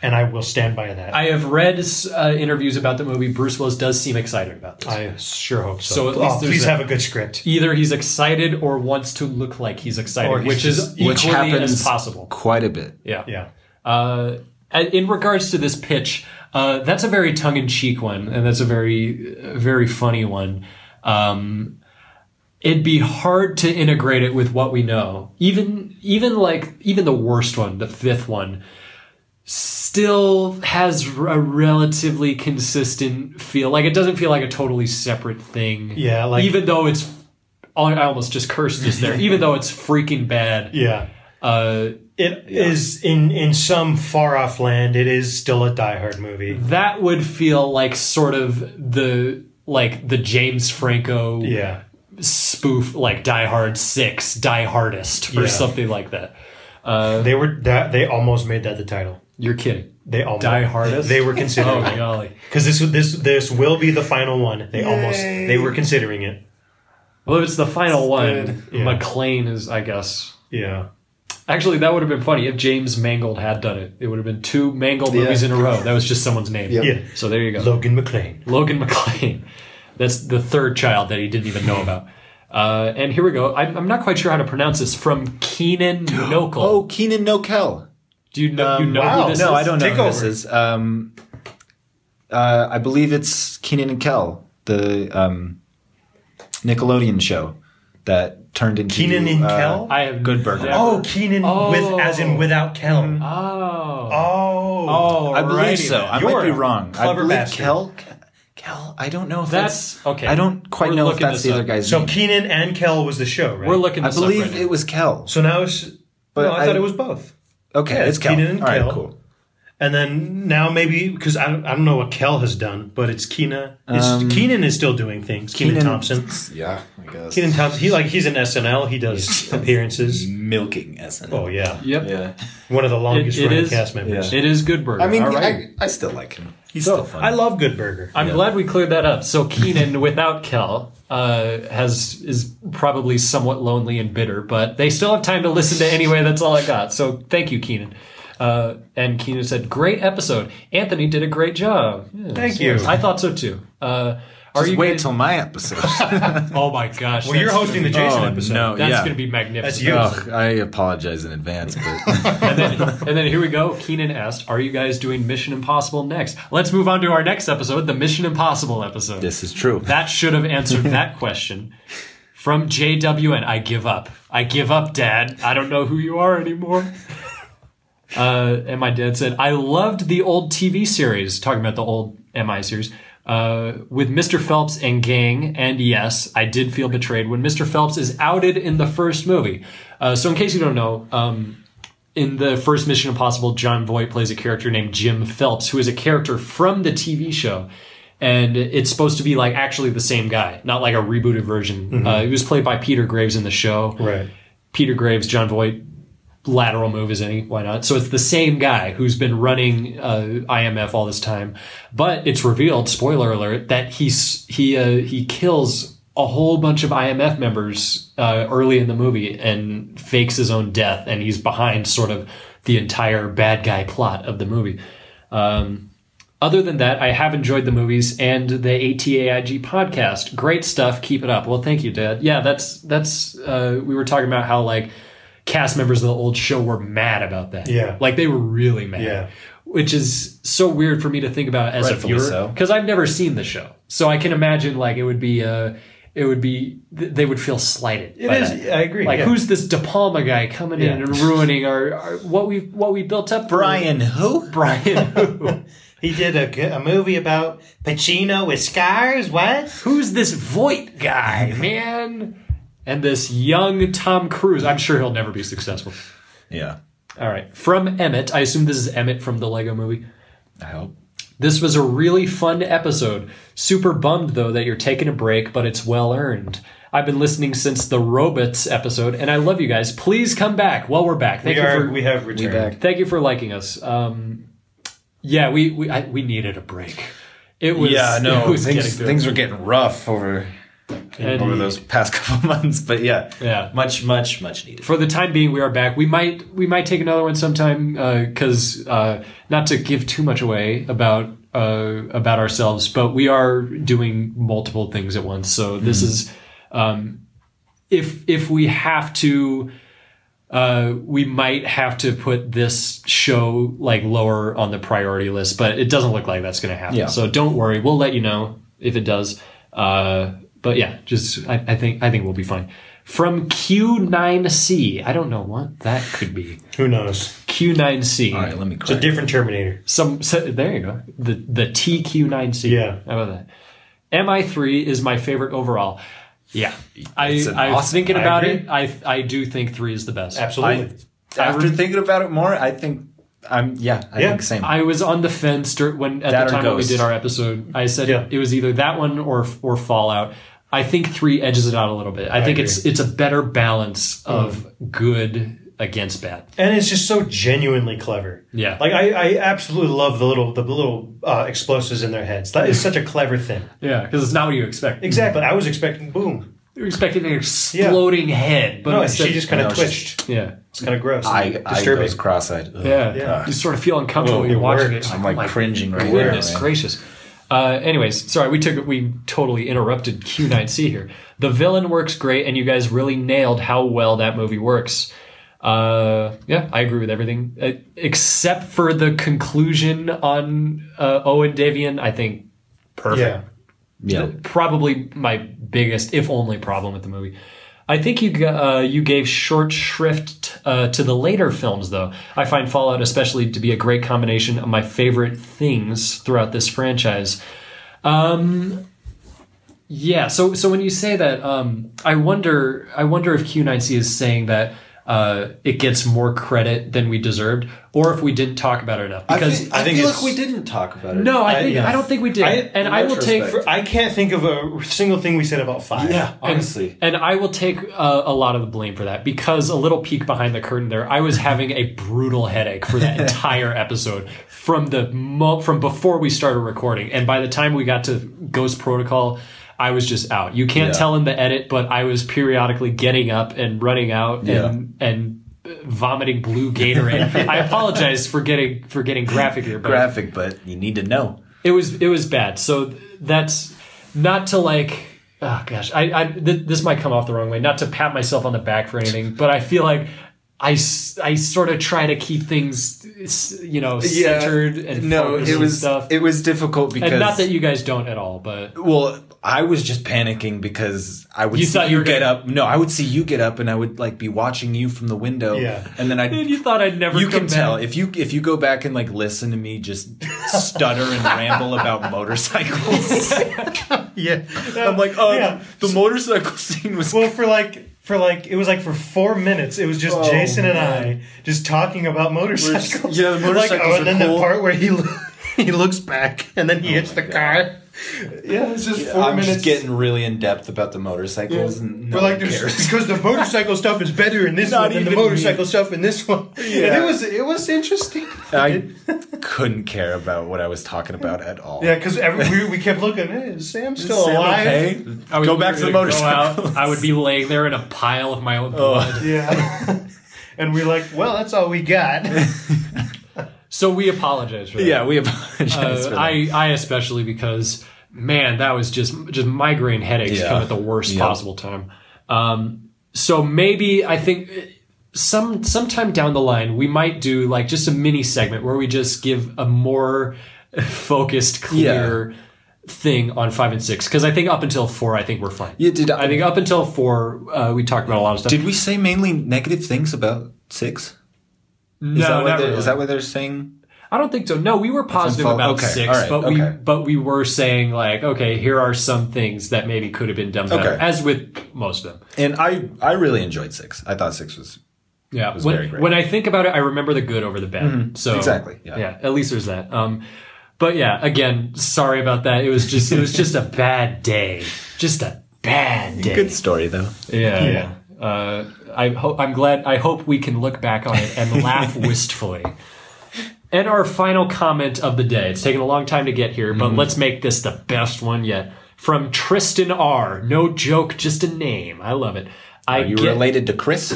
Speaker 2: and I will stand by that.
Speaker 1: I have read uh, interviews about the movie. Bruce Willis does seem excited about this.
Speaker 2: I sure hope so.
Speaker 1: So at least
Speaker 2: oh,
Speaker 1: there's
Speaker 2: please
Speaker 1: a-
Speaker 2: have a good script.
Speaker 1: Either he's excited or wants to look like he's excited,
Speaker 2: Or he's
Speaker 1: which is
Speaker 2: just-
Speaker 1: equally
Speaker 3: which happens
Speaker 1: as possible.
Speaker 3: quite a bit.
Speaker 1: Yeah.
Speaker 2: Yeah.
Speaker 1: Uh, and in regards to this pitch, uh, that's a very tongue-in-cheek one, and that's a very, uh, very funny one. Um, it'd be hard to integrate it with what we know. Even, even like, even the worst one, the fifth one, still has a relatively consistent feel. Like it doesn't feel like a totally separate thing.
Speaker 2: Yeah, like-
Speaker 1: even though it's, I almost just cursed this there. even though it's freaking bad.
Speaker 2: Yeah.
Speaker 1: Uh,
Speaker 2: It is in in some far off land. It is still a Die Hard movie.
Speaker 1: that would feel like sort of the like the James Franco
Speaker 2: Yeah,
Speaker 1: spoof, like Die Hard Six, Die Hardest, or
Speaker 2: Yeah.
Speaker 1: something like that.
Speaker 2: they were that they almost made that the title.
Speaker 1: You're kidding.
Speaker 2: They almost
Speaker 1: Die Hardest?
Speaker 2: They were considering
Speaker 1: Oh
Speaker 2: it.
Speaker 1: golly.
Speaker 2: because this this this will be the final one. They almost they were considering it.
Speaker 1: Well, if it's the final one,
Speaker 2: Yeah.
Speaker 1: McLean is, I guess.
Speaker 2: Yeah,
Speaker 1: Actually, that would have been funny if James Mangold had done it. It would have been two Mangold movies in a row. That was just someone's name.
Speaker 2: Yeah.
Speaker 1: So there you go.
Speaker 2: Logan McLean.
Speaker 1: Logan McLean. That's the third child that he didn't even know about. Uh, and
Speaker 2: Oh,
Speaker 1: here we go. I'm, I'm not quite sure how to pronounce this. From Keenan Nokel.
Speaker 3: Oh, Keenan Nokel.
Speaker 1: Do you know? you know
Speaker 2: wow.
Speaker 1: who this
Speaker 3: no,
Speaker 1: is?
Speaker 3: I don't know
Speaker 2: Take
Speaker 3: who this
Speaker 2: over.
Speaker 3: is. Um, uh, I believe it's Keenan and Kel, the um, Nickelodeon show that turned into uh,
Speaker 2: Keenan and Kel?
Speaker 1: I have
Speaker 3: Good Burger.
Speaker 1: never-
Speaker 2: Oh, Keenan
Speaker 1: Oh.
Speaker 2: with as in without Kel.
Speaker 1: Oh.
Speaker 2: Oh.
Speaker 3: I believe
Speaker 1: Alrighty
Speaker 3: so.
Speaker 1: then.
Speaker 3: I
Speaker 2: You're
Speaker 3: might be
Speaker 2: a
Speaker 3: wrong. I
Speaker 2: clever
Speaker 3: believe
Speaker 2: bastard.
Speaker 3: Kel. Kel. I don't know if
Speaker 1: That's-
Speaker 3: that's,
Speaker 1: okay.
Speaker 3: I don't quite
Speaker 1: We're
Speaker 3: know if
Speaker 1: looking
Speaker 3: that's
Speaker 1: this
Speaker 3: the other
Speaker 1: up.
Speaker 3: guy's
Speaker 2: So
Speaker 3: name.
Speaker 2: Keenan and Kel was the show, right?
Speaker 1: We're looking
Speaker 3: I
Speaker 1: this
Speaker 3: believe
Speaker 1: up right
Speaker 3: it was Kel.
Speaker 2: So now it's.
Speaker 3: But
Speaker 2: no, I, thought
Speaker 3: I-
Speaker 2: it was both.
Speaker 3: Okay,
Speaker 2: Yeah,
Speaker 3: it's Kel.
Speaker 2: Keenan and
Speaker 3: All right,
Speaker 2: Kel.
Speaker 3: cool.
Speaker 2: And then now maybe because I, I don't know what Kel has done, but it's Keena. It's, Keenan is still doing things. Keenan
Speaker 3: Keenan-
Speaker 2: Thompson.
Speaker 5: Yeah, I guess.
Speaker 2: Keenan Thompson. He like he's in SNL. He does appearances.
Speaker 5: Milking SNL.
Speaker 2: Oh yeah,
Speaker 1: now. Yep.
Speaker 5: Yeah.
Speaker 2: one of the longest
Speaker 1: it
Speaker 2: running
Speaker 1: is-
Speaker 2: cast members.
Speaker 1: It is Good Burger.
Speaker 5: I mean,
Speaker 1: All right.
Speaker 5: I, I still like him. He's still
Speaker 2: I love Good Burger.
Speaker 1: I, am glad we cleared that up. So Keenan, without Kel, uh, has is probably somewhat lonely and bitter, but they still have time to listen to anyway. That's all I got. So thank you, Keenan. Uh, and Keenan said, "Great episode. Anthony did a great job. Yes,
Speaker 2: Thank you.
Speaker 1: yes. I thought so too. Uh, are
Speaker 3: Just
Speaker 1: you
Speaker 3: wait
Speaker 1: guys-
Speaker 3: till my episode.
Speaker 1: Oh my gosh.
Speaker 2: Well, you're
Speaker 1: that's-
Speaker 2: hosting the Jason episode.
Speaker 3: Oh, no,
Speaker 1: That's
Speaker 3: yeah.
Speaker 1: going to be magnificent.
Speaker 2: That's you.
Speaker 3: Ugh, I apologize in advance, but
Speaker 1: and, then, and then here we go. Keenan asked, "Are you guys doing Mission Impossible next?" Let's move on to our next episode, the Mission Impossible episode.
Speaker 3: this is true.
Speaker 1: that should have answered that question. From JWN, I give up. I give up, Dad. I don't know who you are anymore. Uh, and my dad said, I loved the old TV series, talking about the old MI series, uh, with Mr. Phelps and gang. And yes, I did feel betrayed when Mr. Phelps is outed in the first movie. Uh, so, in case you don't know, um, in the first Mission Impossible, John Voight plays a character named Jim Phelps, who is a character from the TV show. And it's supposed to be like actually the same guy, not like a rebooted version. Uh, he was played by Peter Graves in the show.
Speaker 2: Right.
Speaker 1: Peter Graves, John Voight, lateral move as any. Why not? So it's the same guy who's been running uh, IMF all this time, but it's revealed, spoiler alert, that he's he uh, he kills a whole bunch of IMF members uh, early in the movie and fakes his own death, and he's behind sort of the entire bad guy plot of the movie. Um, other than that, I have enjoyed the movies and the ATAIG podcast. Great stuff. Keep it up. Well, thank you, Dad. Yeah, that's that's uh, we were talking about how like cast members of the old show were mad about that.
Speaker 2: Yeah.
Speaker 1: like they were really mad.
Speaker 2: Yeah.
Speaker 1: which is so weird for me to think about as
Speaker 3: Rightfully
Speaker 1: a viewer
Speaker 3: so.
Speaker 1: because I've never seen the show, so I can imagine like it would be uh it would be th- they would feel slighted.
Speaker 2: It
Speaker 1: by
Speaker 2: is.
Speaker 1: that.
Speaker 2: I agree.
Speaker 1: Like
Speaker 2: yeah.
Speaker 1: who's this De Palma guy coming in
Speaker 2: Yeah.
Speaker 1: and ruining our, our what we what we built up? for-
Speaker 3: Brian, who?
Speaker 1: Brian, who?
Speaker 2: he did a, g- a movie about Pacino with scars? What?
Speaker 1: who's this Voight guy, man? And this young Tom Cruise. I'm sure he'll never be successful.
Speaker 3: Yeah,
Speaker 1: All right. From Emmett. I assume this is Emmett from the Lego movie.
Speaker 3: I hope.
Speaker 1: This was a really fun episode. Super bummed, though, that you're taking a break, but it's well earned. I've been listening since the Robots episode, and I love you guys. Please come back. Well, we're back. Thank
Speaker 2: We
Speaker 1: you
Speaker 2: are.
Speaker 1: for
Speaker 2: We have returned.
Speaker 5: back.
Speaker 1: thank you for liking us. Um, yeah, we we I, we needed a break. It was
Speaker 3: yeah,
Speaker 1: it
Speaker 3: no,
Speaker 1: was
Speaker 3: things
Speaker 1: getting good.
Speaker 3: things were getting rough over
Speaker 1: And-
Speaker 3: over those past couple months, but yeah,
Speaker 1: Yeah.
Speaker 3: much, much, much needed.
Speaker 1: for the time being, we are back. We might we might take another one sometime because uh, not to give too much away about uh, about ourselves, but we are doing multiple things at once. So this is um, if if we have to. Uh, we might have to put this show like lower on the priority list, but it doesn't look like that's going to happen.
Speaker 3: Yeah.
Speaker 1: So don't worry, we'll let you know if it does. Uh, but yeah, just I, I think I think we'll be fine. From Q9C, I don't know what that could be.
Speaker 2: Who knows?
Speaker 1: Q9C,
Speaker 3: All right, let me
Speaker 2: It's a
Speaker 3: cry.
Speaker 2: different Terminator.
Speaker 1: some so, there you go. The the TQ9C.
Speaker 2: Yeah.
Speaker 1: how about that? MI3 is my favorite overall. Yeah, I,
Speaker 3: It's an
Speaker 1: I was
Speaker 3: awesome-
Speaker 1: thinking
Speaker 3: I
Speaker 1: about
Speaker 2: agree.
Speaker 1: it. I I do think three is the best.
Speaker 2: Absolutely.
Speaker 3: After thinking about it more, I think I'm. Yeah, I
Speaker 2: Yeah.
Speaker 3: think same.
Speaker 1: I was on the fence dur- when at the
Speaker 3: That or
Speaker 1: time when we
Speaker 3: Ghost.
Speaker 1: did our episode. I said
Speaker 2: Yeah.
Speaker 1: it was either that one or or Fallout. I think three edges it out a little bit. I, think it's it's a better balance of
Speaker 2: Mm.
Speaker 1: good against bad.
Speaker 2: and it's just so genuinely clever.
Speaker 1: Yeah.
Speaker 2: like I, I absolutely love the little the little uh, explosives in their heads. That is such a clever thing.
Speaker 1: Yeah, because it's not what you expect.
Speaker 2: Exactly. I was expecting boom.
Speaker 1: You're expecting an exploding head, but
Speaker 2: No, and
Speaker 1: instead,
Speaker 2: she just kind
Speaker 3: No,
Speaker 2: of
Speaker 3: she-
Speaker 2: twitched.
Speaker 1: yeah.
Speaker 2: It's kind of gross.
Speaker 3: I, I
Speaker 2: disturbing.
Speaker 3: goes cross-eyed. Ugh.
Speaker 1: Yeah.
Speaker 2: Yeah.
Speaker 1: You sort of feel uncomfortable when
Speaker 2: it
Speaker 1: you're watching
Speaker 2: worked.
Speaker 1: it.
Speaker 3: I'm like
Speaker 1: oh my
Speaker 3: cringing right now.
Speaker 1: Goodness
Speaker 3: man.
Speaker 1: gracious. Uh, anyways, sorry, we took we totally interrupted Q9C here. The villain works great, and you guys really nailed how well that movie works. Uh, yeah, I agree with everything uh, except for the conclusion on uh, Owen Davian. I think perfect.
Speaker 2: Yeah.
Speaker 3: Yeah.
Speaker 1: Probably my biggest, if only, problem with the movie. I think you g- uh, you gave short shrift uh, to the later films, though. I find Fallout especially to be a great combination of my favorite things throughout this franchise. Um, Yeah. So so when you say that, um, I wonder I wonder if Q9C is saying that uh, it gets more credit than we deserved, or if we didn't talk about it enough. Because
Speaker 5: I, feel, I
Speaker 2: think
Speaker 5: feel
Speaker 2: it's-
Speaker 5: like we didn't talk about it.
Speaker 1: no, I think I,
Speaker 2: yeah.
Speaker 1: don't think we did,
Speaker 2: I-
Speaker 1: and
Speaker 5: in
Speaker 1: I will take
Speaker 5: retrospect.
Speaker 2: I can't think of a single thing we said about five.
Speaker 5: Yeah, honestly.
Speaker 1: and I will take uh, a lot of the blame for that because a little peek behind the curtain there, I was having a brutal headache for that entire episode from the mo- from before we started recording, and by the time we got to Ghost Protocol. I was just out. You can't
Speaker 3: Yeah.
Speaker 1: tell in the edit, but I was periodically getting up and running out and and uh, vomiting blue Gatorade. I apologize for getting for getting graphic here, but
Speaker 3: Graphic, but you need to know.
Speaker 1: it was it was bad. So th- that's not to like. Oh gosh, I, I th- this might come off the wrong way. Not to pat myself on the back for anything, but I feel like I, s- I sort of try to keep things s- you know centered and
Speaker 3: no,
Speaker 1: focused
Speaker 3: it
Speaker 1: and
Speaker 3: was
Speaker 1: stuff.
Speaker 3: it was difficult because
Speaker 1: and not that you guys don't at all, but
Speaker 3: Well, I was just panicking because I would
Speaker 1: You
Speaker 3: see
Speaker 1: thought you
Speaker 3: you
Speaker 1: were
Speaker 3: get
Speaker 1: gonna-
Speaker 3: up. No, I would see you get up, and I would like be watching you from the window.
Speaker 2: Yeah.
Speaker 3: and then I.
Speaker 1: and you thought I'd never.
Speaker 3: You
Speaker 1: come
Speaker 3: can
Speaker 1: back.
Speaker 3: tell if you if you go back and like listen to me just stutter and ramble about motorcycles. yeah, I'm like,
Speaker 1: um,
Speaker 3: oh,
Speaker 2: yeah.
Speaker 3: the motorcycle scene was.
Speaker 2: Well, for like for like it was like for four minutes. It was just Jason and I just talking about motorcycles.
Speaker 3: yeah, the
Speaker 2: like,
Speaker 3: motorcycles
Speaker 2: oh,
Speaker 3: are
Speaker 2: and then
Speaker 3: cool.
Speaker 2: the part where he lo- he looks back and then he hits the car. Yeah, it's just four
Speaker 5: I'm
Speaker 2: minutes.
Speaker 5: just getting really in depth about the motorcycles. And no
Speaker 2: We're like,
Speaker 5: one
Speaker 2: there's,
Speaker 5: cares.
Speaker 2: because the motorcycle stuff is better in this
Speaker 3: Not
Speaker 2: one than the
Speaker 3: even
Speaker 2: motorcycle stuff in this one. And it was it was interesting.
Speaker 3: I couldn't care about what I was talking about at all.
Speaker 2: Yeah, because we, we kept looking. Hey, is Sam still
Speaker 3: Sam
Speaker 2: alive?
Speaker 3: okay?
Speaker 1: I would
Speaker 3: Go back to the
Speaker 1: literally go out,
Speaker 3: motorcycle. Oh.
Speaker 1: I would be laying there in a pile of my own blood.
Speaker 2: Yeah. and we're like, well, that's all we got.
Speaker 1: So we apologize for that.
Speaker 3: Yeah, we apologize.
Speaker 1: Uh,
Speaker 3: for that.
Speaker 1: I, I especially because man, that was just just migraine headaches
Speaker 3: Yeah.
Speaker 1: come at the worst possible time. Um, so maybe I think some sometime down the line we might do like just a mini segment where we just give a more focused, clear thing on five and six because I think up until four I think we're fine.
Speaker 3: Yeah, did
Speaker 1: I,
Speaker 3: I-
Speaker 1: think up until four uh, we talked about a lot of stuff.
Speaker 3: Did we say mainly negative things about six?
Speaker 1: no,
Speaker 3: Is that what
Speaker 1: not
Speaker 3: they're-
Speaker 1: really.
Speaker 3: Is that what they're saying?
Speaker 1: I don't think so. No, we were positive
Speaker 3: Fall-
Speaker 1: about
Speaker 3: okay,
Speaker 1: six,
Speaker 3: all right,
Speaker 1: but we
Speaker 3: okay.
Speaker 1: but we were saying like, okay, here are some things that maybe could have been done better,
Speaker 3: Okay.
Speaker 1: as with most of them.
Speaker 3: And I, I really enjoyed six. I thought six was
Speaker 1: Yeah,
Speaker 3: was
Speaker 1: when,
Speaker 3: very great. Mm-hmm.
Speaker 1: when I think about it, I remember the good over the bad. So
Speaker 3: Exactly, yeah.
Speaker 1: at least there's that. Um, but yeah, again, sorry about that. It was just it was just a bad day, just a bad day.
Speaker 3: good story though.
Speaker 1: Yeah. Uh, I ho- I'm glad. I hope we can look back on it and laugh wistfully. And our final comment of the day. It's taken a long time to get here, but let's make this the best one yet. From Tristan R. No joke, just a name. I love it. I
Speaker 3: Are you
Speaker 1: get
Speaker 3: related to Chris?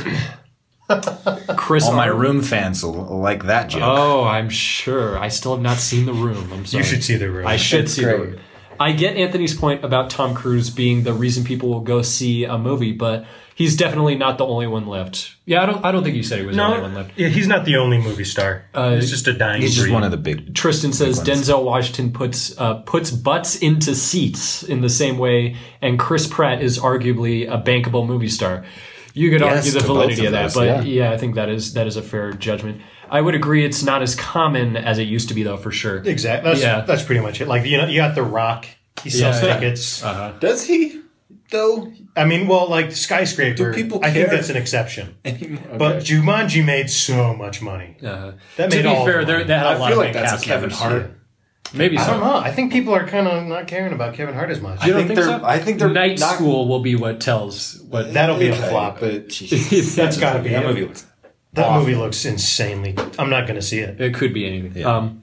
Speaker 1: Chris
Speaker 3: All my
Speaker 1: R.
Speaker 3: room fans will like that joke.
Speaker 1: Oh, I'm sure. I still have not seen the room. I'm sorry.
Speaker 2: You should see the room.
Speaker 1: I should see the room. I get Anthony's point about Tom Cruise being the reason people will go see a movie, but he's definitely not the only one left. Yeah, I don't. I don't think you said he was the only one left.
Speaker 2: yeah, he's not the only movie star. he's just a dying.
Speaker 3: He's just
Speaker 2: breed.
Speaker 3: one of the big.
Speaker 1: Tristan says Denzel Washington puts uh, puts butts into seats in the same way, and Chris Pratt is arguably a bankable movie star. You could
Speaker 3: Yes,
Speaker 1: argue the
Speaker 3: to both
Speaker 1: validity of
Speaker 3: of
Speaker 1: that,
Speaker 3: those,
Speaker 1: but
Speaker 3: yeah.
Speaker 1: yeah, I think that is that is a fair judgment. I would agree it's not as common as it used to be, though, for sure.
Speaker 2: Exactly. That's,
Speaker 1: Yeah.
Speaker 2: that's pretty much it. Like you know, you got The Rock. He sells
Speaker 1: Yeah.
Speaker 2: tickets.
Speaker 5: Does he though?
Speaker 2: I mean, well, like
Speaker 5: Do
Speaker 2: skyscraper.
Speaker 5: people
Speaker 2: I think
Speaker 5: care?
Speaker 2: that's an exception. But Jumanji made so much money.
Speaker 1: Uh,
Speaker 2: That
Speaker 1: to
Speaker 2: made
Speaker 1: be
Speaker 2: all
Speaker 1: fair,
Speaker 2: the
Speaker 1: there
Speaker 2: money.
Speaker 1: that had a
Speaker 5: I
Speaker 1: lot
Speaker 5: feel
Speaker 1: of
Speaker 5: like
Speaker 1: main
Speaker 5: that's a
Speaker 1: cast
Speaker 5: Kevin
Speaker 1: members.
Speaker 5: Hart.
Speaker 1: Maybe
Speaker 2: I don't
Speaker 1: so.
Speaker 2: know. I think people are kind of not caring about Kevin Hart as much.
Speaker 1: You don't
Speaker 5: think
Speaker 1: think
Speaker 5: they're-
Speaker 1: so?
Speaker 5: I think they're
Speaker 1: night
Speaker 5: not-
Speaker 1: school will be what tells what.
Speaker 2: That'll be a
Speaker 5: Okay,
Speaker 2: flop.
Speaker 5: but
Speaker 2: That's got to be
Speaker 5: that
Speaker 2: it.
Speaker 5: movie looks
Speaker 2: That movie looks insanely. I'm not going to see it.
Speaker 1: It could be anything. Um,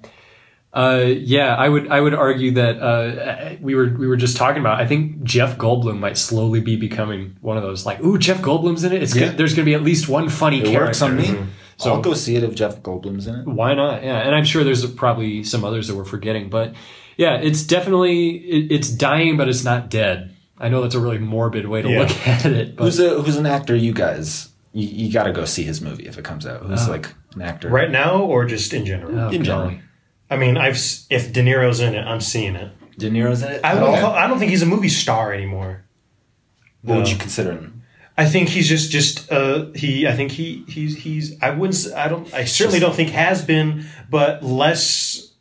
Speaker 1: uh, yeah, I would I would argue that uh, we were we were just talking about. I think Jeff Goldblum might slowly be becoming one of those like, ooh, Jeff Goldblum's in it. It's
Speaker 3: Yeah.
Speaker 1: good. there's going to be at least one funny
Speaker 3: It
Speaker 1: character.
Speaker 3: works on me.
Speaker 1: So-
Speaker 5: I'll go see it if Jeff Goldblum's in it.
Speaker 1: Why not? Yeah, and I'm sure there's probably some others that we're forgetting, but yeah, it's definitely it, it's dying, but it's not dead. I know that's a really morbid way to
Speaker 2: Yeah.
Speaker 1: look at it, but
Speaker 5: Who's a who's an actor you guys
Speaker 3: you, you got to go see his movie if it comes out. He's like an actor.
Speaker 2: Uh-huh. Right now, or just in general?
Speaker 1: Oh,
Speaker 3: In general.
Speaker 1: golly.
Speaker 2: I mean, I've s- if De Niro's in it, I'm seeing it.
Speaker 3: De Niro's in it.
Speaker 2: I
Speaker 3: Oh.
Speaker 2: don't. Call, I don't think he's a movie star anymore.
Speaker 3: What would you consider him?
Speaker 2: I think he's just just uh he. I think he he's he's. I wouldn't. s- I don't. I certainly don't think has been, but less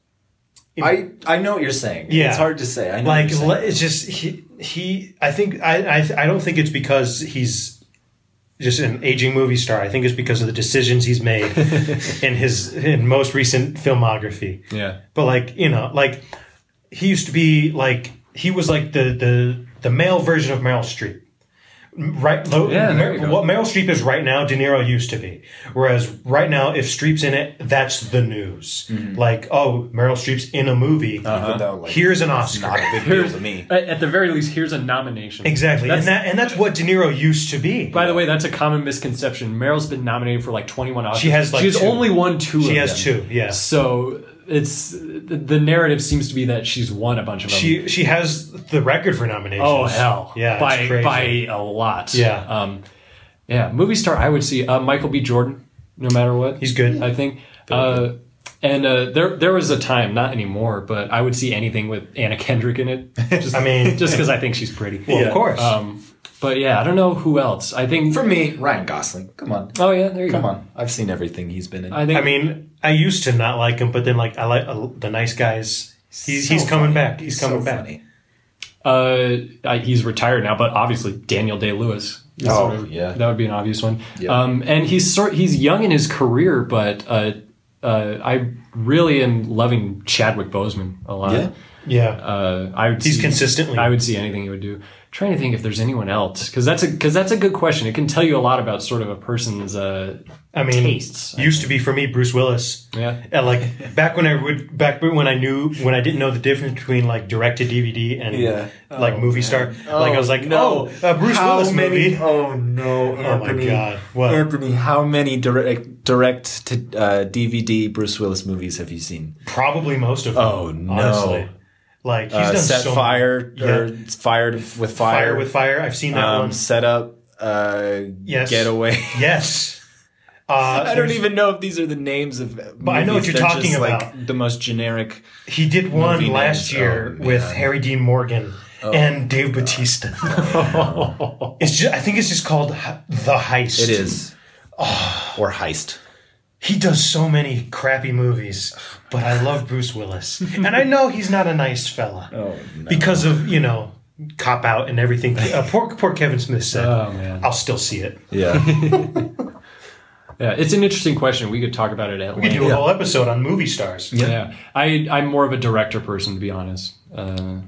Speaker 3: I I know what you're saying.
Speaker 2: Yeah.
Speaker 3: it's hard to say. I know
Speaker 2: like
Speaker 3: what you're saying.
Speaker 2: le- it's just he he. I think I I I don't think it's because he's. Just an aging movie star. I think it's because of the decisions he's made in his in most recent filmography.
Speaker 1: Yeah.
Speaker 2: But like you know, like he used to be like he was like the the the male version of Meryl Streep. Right, lo-
Speaker 1: Yeah, there you go.
Speaker 2: what Meryl Streep is right now, De Niro used to be. Whereas right now, if Streep's in it, that's the news.
Speaker 1: Mm-hmm.
Speaker 2: Like, oh, Meryl Streep's in a movie.
Speaker 1: Uh-huh.
Speaker 3: Even though, like,
Speaker 2: Here's an
Speaker 3: it's
Speaker 2: Oscar.
Speaker 3: not a big deal to me.
Speaker 1: At at the very least, here's a nomination.
Speaker 2: Exactly,
Speaker 1: That's-
Speaker 2: and that and that's what De Niro used to be.
Speaker 1: By the way, that's a common misconception. Meryl's been nominated for like 21 Oscars.
Speaker 2: She has, like,
Speaker 1: she's
Speaker 2: two.
Speaker 1: only won two.
Speaker 2: She
Speaker 1: of
Speaker 2: has
Speaker 1: them.
Speaker 2: two, yeah.
Speaker 1: So it's the, the narrative seems to be that she's won a bunch of them.
Speaker 2: she she has the record for nominations.
Speaker 1: oh hell,
Speaker 2: Yeah, it's
Speaker 1: by
Speaker 2: crazy.
Speaker 1: by a lot.
Speaker 2: Yeah.
Speaker 1: um, yeah. Movie star, I would see uh, Michael B. Jordan, no matter what.
Speaker 2: He's good.
Speaker 1: I think. Uh, and uh, there there was a time, not anymore, but I would see anything with Anna Kendrick in it. Just,
Speaker 2: I mean-
Speaker 1: just because I think she's pretty.
Speaker 2: Well, of course.
Speaker 1: Um, but yeah, I don't know who else. I think.
Speaker 3: For me, Ryan Gosling. Come on,
Speaker 1: oh yeah, there you
Speaker 3: come
Speaker 1: go.
Speaker 3: on. I've seen everything he's been in.
Speaker 1: I think.
Speaker 2: I mean, I used to not like him, but then like I like uh, the nice guys. He's
Speaker 3: So
Speaker 2: he's coming
Speaker 3: funny.
Speaker 2: back. He's coming
Speaker 3: so
Speaker 2: back.
Speaker 3: Funny.
Speaker 1: Uh, I, he's retired now, but obviously Daniel Day Lewis.
Speaker 3: Oh, yeah.
Speaker 1: that would be an obvious one.
Speaker 3: Yeah.
Speaker 1: Um, and he's sort he's young in his career, but uh, uh, I really am loving Chadwick Boseman a lot.
Speaker 3: Yeah.
Speaker 2: Yeah.
Speaker 1: Uh, I would
Speaker 2: He's
Speaker 1: see-
Speaker 2: consistently-
Speaker 1: I would see anything he would do. trying to think if there's anyone else because that's a because that's a good question. It can tell you a lot about sort of a person's. Uh,
Speaker 2: I mean,
Speaker 1: tastes, I
Speaker 2: used to be for me Bruce Willis.
Speaker 1: Yeah.
Speaker 2: And like back when I would back when I knew when I didn't know the difference between like direct to DVD and
Speaker 3: Yeah. Oh,
Speaker 2: like movie star. like I was like, oh, a Bruce Willis movie.
Speaker 3: Oh no,
Speaker 2: Oh my God! What?
Speaker 3: Anthony, how many direct direct to uh, DVD Bruce Willis movies have you seen?
Speaker 2: Probably most of them.
Speaker 3: Oh, no.
Speaker 2: Honestly. Like he's
Speaker 3: Uh,
Speaker 2: done
Speaker 3: set
Speaker 2: so many.
Speaker 3: fire or
Speaker 2: Yeah.
Speaker 3: fired with fire.
Speaker 2: Fire with fire. I've seen that
Speaker 3: um,
Speaker 2: one.
Speaker 3: set up. Uh,
Speaker 2: Yes.
Speaker 3: Getaway.
Speaker 2: Yes. Uh,
Speaker 3: I don't even know if these are the names of. But
Speaker 2: I know what you're talking
Speaker 3: Like, the most generic.
Speaker 2: He did one
Speaker 3: Movie
Speaker 2: last
Speaker 3: names.
Speaker 2: year
Speaker 3: Oh,
Speaker 2: with
Speaker 3: man.
Speaker 2: Harry Dean Morgan and Dave Bautista. it's just, I think it's just called H- The Heist.
Speaker 3: It is.
Speaker 2: Oh.
Speaker 3: or heist.
Speaker 2: He does so many crappy movies, but I love Bruce Willis. and I know he's not a nice fella.
Speaker 3: Oh,
Speaker 2: Because of, you know, cop out and everything. Uh, poor, poor Kevin Smith said,
Speaker 1: oh man.
Speaker 2: I'll still see it.
Speaker 3: Yeah.
Speaker 1: Yeah, it's an interesting question. We could talk about it at
Speaker 2: We could
Speaker 1: length.
Speaker 2: do a whole episode on movie stars.
Speaker 1: Yeah, I I'm more of a director person to be honest. Uh,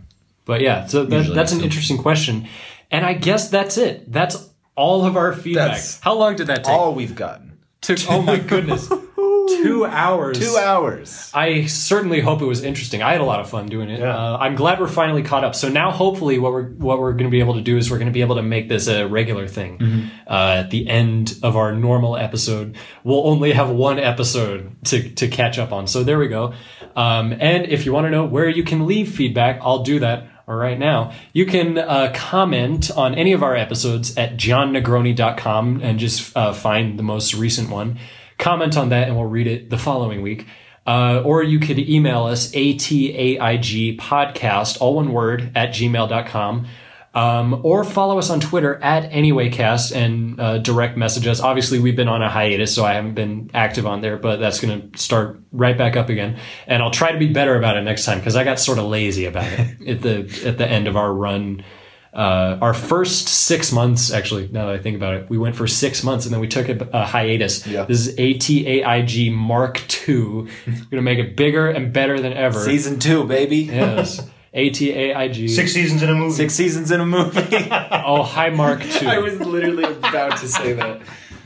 Speaker 1: but yeah, so that, that's an interesting question, and I guess that's it. That's all of our feedback.
Speaker 3: That's
Speaker 1: How long did that take?
Speaker 3: All we've gotten.
Speaker 1: Took oh my goodness, two hours.
Speaker 3: Two hours.
Speaker 1: I certainly hope it was interesting. I had a lot of fun doing it. Uh, I'm glad we're finally caught up. So now, hopefully, what we're what we're going to be able to do is we're going to be able to make this a regular thing. Uh, at the end of our normal episode, we'll only have one episode to to catch up on. So there we go. Um, and if you want to know where you can leave feedback, I'll do that right now. You can uh, comment on any of our episodes at johnnegroni.com and just uh, find the most recent one. Comment on that, and we'll read it the following week. Uh, or you could email us ataig podcast, all one word, at gmail.com. Um, or follow us on Twitter at AnywayCast and uh, direct message us. Obviously, we've been on a hiatus, so I haven't been active on there, but that's going to start right back up again. And I'll try to be better about it next time because I got sort of lazy about it at the at the end of our run. Uh, our first six months, actually, now that I think about it, we went for six months and then we took a, a hiatus. This is ATAIG Mark II. We're going to make it bigger and better than ever.
Speaker 3: Season two, baby.
Speaker 1: Yes. ATAIG.
Speaker 2: Six seasons in a movie.
Speaker 3: Six seasons in a movie.
Speaker 1: Oh, hi, Mark II.
Speaker 3: I was literally about to say that.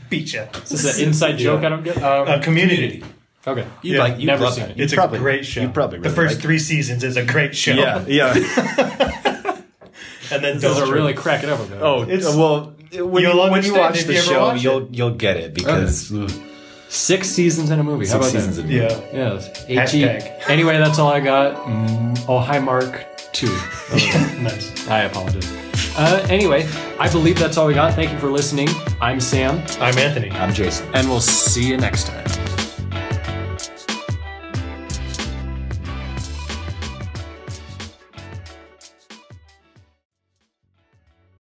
Speaker 2: Beat ya.
Speaker 1: Is this an inside joke I don't get?
Speaker 2: Uh, community.
Speaker 1: okay.
Speaker 3: You
Speaker 2: Yeah,
Speaker 3: like you
Speaker 1: never
Speaker 3: love
Speaker 1: seen
Speaker 3: that.
Speaker 1: it.
Speaker 3: You
Speaker 2: It's
Speaker 3: probably,
Speaker 2: a great show.
Speaker 3: You probably
Speaker 2: the
Speaker 3: really
Speaker 2: first
Speaker 3: like
Speaker 2: three seasons is a great show.
Speaker 3: it. Yeah, yeah.
Speaker 2: and then
Speaker 1: Those
Speaker 2: Dolce.
Speaker 1: are really cracking up about
Speaker 3: oh,
Speaker 2: It's-
Speaker 3: well, when,
Speaker 2: You'll
Speaker 3: you- when you
Speaker 2: understand
Speaker 3: watch
Speaker 2: if
Speaker 3: the
Speaker 2: you ever
Speaker 3: show,
Speaker 2: watch it.
Speaker 3: you'll you'll get it because ugh,
Speaker 1: Six seasons in a movie. How
Speaker 3: six
Speaker 1: about
Speaker 3: seasons
Speaker 1: that?
Speaker 3: in a movie.
Speaker 2: Yeah.
Speaker 1: Yes.
Speaker 2: Hashtag.
Speaker 1: Anyway, that's all I got. Mm, oh, hi, Mark 2.
Speaker 2: nice.
Speaker 1: I apologize. Uh, anyway, I believe that's all we got. Thank you for listening. I'm Sam,
Speaker 4: I'm Anthony.
Speaker 5: I'm Jason.
Speaker 1: and we'll see you next time.